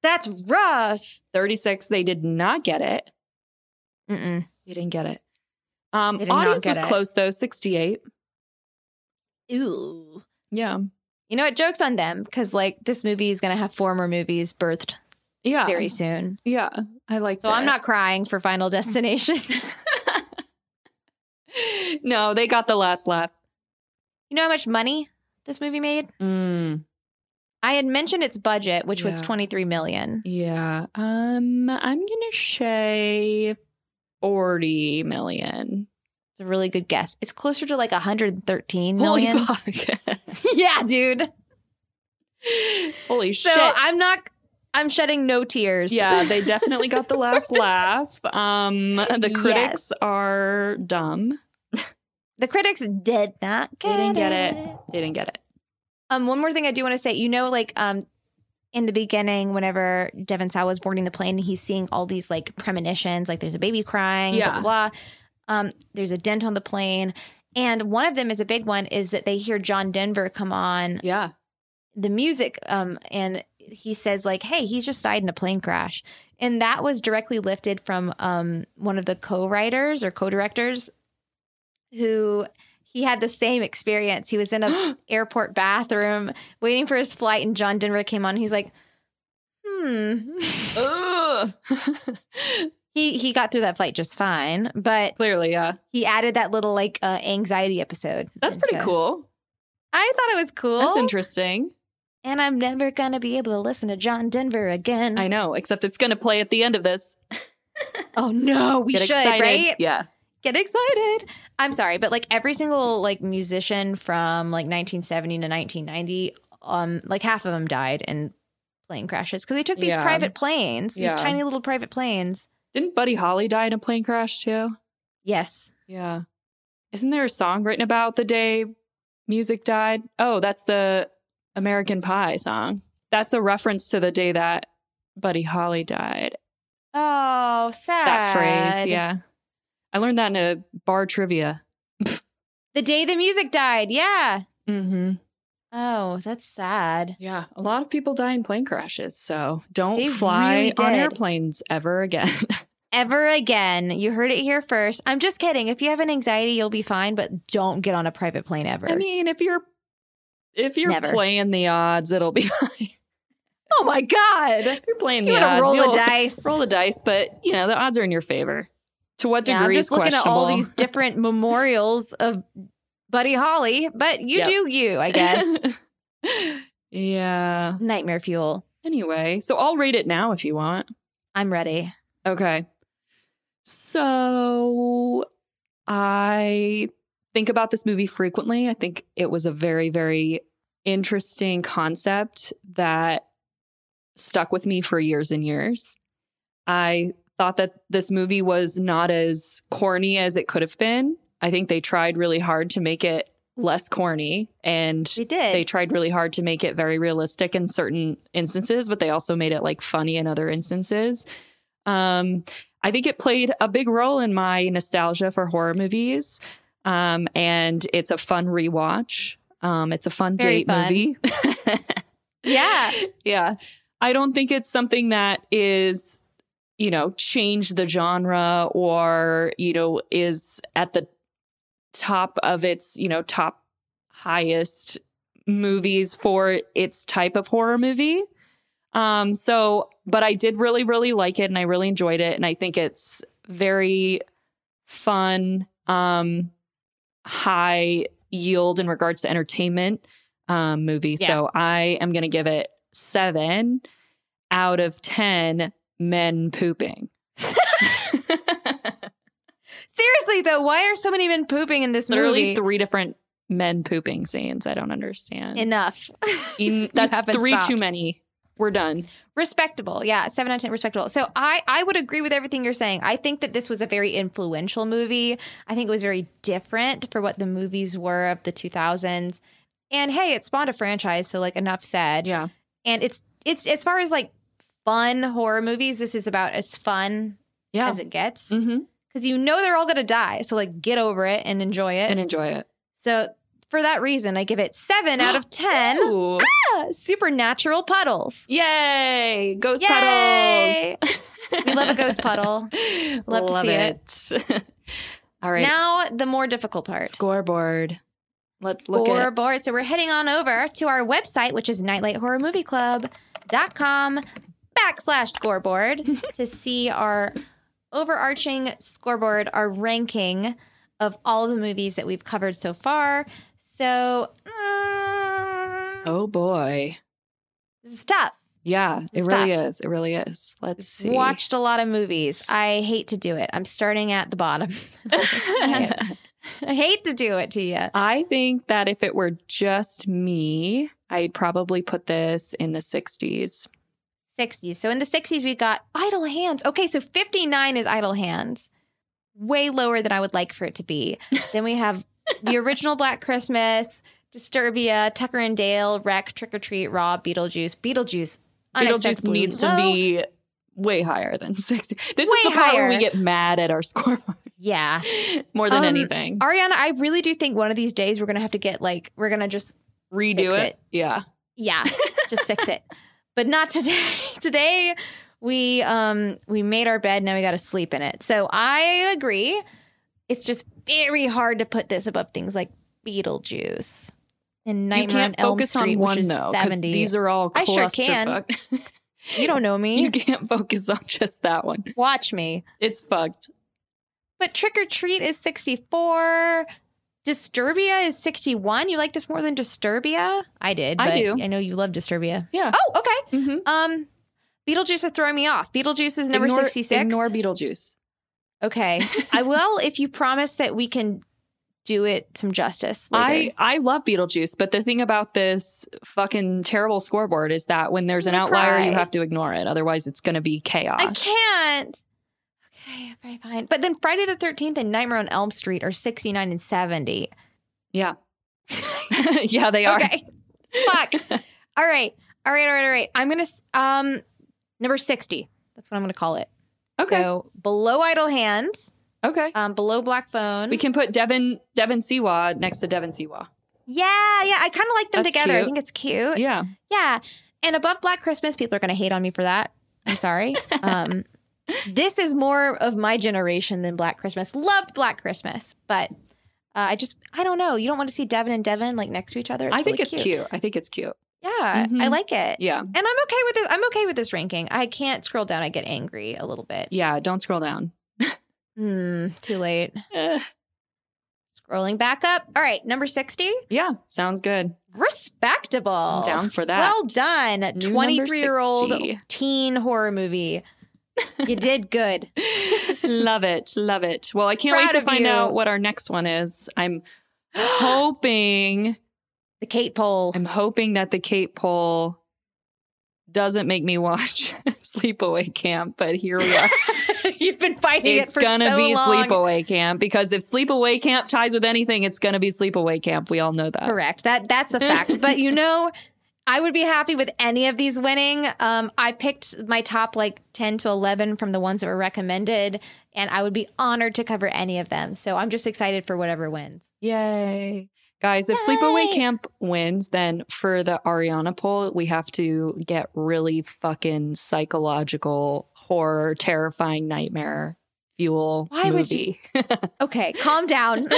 That's rough. 36, they did not get it. Mm-mm. You didn't get it. Um, They did not audience get was it. close though, 68. Ew. Yeah. You know what? Joke's on them because like this movie is going to have four more movies birthed Yeah. very soon. Yeah. I like So I'm not crying for Final Destination. no, they got the last lap. you know how much money this movie made? Mm, I had mentioned its budget, which was Yeah. 23 million. yeah. Um, I'm gonna say forty million. It's a really good guess. It's closer to like 113 million. Holy fuck! yeah, dude. Holy So shit! I'm not I'm shedding no tears. Yeah, they definitely got the last laugh. Um, the Yes. critics are dumb. The critics did not They get didn't get it. it. They didn't get it. Um, one more thing I do want to say, you know, like um, in the beginning, whenever Devon Sawa was boarding the plane, he's seeing all these like premonitions, like there's a baby crying, Yeah. blah blah. blah. Um, there's a dent on the plane, and one of them is a big one is that they hear John Denver come on Yeah. the music, um, and he says like, "Hey, he's just died in a plane crash," and that was directly lifted from um one of the co-writers or co-directors who. He had the same experience. He was in a airport bathroom waiting for his flight and John Denver came on. He's like, hmm. Ugh. he he got through that flight just fine, but Clearly, yeah. he added that little like uh, anxiety episode. That's pretty into it. cool. I thought it was cool. That's interesting. and I'm never gonna be able to listen to John Denver again. I know, except it's going to play at the end of this. oh no, we Get should excited. right Yeah. get excited. I'm sorry, but like every single like musician from like 1970 to 1990, um, like half of them died in plane crashes because they took these Yeah. private planes, these Yeah. tiny little private planes. Didn't Buddy Holly die in a plane crash too? Yes, Yeah. Isn't there a song written about the day music died? Oh, that's the American Pie song. That's a reference to the day that Buddy Holly died. Oh, sad. That phrase. Yeah. I learned that in a bar trivia. The day the music died. Yeah. Mm Mm-hmm. hmm. Oh, that's sad. Yeah, a lot of people die in plane crashes, so don't They fly really on did. airplanes ever again. Ever again. You heard it here first. I'm just kidding. If you have an anxiety, you'll be fine, but don't get on a private plane ever. I mean, if you're if you're Never. playing the odds, it'll be fine. oh my God. If you're playing You the want to odds, roll you'll the dice. roll the dice, but you know the odds are in your favor. To what Yeah, degree I'm just is looking at questionable? all these different memorials of Buddy Holly, but you Yep. do you, I guess. yeah. Nightmare fuel. Anyway, so I'll rate it now if you want. I'm ready. Okay. So I think about this movie frequently. I think it was a very, very interesting concept that stuck with me for years and years. I thought that this movie was not as corny as it could have been. I think they tried really hard to make it less corny and We did. they tried really hard to make it very realistic in certain instances, but they also made it like funny in other instances. Um, I think it played a big role in my nostalgia for horror movies. Um, and it's a fun rewatch. Um, it's a fun Very date fun. movie. yeah. yeah. I don't think it's something that is, you know, changed the genre or, you know, is at the top of its, you know, top highest movies for its type of horror movie. Um, so, but I did really, really like it and I really enjoyed it. And I think it's very fun, um, high yield in regards to entertainment um, movie. So I am going to give it seven out of 10 men pooping. Seriously, though, why are so many men pooping in this Literally movie? three different men pooping scenes. I don't understand. Enough. En- that's haven't three stopped. too many. We're done. respectable yeah seven out of ten respectable so i i would agree with everything you're saying i think that this was a very influential movie i think it was very different for what the movies were of the 2000s and hey it spawned a franchise so like enough said Yeah. and it's it's as far as like fun horror movies this is about as fun Yeah. as it gets hmm because you know they're all gonna die so like get over it and enjoy it And enjoy it. so for that reason i give it seven out of ten Ooh. supernatural puddles Yay. Ghost Yay! puddles. we love a ghost puddle Love to see see it. All right. Now the more difficult part. Scoreboard. Let's look or at board. So we're heading on over to our website, which is nightlighthorrormovieclub.com backslash scoreboard to see our overarching scoreboard, our ranking of all the movies that we've covered so far. So uh, Oh boy. This is tough. Yeah, it It's really tough. is. It really is. Let's see. Watched a lot of movies. I hate to do it. I'm starting at the bottom. I hate to do it to you. I think that if it were just me, I'd probably put this in the 60s. 60s. So in the 60s, we got Idle Hands. Okay, so 59 is Idle Hands. Way lower than I would like for it to be. then we have the original Black Christmas, Disturbia, Tucker and Dale, Wreck, Trick or Treat, Raw, Beetlejuice. Beetlejuice. Beetlejuice unacceptably needs to low. be way higher than 60. This is Way the part where we higher. get mad at our scoreboard Yeah. more than Um, anything. Ariana, I really do think one of these days we're going to have to get like, we're going to just Redo fix it. it. Yeah. yeah just fix it but not today today we um we made our bed now we gotta sleep in it so i agree it's just very hard to put this above things like beetlejuice and You nightmare can't on elm focus street on one which is though 'cause 70 these are all I sure can. clusterfuck. you don't know me you can't focus on just that one. watch me It's fucked. but trick or treat is 64 disturbia is 61 you like this more than disturbia i did I but do. i know you love disturbia Yeah. oh okay Mm-hmm. Um, Beetlejuice is throwing me off. Beetlejuice is number sixty six. Ignore Beetlejuice. okay, I will if you promise that we can do it some justice. Later. I, I love Beetlejuice, but the thing about this fucking terrible scoreboard is that when there's an I'm gonna outlier, you cry. have to ignore it. Otherwise, it's going to be chaos. I can't. Okay, very fine. But then Friday the thirteenth and Nightmare on Elm Street are sixty nine and seventy. Yeah. yeah, they are. Okay, fuck. All right, all right, all right, all right. I'm gonna s- um number sixty. That's what I'm gonna call it. Okay. So below Idle Hands, okay. um, below Black Phone. We can put Devin Devin Siwa next to Devin Siwa. yeah, yeah. I kind of like them That's together. I cute. think it's cute. Yeah. Yeah. And above Black Christmas, people are going to hate on me for that. I'm sorry. um, this is more of my generation than Black Christmas. Loved Black Christmas, but uh, I just, I don't know. You don't want to see Devin and Devin like next to each other. I think really it's cute. I think it's cute. Yeah. I Mhm. like it. Yeah. And I'm okay with this. I'm okay with this ranking. I can't scroll down. I get angry a little bit. Yeah. Don't scroll down. Hmm. Too late. Eh, Scrolling back up. All right. Number 60. yeah. Sounds good. Respectable. I'm down for that. Well done. number 23 year old 60. teen horror movie. You did good. love it. Love it. Well, I can't Proud wait to of find you. out what our next one is. I'm hoping, The Kate poll. I'm hoping that the Kate poll doesn't make me watch Sleepaway Camp, but here we are. You've been fighting it's it for gonna so be long. sleepaway camp because if sleepaway camp ties with anything it's gonna be sleepaway camp we all know that Correct. That that's a fact. but you know, I would be happy with any of these winning. Um, I picked my top like ten to eleven from the ones that were recommended, and I would be honored to cover any of them. So I'm just excited for whatever wins. yay guys if Yay. sleepaway camp wins then for the ariana poll we have to get really fucking psychological horror terrifying nightmare fuel Why would movie Okay, calm down.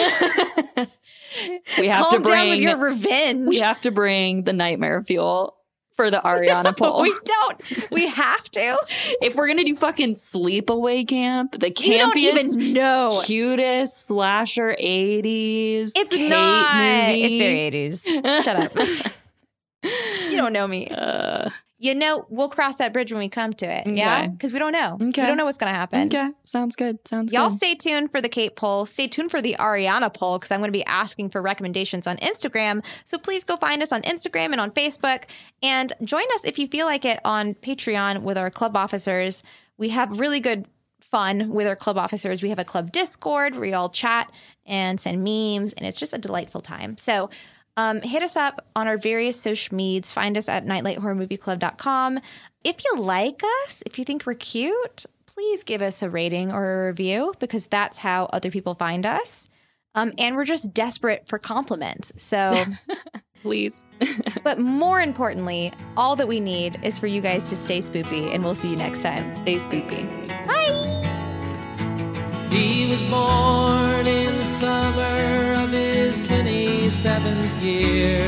we have calm to bring down with your revenge. we have to bring the nightmare fuel for the ariana poll we don't. We have to. if we're gonna do fucking sleepaway camp the campiest You don't even know. cutest slasher 80s It's Kate not. movie. It's very 80s. Shut up. you don't know me. Uh, You know, we'll cross that bridge when we come to it. Yeah. Okay. Because we don't know. We Okay. don't know what's going to happen. okay sounds good sounds Y'all good stay tuned for the Kate poll. Stay tuned for the Ariana poll because I'm going to be asking for recommendations on Instagram. So please go find us on Instagram and on Facebook. And join us if you feel like it on Patreon with our club officers. We have really good fun with our club officers. We have a club Discord where you all chat and send memes, and it's just a delightful time. So um, hit us up on our various social medias. Find us at nightlighthorrormovieclub.com. If you like us, if you think we're cute, please give us a rating or a review because that's how other people find us. Um, and we're just desperate for compliments. So, please but more importantly, all that we need is for you guys to stay spoopy, and we'll see you next time. stay spoopy He was born in the summer of his 27th year,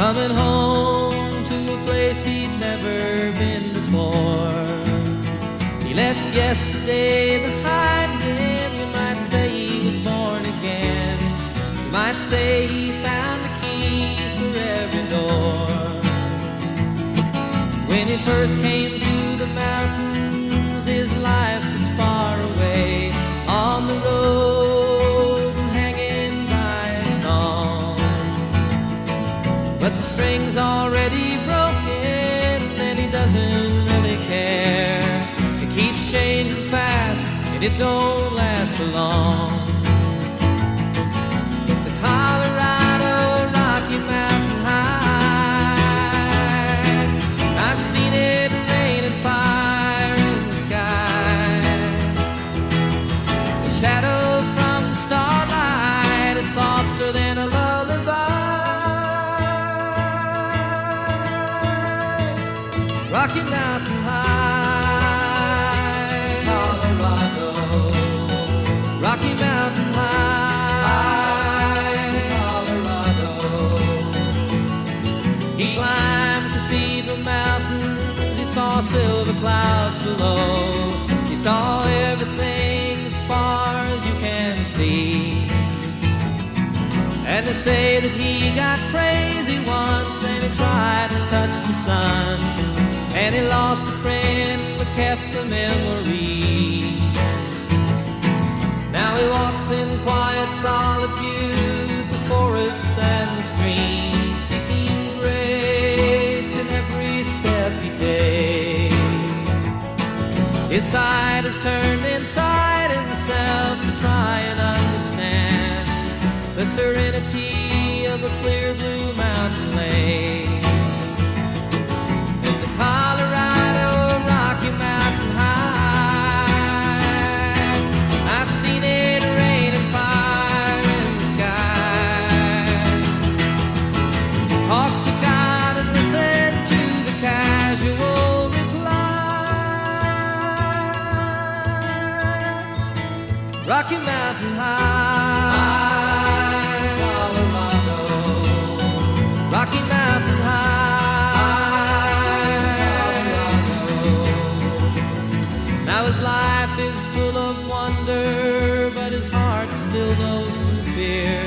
coming home to a place he'd never been before. He left yesterday behind him, you might say he was born again. You might say he found the key for every door. he first came to the mountains, his life was far away. On the road, hanging by a song. But the string's already broken, and he doesn't really care. It keeps changing fast, and it don't last for long. The Colorado Rocky Mountain High. I've seen it rain and fire in the sky. The shadow from the starlight is softer than a lullaby. Rocky Mountain High, Colorado. Rocky Mountain High, Colorado. He climbed Cathedral Mountains, he saw silver clouds below. He saw everything as far as you can see. And they say that he got crazy once and he tried to touch the sun. And he lost a friend but kept the memory. Now he walks in quiet solitude, the forests and the streams, seeking grace in every step he takes. His side is turned inside himself to try and understand the serenity of a clear blue mountain lake. In the Colorado Rocky Mountain High, I've seen it rain and fire in the sky. Talk to God and listen to the casual reply. Rocky Mountain High, Colorado. Rocky Mountain High. Now his life is full of wonder, but his heart still knows some fear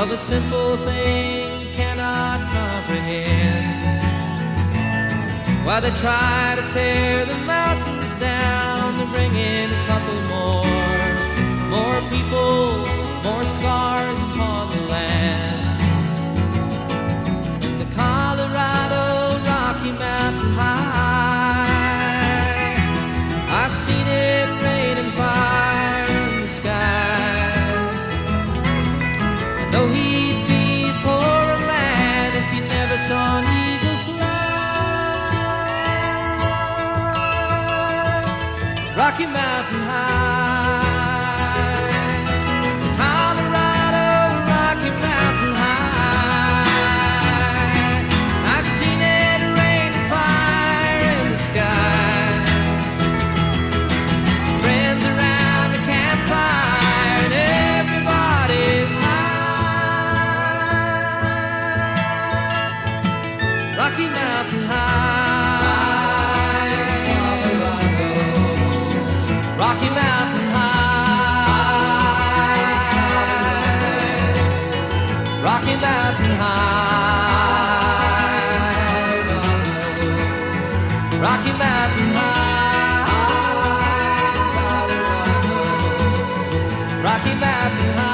of a simple thing he cannot comprehend. Why they try to tear the mountains down to bring in a couple more, more people, more scars upon the land the Colorado Rocky Mountain High. I've seen it rain and fire in the sky. Though he'd be poor man if he never saw an eagle fly. Rocky Mountain High. Colorado, Rocky Mountain High. I've seen it rain and fire in the sky. Friends around the campfire and everybody's high. Rocky Mountain High. Colorado. Rocky Mountain High. Rocky Mountain High. Rocky Mountain High. Rocky Mountain High.